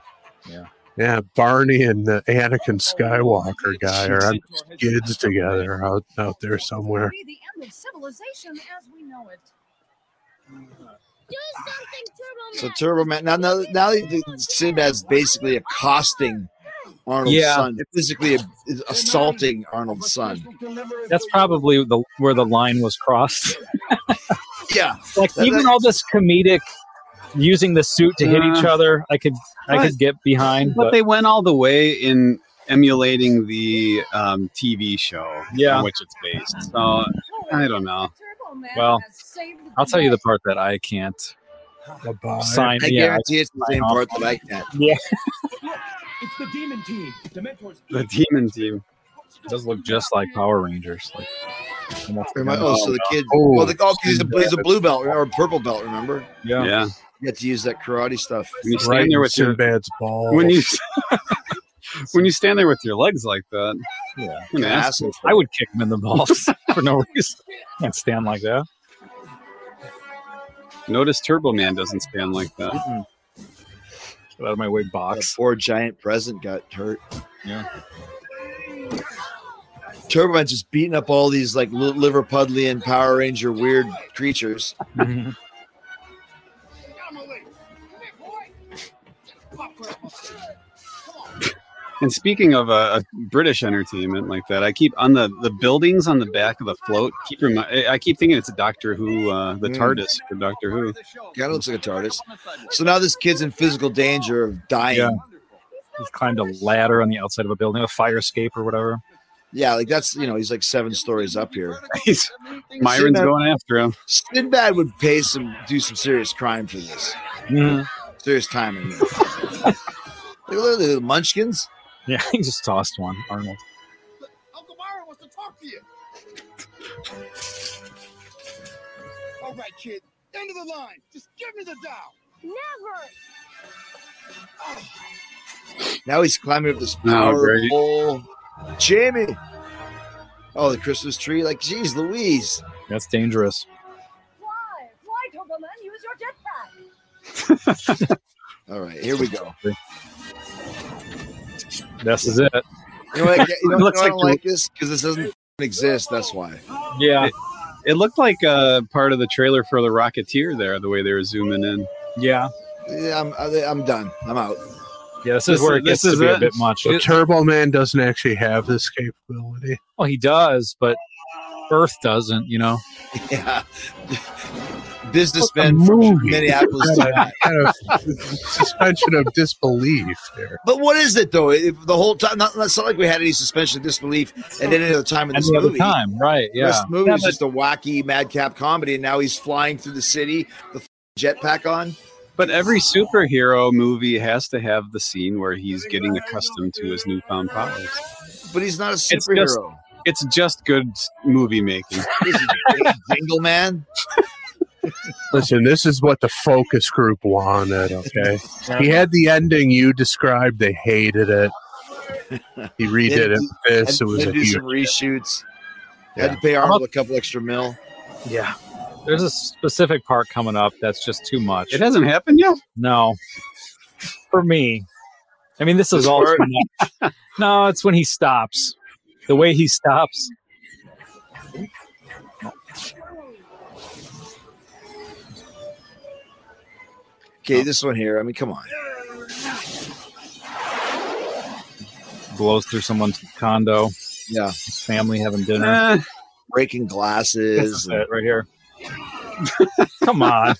Speaker 4: Yeah.
Speaker 7: yeah Barney and the Anakin Skywalker guy are on kids together out out there somewhere.
Speaker 25: Be the end of civilization as we know it. Do something, Turbo
Speaker 4: So Turbo Man now now now the Sinbad's basically accosting Arnold's
Speaker 6: Yeah.
Speaker 4: son, physically ab- assaulting Arnold's son.
Speaker 6: That's probably the where the line was crossed.
Speaker 4: Yeah,
Speaker 6: like even all this comedic using the suit to hit each
Speaker 9: Uh,
Speaker 6: other, I could I could
Speaker 9: but-
Speaker 6: get behind.
Speaker 9: But
Speaker 6: But,
Speaker 9: they went all the way in emulating the um, TV show
Speaker 6: Yeah.
Speaker 9: on which it's based. So I don't know.
Speaker 6: well, I'll tell you the part that I can't sign.
Speaker 4: I
Speaker 6: yeah,
Speaker 4: guarantee it's the
Speaker 6: sign
Speaker 4: same
Speaker 6: off.
Speaker 4: part that I can't.
Speaker 6: Yeah,
Speaker 2: It's the demon team. The mentors.
Speaker 9: the demon team
Speaker 6: does look just like Power Rangers. Like, almost
Speaker 4: Remi- oh, so the kid.
Speaker 6: Oh,
Speaker 4: well, the, oh, 'cause he's a he's a
Speaker 6: Sinbad.
Speaker 4: blue belt or a purple belt. Remember?
Speaker 6: Yeah.
Speaker 9: Yeah.
Speaker 4: You have to use that karate stuff.
Speaker 9: When you stand there with your
Speaker 7: Sinbad's balls.
Speaker 9: when you when you stand there with your legs like that,
Speaker 6: yeah,
Speaker 9: an
Speaker 6: ass.
Speaker 9: asshole.
Speaker 6: I would kick him in the balls for no reason. Can't stand like that.
Speaker 9: Notice Turbo Man doesn't stand like that.
Speaker 6: Get out of my way, box.
Speaker 4: poor giant present got hurt.
Speaker 6: Yeah.
Speaker 4: Turbo Man's just beating up all these like li- Liverpudlian Power Ranger weird creatures.
Speaker 9: And speaking of uh, a British entertainment like that, I keep on the the buildings on the back of the float. Keep remi- I I keep thinking it's a Doctor Who, uh, the
Speaker 4: Mm.
Speaker 9: TARDIS for Doctor Who.
Speaker 4: Kind of looks like a TARDIS. So now this kid's in physical danger of dying.
Speaker 6: Yeah.
Speaker 4: Yeah,
Speaker 6: He's climbed a ladder on the outside of a building, a fire escape or whatever.
Speaker 4: like that's you know he's like seven stories up here.
Speaker 9: Myron's
Speaker 4: Sinbad-
Speaker 9: going after him.
Speaker 4: Sinbad would pay some do some serious crime for this. Serious timing. Look at the Munchkins.
Speaker 6: Yeah, he just tossed one, Arnold.
Speaker 2: Uncle Byron wants to talk to you. All right, kid. End of the line. Just give me the dial. Never.
Speaker 4: Now he's climbing up this
Speaker 3: Oh,
Speaker 4: power
Speaker 3: great.
Speaker 4: pole. Jamie. Oh, the Christmas tree. Like, geez, Louise.
Speaker 6: That's dangerous.
Speaker 26: Fly, fly, Toberman, use your jetpack.
Speaker 4: All right, here we go.
Speaker 6: This is it.
Speaker 4: You know what? You know, you know
Speaker 6: Looks
Speaker 4: why I don't
Speaker 6: like
Speaker 4: like this because this doesn't f***ing exist. That's why.
Speaker 9: Yeah. It, it looked like uh, part of the trailer for The Rocketeer there, the way they were zooming in.
Speaker 6: Yeah.
Speaker 4: Yeah, I'm I'm done. I'm out.
Speaker 6: Yeah, this
Speaker 9: is where it gets to be a bit
Speaker 6: much.
Speaker 7: So
Speaker 6: It-
Speaker 7: Turbo Man doesn't actually have this capability.
Speaker 6: Well, he does, but Earth doesn't, you know?
Speaker 4: Yeah.
Speaker 7: A
Speaker 4: Businessman
Speaker 7: movie.
Speaker 4: from Minneapolis.
Speaker 7: Kind of- kind of suspension of disbelief there.
Speaker 4: But what is it though? It- the whole time, not, it's not like we had any suspension of disbelief at any other time in
Speaker 6: Any
Speaker 4: this
Speaker 6: other
Speaker 4: movie.
Speaker 6: time, right, yeah.
Speaker 4: this movie
Speaker 6: Yeah,
Speaker 4: is
Speaker 6: but-
Speaker 4: just a wacky madcap comedy, and now he's flying through the city, the f- jetpack on.
Speaker 9: But every superhero movie has to have the scene where he's getting accustomed to his newfound powers.
Speaker 4: But he's not a
Speaker 9: It's just,
Speaker 4: superhero.
Speaker 9: it's just good s- movie making.
Speaker 4: Dingle man.
Speaker 7: Listen, this is what the focus group wanted. Okay, he had the ending you described. They hated it. He redid it. with This it
Speaker 4: Had-
Speaker 7: was
Speaker 4: had
Speaker 7: a
Speaker 4: to do
Speaker 7: huge.
Speaker 4: some reshoots. Had to pay Arnold a couple extra mil.
Speaker 6: Yeah. There's a specific part coming up that's just too much.
Speaker 9: It hasn't happened yet?
Speaker 6: No. For me. I mean, this is all.
Speaker 9: part?
Speaker 6: no, it's when he stops. The way he stops.
Speaker 7: Oh.
Speaker 4: Okay, this one here. I mean, come on.
Speaker 6: blows through someone's condo.
Speaker 4: Yeah,
Speaker 6: His family having dinner.
Speaker 4: Eh. Breaking
Speaker 6: This
Speaker 4: glasses.
Speaker 6: is it right here. come on.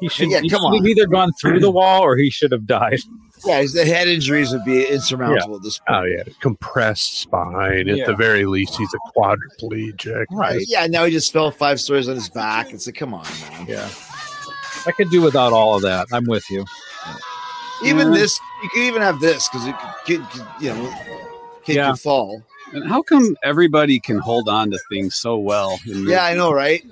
Speaker 6: He should,
Speaker 4: Yeah,
Speaker 6: he
Speaker 4: come
Speaker 6: should have
Speaker 4: on.
Speaker 6: either gone through the wall or he should have died.
Speaker 4: Yeah, his the head injuries would be insurmountable at this
Speaker 7: Oh yeah, compressed spine. At
Speaker 4: Yeah.
Speaker 7: the very least, he's a quadriplegic.
Speaker 9: Uh,
Speaker 4: Right. Yeah, now he just fell five stories on his back. It's like, come on, man.
Speaker 6: Yeah. I could do without all of that. I'm with you.
Speaker 4: Even
Speaker 6: Yeah.
Speaker 4: this, you could even have this because it could, could- could, you know, kid
Speaker 9: Yeah.
Speaker 4: could fall.
Speaker 9: And how come everybody can hold on to things so well? in
Speaker 4: Yeah, I
Speaker 9: movies?
Speaker 4: know, right?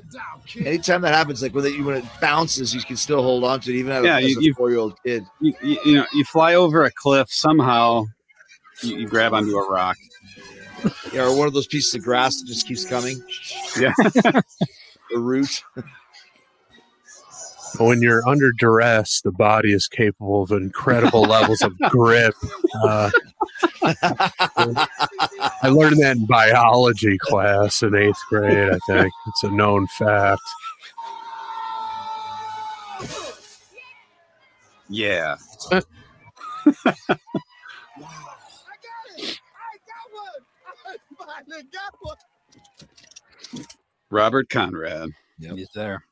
Speaker 4: Anytime that happens, like when it, when it bounces, you can still hold on to it, even as,
Speaker 9: Yeah,
Speaker 4: as
Speaker 9: you- you-
Speaker 4: a four year old kid.
Speaker 9: You, you, you know, you fly over a cliff somehow. You, you grab onto a rock.
Speaker 4: Yeah, or one of those pieces of grass that just keeps coming.
Speaker 9: Yeah.
Speaker 4: the root.
Speaker 7: When you're under duress, the body is capable of incredible levels of grip. Uh, I learned that in biology class in eighth grade. I think it's a known fact.
Speaker 9: Yeah. Robert Conrad.
Speaker 6: He's there.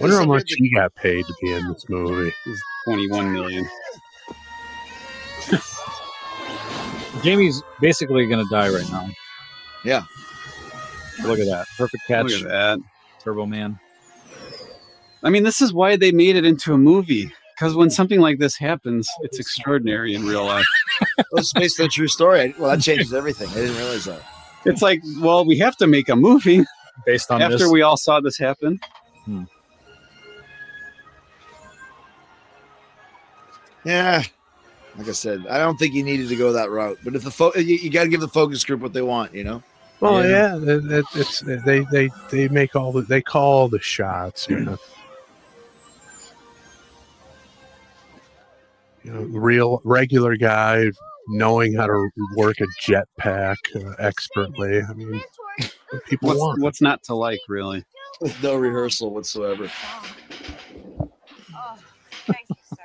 Speaker 7: Wonder how much he got paid to be in this movie.
Speaker 9: Twenty-one million.
Speaker 6: Jamie's basically going to die right now.
Speaker 4: Yeah.
Speaker 6: Look at that. Perfect catch.
Speaker 9: Look at that.
Speaker 6: Turbo Man.
Speaker 9: I mean, this is why they made it into a movie. Because when something like this happens, it's extraordinary in real life.
Speaker 4: Well, it's based on a true story. I- Well, that changes everything. I didn't realize that.
Speaker 9: It's like, well, we have to make a movie
Speaker 6: based on
Speaker 9: after
Speaker 6: this.
Speaker 9: we all saw this happen.
Speaker 4: Yeah. Like I said, I don't think you needed to go that route. But if the fo- you, you got to give the focus group what they want, you know?
Speaker 7: Well, yeah, it, it, it's they they they make all the they call all the shots. You know, You know, real regular guy knowing how to work a jetpack uh, expertly. I mean, what people
Speaker 9: What's,
Speaker 7: want.
Speaker 9: what's not to like, really?
Speaker 4: With no rehearsal whatsoever.
Speaker 24: Oh, thank you, sir.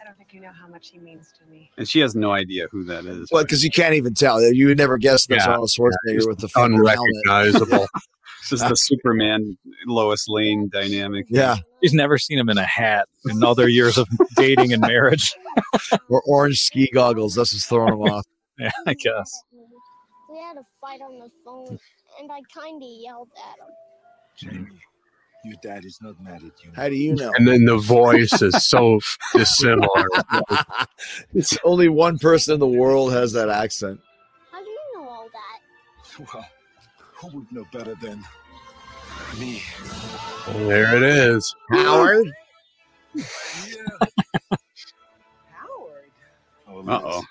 Speaker 24: I don't think you know how much he means to me.
Speaker 9: And she has no idea who that is.
Speaker 4: Well, because you can't even tell. You would never guess that's
Speaker 9: Yeah.
Speaker 4: Arnold Schwarzenegger with the fucking helmet.
Speaker 7: unrecognizable.
Speaker 9: It's just the Superman Lois Lane dynamic.
Speaker 4: Yeah.
Speaker 6: She's never seen him in a hat in all their years of dating and marriage.
Speaker 4: or orange ski goggles. That's what's throwing him off.
Speaker 6: Yeah, I guess.
Speaker 18: We had a fight on the phone, and I kinda yelled at him.
Speaker 17: Jamie, your dad is not mad at you.
Speaker 4: How do you know?
Speaker 7: And then the voice is so dissimilar.
Speaker 4: it's only one person in the world has that accent.
Speaker 18: How do you know all that?
Speaker 17: Well, who would know better than
Speaker 27: Me.
Speaker 7: There it is.
Speaker 28: Howard.
Speaker 9: Uh oh.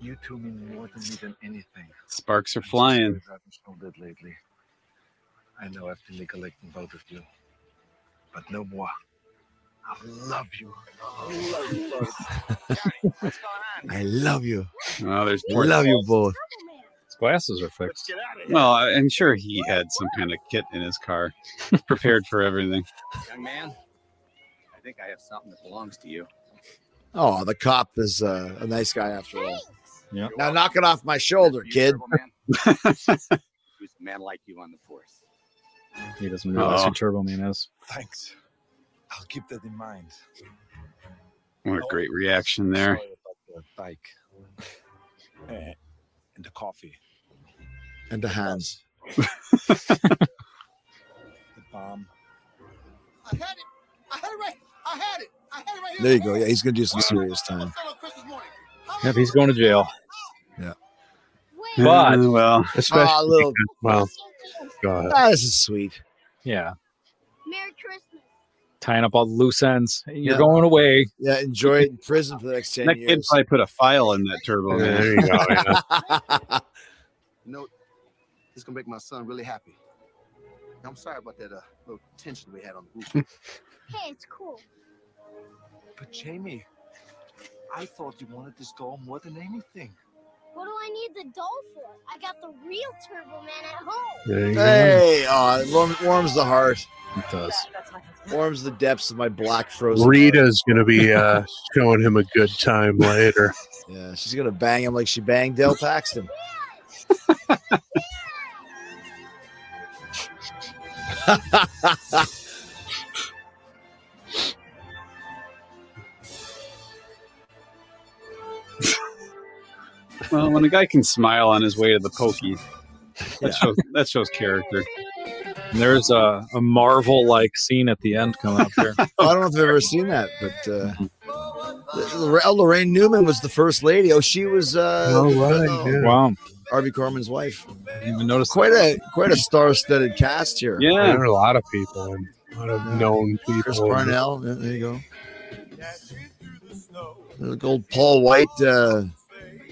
Speaker 27: You two mean more to me than anything.
Speaker 9: Sparks are flying.
Speaker 27: I've been so lately. I know I've been neglecting both of you, but no more. I love you. I love you. both.
Speaker 4: I love you.
Speaker 9: Oh, there's more.
Speaker 4: Love you both.
Speaker 6: His glasses are fixed.
Speaker 9: Well, I- I'm sure he had some kind of kit in his car, prepared for everything.
Speaker 10: Young man, I think I have something that belongs to you.
Speaker 4: Oh, the cop is uh, a nice guy after all.
Speaker 6: Yeah.
Speaker 4: Now knock it off my shoulder, kid.
Speaker 10: Who's a man like you on the force?
Speaker 6: He doesn't realize
Speaker 9: Oh.
Speaker 6: who Turbo Man is.
Speaker 27: Thanks. I'll keep that in mind.
Speaker 9: What a great reaction there.
Speaker 27: Sorry about the bike. Eh, and the coffee.
Speaker 4: And the hands.
Speaker 27: The bomb.
Speaker 29: I had it. I had it right. I had it. I had it right here.
Speaker 4: There you go. Yeah, he's gonna do some serious time.
Speaker 6: Yep, he's going to jail.
Speaker 4: Yeah.
Speaker 6: But
Speaker 9: Uh, well,
Speaker 4: especially Aw, little- because-
Speaker 7: well,
Speaker 4: Ah, this is sweet.
Speaker 6: Yeah.
Speaker 30: Merry Christmas.
Speaker 6: Tying up all the loose ends. You're
Speaker 4: Yeah.
Speaker 6: going away.
Speaker 4: Yeah, enjoy it in prison for the next ten
Speaker 9: that kid
Speaker 4: years.
Speaker 9: probably put a file in that turbo.
Speaker 7: Yeah,
Speaker 9: man.
Speaker 7: there you go, yeah.
Speaker 2: You know, it's gonna make my son really happy. I'm sorry about that uh, little tension we had on the roof.
Speaker 30: Hey, it's cool.
Speaker 27: But Jamie, I thought you wanted this doll more than anything.
Speaker 30: What do I need the doll for? I got the real Turbo Man at home.
Speaker 4: Hey, aw, it warm- warms the heart.
Speaker 7: It does.
Speaker 4: Warms the depths of my black frozen.
Speaker 7: Rita's going to be uh, showing him a good time later.
Speaker 4: heart. Yeah, she's gonna bang him like she banged Dale Paxton.
Speaker 9: Well, when a guy can smile on his way to the pokey, that
Speaker 6: Yeah.
Speaker 9: shows that shows character.
Speaker 6: And there's a, a Marvel like scene at the end coming up here.
Speaker 4: I don't know if I've ever seen that, but uh, Lor- Lorraine Newman was the first lady. Oh, she was uh,
Speaker 7: All right, yeah.
Speaker 6: Wow.
Speaker 4: Harvey Korman's wife.
Speaker 6: Didn't even notice.
Speaker 4: Quite a quite a star-studded cast here.
Speaker 7: There
Speaker 9: Yeah.
Speaker 7: are a lot of people and a lot of known people.
Speaker 6: Oh,
Speaker 4: Chris Parnell. yeah, there you go. There's like old Paul White, uh,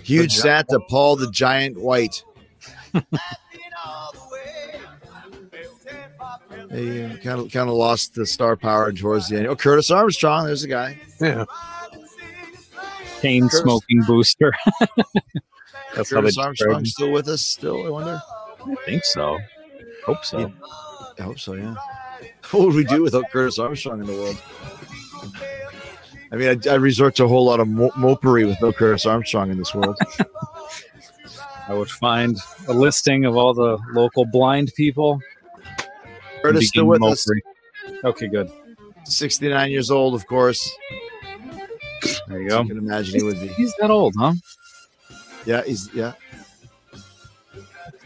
Speaker 4: huge Santa, Paul the Giant White. They kind of kind of uh, lost the star power towards the end. Oh, Curtis Armstrong, there's a guy.
Speaker 7: Yeah.
Speaker 6: Cane smoking booster. That's how they
Speaker 4: Curtis
Speaker 6: describe
Speaker 4: Armstrong
Speaker 6: him.
Speaker 4: still with us? Still, I wonder.
Speaker 6: I think so. Hope so.
Speaker 4: I hope so. Yeah. What would we do without Curtis Armstrong in the world? I mean, I, I resort to a whole lot of mo- mopery with no Curtis Armstrong in this world.
Speaker 6: I would find a listing of all the local blind people.
Speaker 4: Curtis still
Speaker 6: Begin
Speaker 4: with us.
Speaker 6: moping. Okay, good.
Speaker 4: 69 years old, of course.
Speaker 6: There you
Speaker 4: I
Speaker 6: go.
Speaker 4: can imagine he would be.
Speaker 6: He's that old, huh?
Speaker 4: Yeah, he's yeah.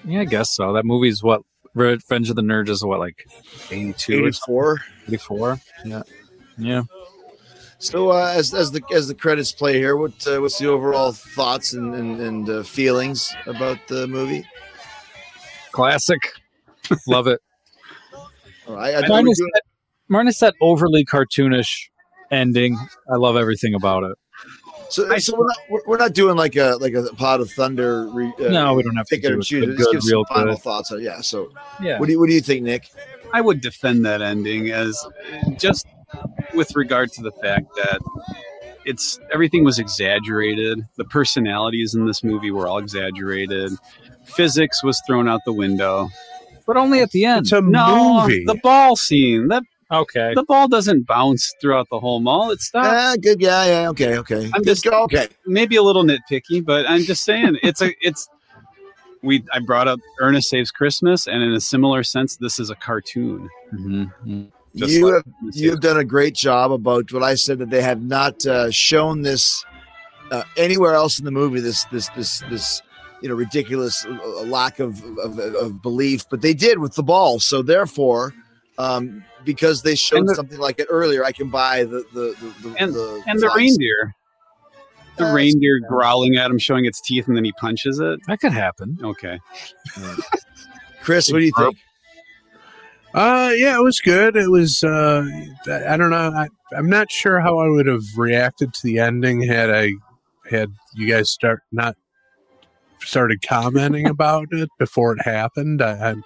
Speaker 6: Yeah, I guess so. That movie's what Revenge of the Nerds is what like 82 or
Speaker 4: 84.
Speaker 6: 84.
Speaker 4: Yeah.
Speaker 6: Yeah.
Speaker 4: So uh, as as the as the credits play here, what uh, what's the overall thoughts and and, and uh, feelings about the movie?
Speaker 6: Classic. Love it.
Speaker 4: All right, I, I
Speaker 6: Minus that, minus that overly cartoonish ending. I love everything about it.
Speaker 4: so, so we're, not, we're- we're not doing like a like a pot of thunder. Re, uh,
Speaker 6: No, we don't have to
Speaker 4: pick it
Speaker 6: do
Speaker 4: and
Speaker 6: it.
Speaker 4: choose.
Speaker 6: The
Speaker 4: It. Just
Speaker 6: good,
Speaker 4: give some
Speaker 6: real
Speaker 4: final
Speaker 6: good.
Speaker 4: thoughts. On, it. yeah. So
Speaker 6: Yeah.
Speaker 4: what do you, what do you think, Nick?
Speaker 9: I would defend that ending as just with regard to the fact that it's everything was exaggerated. The personalities in this movie were all exaggerated. Physics was thrown out the window.
Speaker 6: But only at the end.
Speaker 7: It's a
Speaker 9: No,
Speaker 7: movie.
Speaker 9: the ball scene. That
Speaker 6: Okay.
Speaker 9: the ball doesn't bounce throughout the whole mall. It stops.
Speaker 4: Ah, good. Yeah, yeah. Okay, okay.
Speaker 9: Uh, I'm
Speaker 4: Good
Speaker 9: just-
Speaker 4: go. Okay.
Speaker 9: maybe a little nitpicky, but I'm just saying it's a it's we I brought up Ernest Saves Christmas, and in a similar sense, this is a cartoon.
Speaker 6: Mm-hmm.
Speaker 9: Just
Speaker 4: you
Speaker 9: like
Speaker 4: have
Speaker 9: Ernest
Speaker 4: you've
Speaker 9: Saves-
Speaker 4: done a great job about what I said that they have not uh, shown this uh, anywhere else in the movie. This this this this you know ridiculous uh, lack of, of of belief, but they did with the ball. So therefore, um, because they showed
Speaker 9: And the-
Speaker 4: something like it earlier, I can buy the the the, the, the
Speaker 9: and the
Speaker 4: flies.
Speaker 9: reindeer. The
Speaker 4: That's-
Speaker 9: reindeer growling at him, showing its teeth, and then he punches it.
Speaker 6: That could happen.
Speaker 9: Okay.
Speaker 4: Chris, what do you think?
Speaker 7: Uh, yeah, it was good. It was. Uh, I I don't know. I, I'm not sure how I would have reacted to the ending had I had you guys start not started commenting about it before it happened. I, I'm,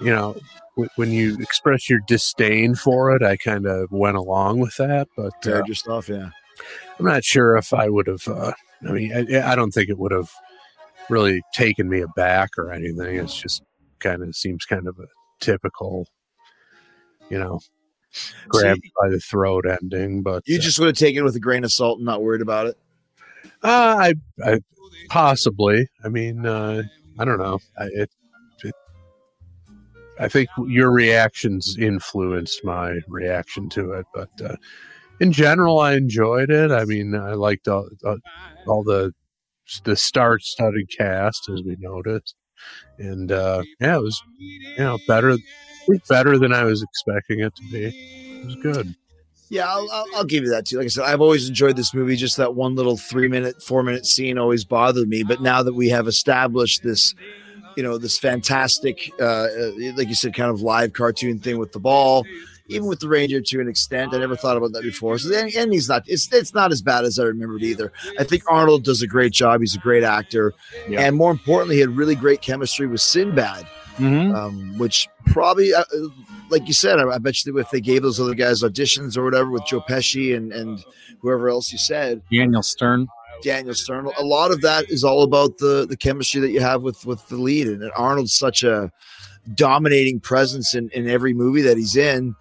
Speaker 7: you know, w- when you express your disdain for it, I kind of went along with that. But uh,
Speaker 15: Paired yourself, yeah.
Speaker 7: I'm not sure if I would have. Uh, I mean, I, I don't think it would have really taken me aback or anything. It's just kind of seems kind of a typical, you know, grabbed by the throat ending. But
Speaker 4: You just would have taken it with a grain of salt and not worried about it.
Speaker 7: uh, I, I possibly. I mean, uh, I don't know. I, it, it, I think your reactions influenced my reaction to it, but uh, in general, I enjoyed it. I mean, I liked all, all, all the the star-studded cast, as we noticed, and uh, yeah, it was you know better better than I was expecting it to be. It was good.
Speaker 4: Yeah, I'll, I'll, I'll give you that too. Like I said, I've always enjoyed this movie. Just that one little three minute, four minute scene always bothered me. But now that we have established this, you know, this fantastic, uh, uh, like you said, kind of live cartoon thing with the ball, even with the reindeer to an extent, I never thought about that before. So the ending's not, it's, it's not as bad as I remembered either. I think Arnold does a great job. He's a great actor.
Speaker 15: Yeah.
Speaker 4: And more importantly, he had really great chemistry with Sinbad
Speaker 6: Mm-hmm.
Speaker 4: um, which probably, uh, uh, like you said, I, I bet you that if they gave those other guys auditions or whatever with Joe Pesci and and whoever else you said,
Speaker 6: Daniel Stern.
Speaker 4: Daniel Stern, a lot of that is all about the the chemistry that you have with with the lead, and, and Arnold's such a dominating presence in in every movie that he's in.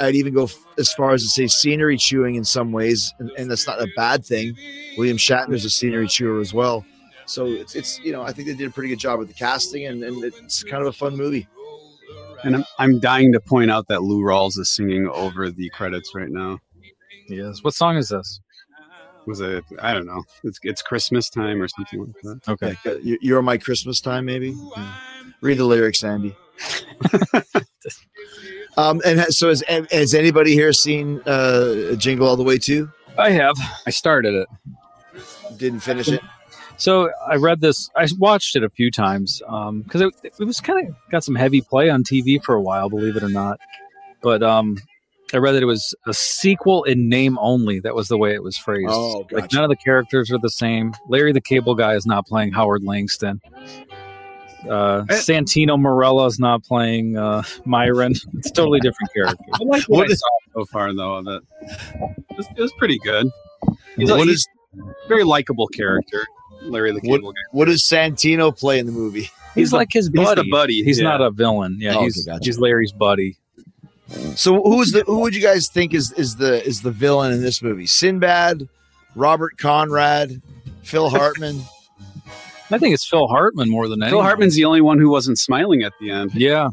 Speaker 4: I'd even go f- as far as to say scenery chewing in some ways, and, and that's not a bad thing. William Shatner's a scenery chewer as well. So it's, it's you know I think they did a pretty good job with the casting and, and it's kind of a fun movie.
Speaker 9: And I'm, I'm dying to point out that Lou Rawls is singing over the credits right now.
Speaker 6: Yes. What song is this?
Speaker 9: Was it? I don't know. It's it's Christmas time or something like that.
Speaker 6: Okay.
Speaker 4: Like, uh, you- you're my Christmas time, maybe. Yeah. Read the lyrics, Andy. um, and ha- so has has anybody here seen uh, Jingle All the Way too?
Speaker 6: I have. I started it.
Speaker 4: Didn't finish it.
Speaker 6: So I read this. I watched it a few times because it, it was kind of got some heavy play on TV for a while, believe it or not. But um, I read that it was a sequel in name only. That was the way it was phrased.
Speaker 4: Oh,
Speaker 6: Like none of the characters are the same. Larry the Cable Guy is not playing Howard Langston. Uh,
Speaker 4: Eh.
Speaker 6: Santino Morella is not playing uh, Myron. It's totally different characters.
Speaker 9: I like what, I saw so far though. That it was, it was pretty good. He's, a,
Speaker 4: What
Speaker 9: he's a very likable character, Larry the Cable Guy.
Speaker 4: What does Santino play in the movie?
Speaker 6: He's, like his buddy.
Speaker 9: He's the buddy.
Speaker 6: He's
Speaker 9: yeah.
Speaker 6: not a villain. Yeah,
Speaker 4: Oh, okay,
Speaker 6: he's,
Speaker 4: gotcha.
Speaker 6: he's Larry's buddy.
Speaker 4: So who's the who would you guys think is is the is the villain in this movie? Sinbad, Robert Conrad, Phil Hartman.
Speaker 6: I think it's Phil Hartman more than anyone.
Speaker 9: Phil Hartman's the only one who wasn't smiling at the end.
Speaker 6: Yeah.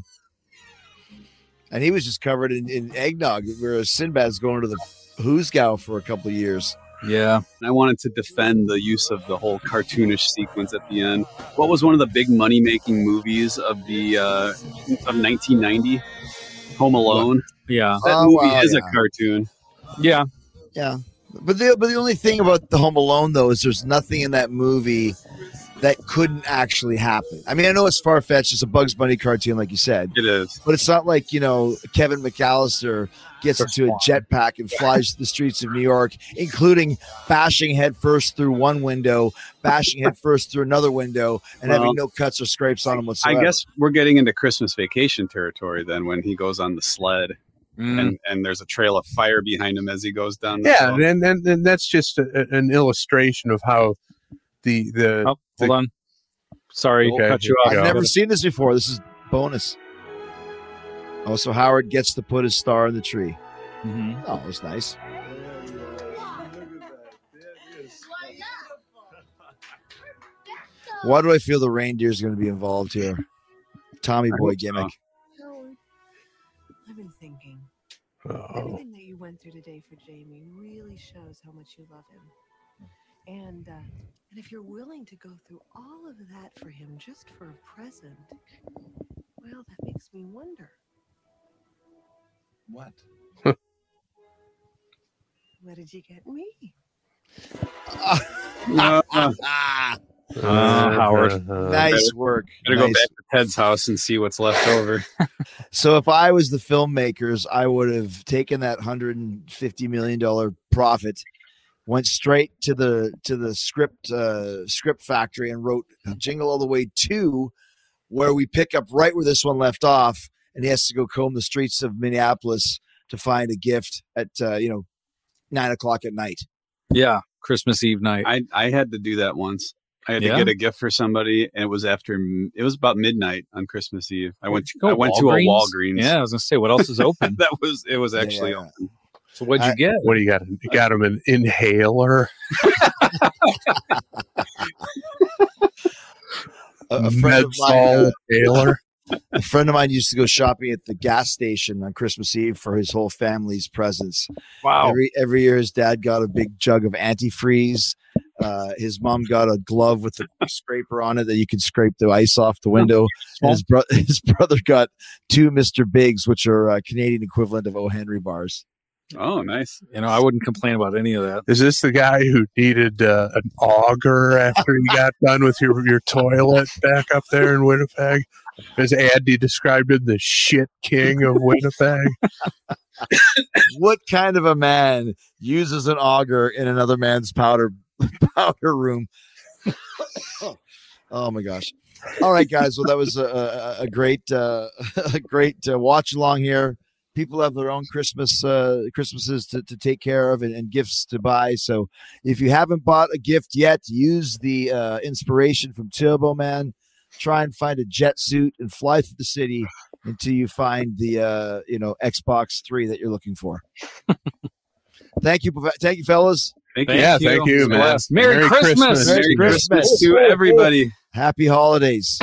Speaker 4: and he was just covered in, in eggnog. Whereas Sinbad's going to the Hoosgow for a couple of years.
Speaker 6: Yeah.
Speaker 9: And I wanted to defend the use of the whole cartoonish sequence at the end. What was one of the big money making movies of the uh, of 1990? Home Alone.
Speaker 6: Yeah.
Speaker 9: That
Speaker 4: Oh,
Speaker 9: movie
Speaker 4: wow,
Speaker 9: is
Speaker 4: yeah.
Speaker 9: a cartoon.
Speaker 6: Yeah.
Speaker 4: Yeah, but the but the only thing about the Home Alone though is there's nothing in that movie that couldn't actually happen. I mean, I know it's far fetched. It's a Bugs Bunny cartoon, like you said.
Speaker 9: It is.
Speaker 4: But it's not like, you know, Kevin McAllister gets into a jetpack and flies the streets of New York, including bashing headfirst through one window, bashing headfirst through another window, and
Speaker 9: Well,
Speaker 4: having no cuts or scrapes on him
Speaker 9: I
Speaker 4: whatsoever.
Speaker 9: guess we're getting into Christmas vacation territory then when he goes on the sled and, and there's a trail of fire behind him as he goes down the
Speaker 7: Yeah,
Speaker 9: hill.
Speaker 7: and, and and that's just a, a- an illustration of how the the.
Speaker 6: Oh,
Speaker 7: the-
Speaker 6: hold on. Sorry,
Speaker 7: Okay,
Speaker 6: cut you
Speaker 7: here
Speaker 6: off.
Speaker 7: we go.
Speaker 4: I've never seen this before. This is bonus. Oh, so Howard gets to put his star in the tree.
Speaker 6: Mm-hmm.
Speaker 4: Oh, that was nice. Why do I feel the reindeer's going to be involved here? Tommy
Speaker 7: I
Speaker 4: boy
Speaker 7: hope so.
Speaker 4: gimmick.
Speaker 24: Howard, I've been thinking.
Speaker 7: Oh.
Speaker 24: Everything that you went through today for Jamie really shows how much you love him. And uh, and if you're willing to go through all of that for him just for a present, well, that makes me wonder.
Speaker 17: What?
Speaker 24: What did you get me?
Speaker 6: Uh, Howard.
Speaker 4: Nice work.
Speaker 9: Gotta go
Speaker 4: Nice.
Speaker 7: uh,
Speaker 9: back to Ted's house and see what's left over.
Speaker 4: So if I was the filmmakers, I would have taken that hundred and fifty million dollar profit, went straight to the to the script uh, script factory and wrote Jingle All the Way two, where we pick up right where this one left off, and he has to go comb the streets of Minneapolis to find a gift at uh, you know nine o'clock at night.
Speaker 6: Yeah, Christmas Eve night.
Speaker 9: I I had to do that once. I had
Speaker 6: Yeah?
Speaker 9: to get a gift for somebody, and it was after m- it was about midnight on Christmas Eve. I went.
Speaker 6: go,
Speaker 9: I went
Speaker 6: Walgreens?
Speaker 9: to a Walgreens.
Speaker 6: Yeah, I was gonna say, what else is open?
Speaker 9: that was. It was actually
Speaker 6: Yeah.
Speaker 9: open.
Speaker 6: So what'd you get?
Speaker 7: What do you got? You got him an inhaler.
Speaker 4: a, a friend of
Speaker 7: Medsol
Speaker 4: mine, uh,
Speaker 7: Taylor.
Speaker 4: a friend of mine used to go shopping at the gas station on Christmas Eve for his whole family's presents.
Speaker 6: Wow.
Speaker 4: Every every year, his dad got a big jug of antifreeze. Uh, his mom got a glove with a scraper on it that you could scrape the ice off the window. And his, bro- his brother got two Mr. Bigs, which are uh, Canadian equivalent of O. Henry bars.
Speaker 9: Oh, nice.
Speaker 6: You know, I wouldn't complain about any of that.
Speaker 7: Is this the guy who needed uh, an auger after you got done with your, your toilet back up there in Winnipeg? As Andy described him, the shit king of Winnipeg.
Speaker 4: what kind of a man uses an auger in another man's powder powder room? oh my gosh! All right, guys. Well, that was a, a, a great uh, a great uh, watch along here. People have their own Christmas uh, Christmases to, to take care of and, and gifts to buy. So if you haven't bought a gift yet, use the uh, inspiration from Turbo Man. Try and find a jet suit and fly through the city until you find the uh, you know Xbox Three that you're looking for. Thank you, prof- thank you, fellas.
Speaker 9: Thank you. Yeah, thank you, man.
Speaker 4: Blessed.
Speaker 9: Merry Christmas.
Speaker 4: Merry
Speaker 9: Merry
Speaker 4: Christmas
Speaker 9: Christmas to everybody.
Speaker 4: Happy holidays.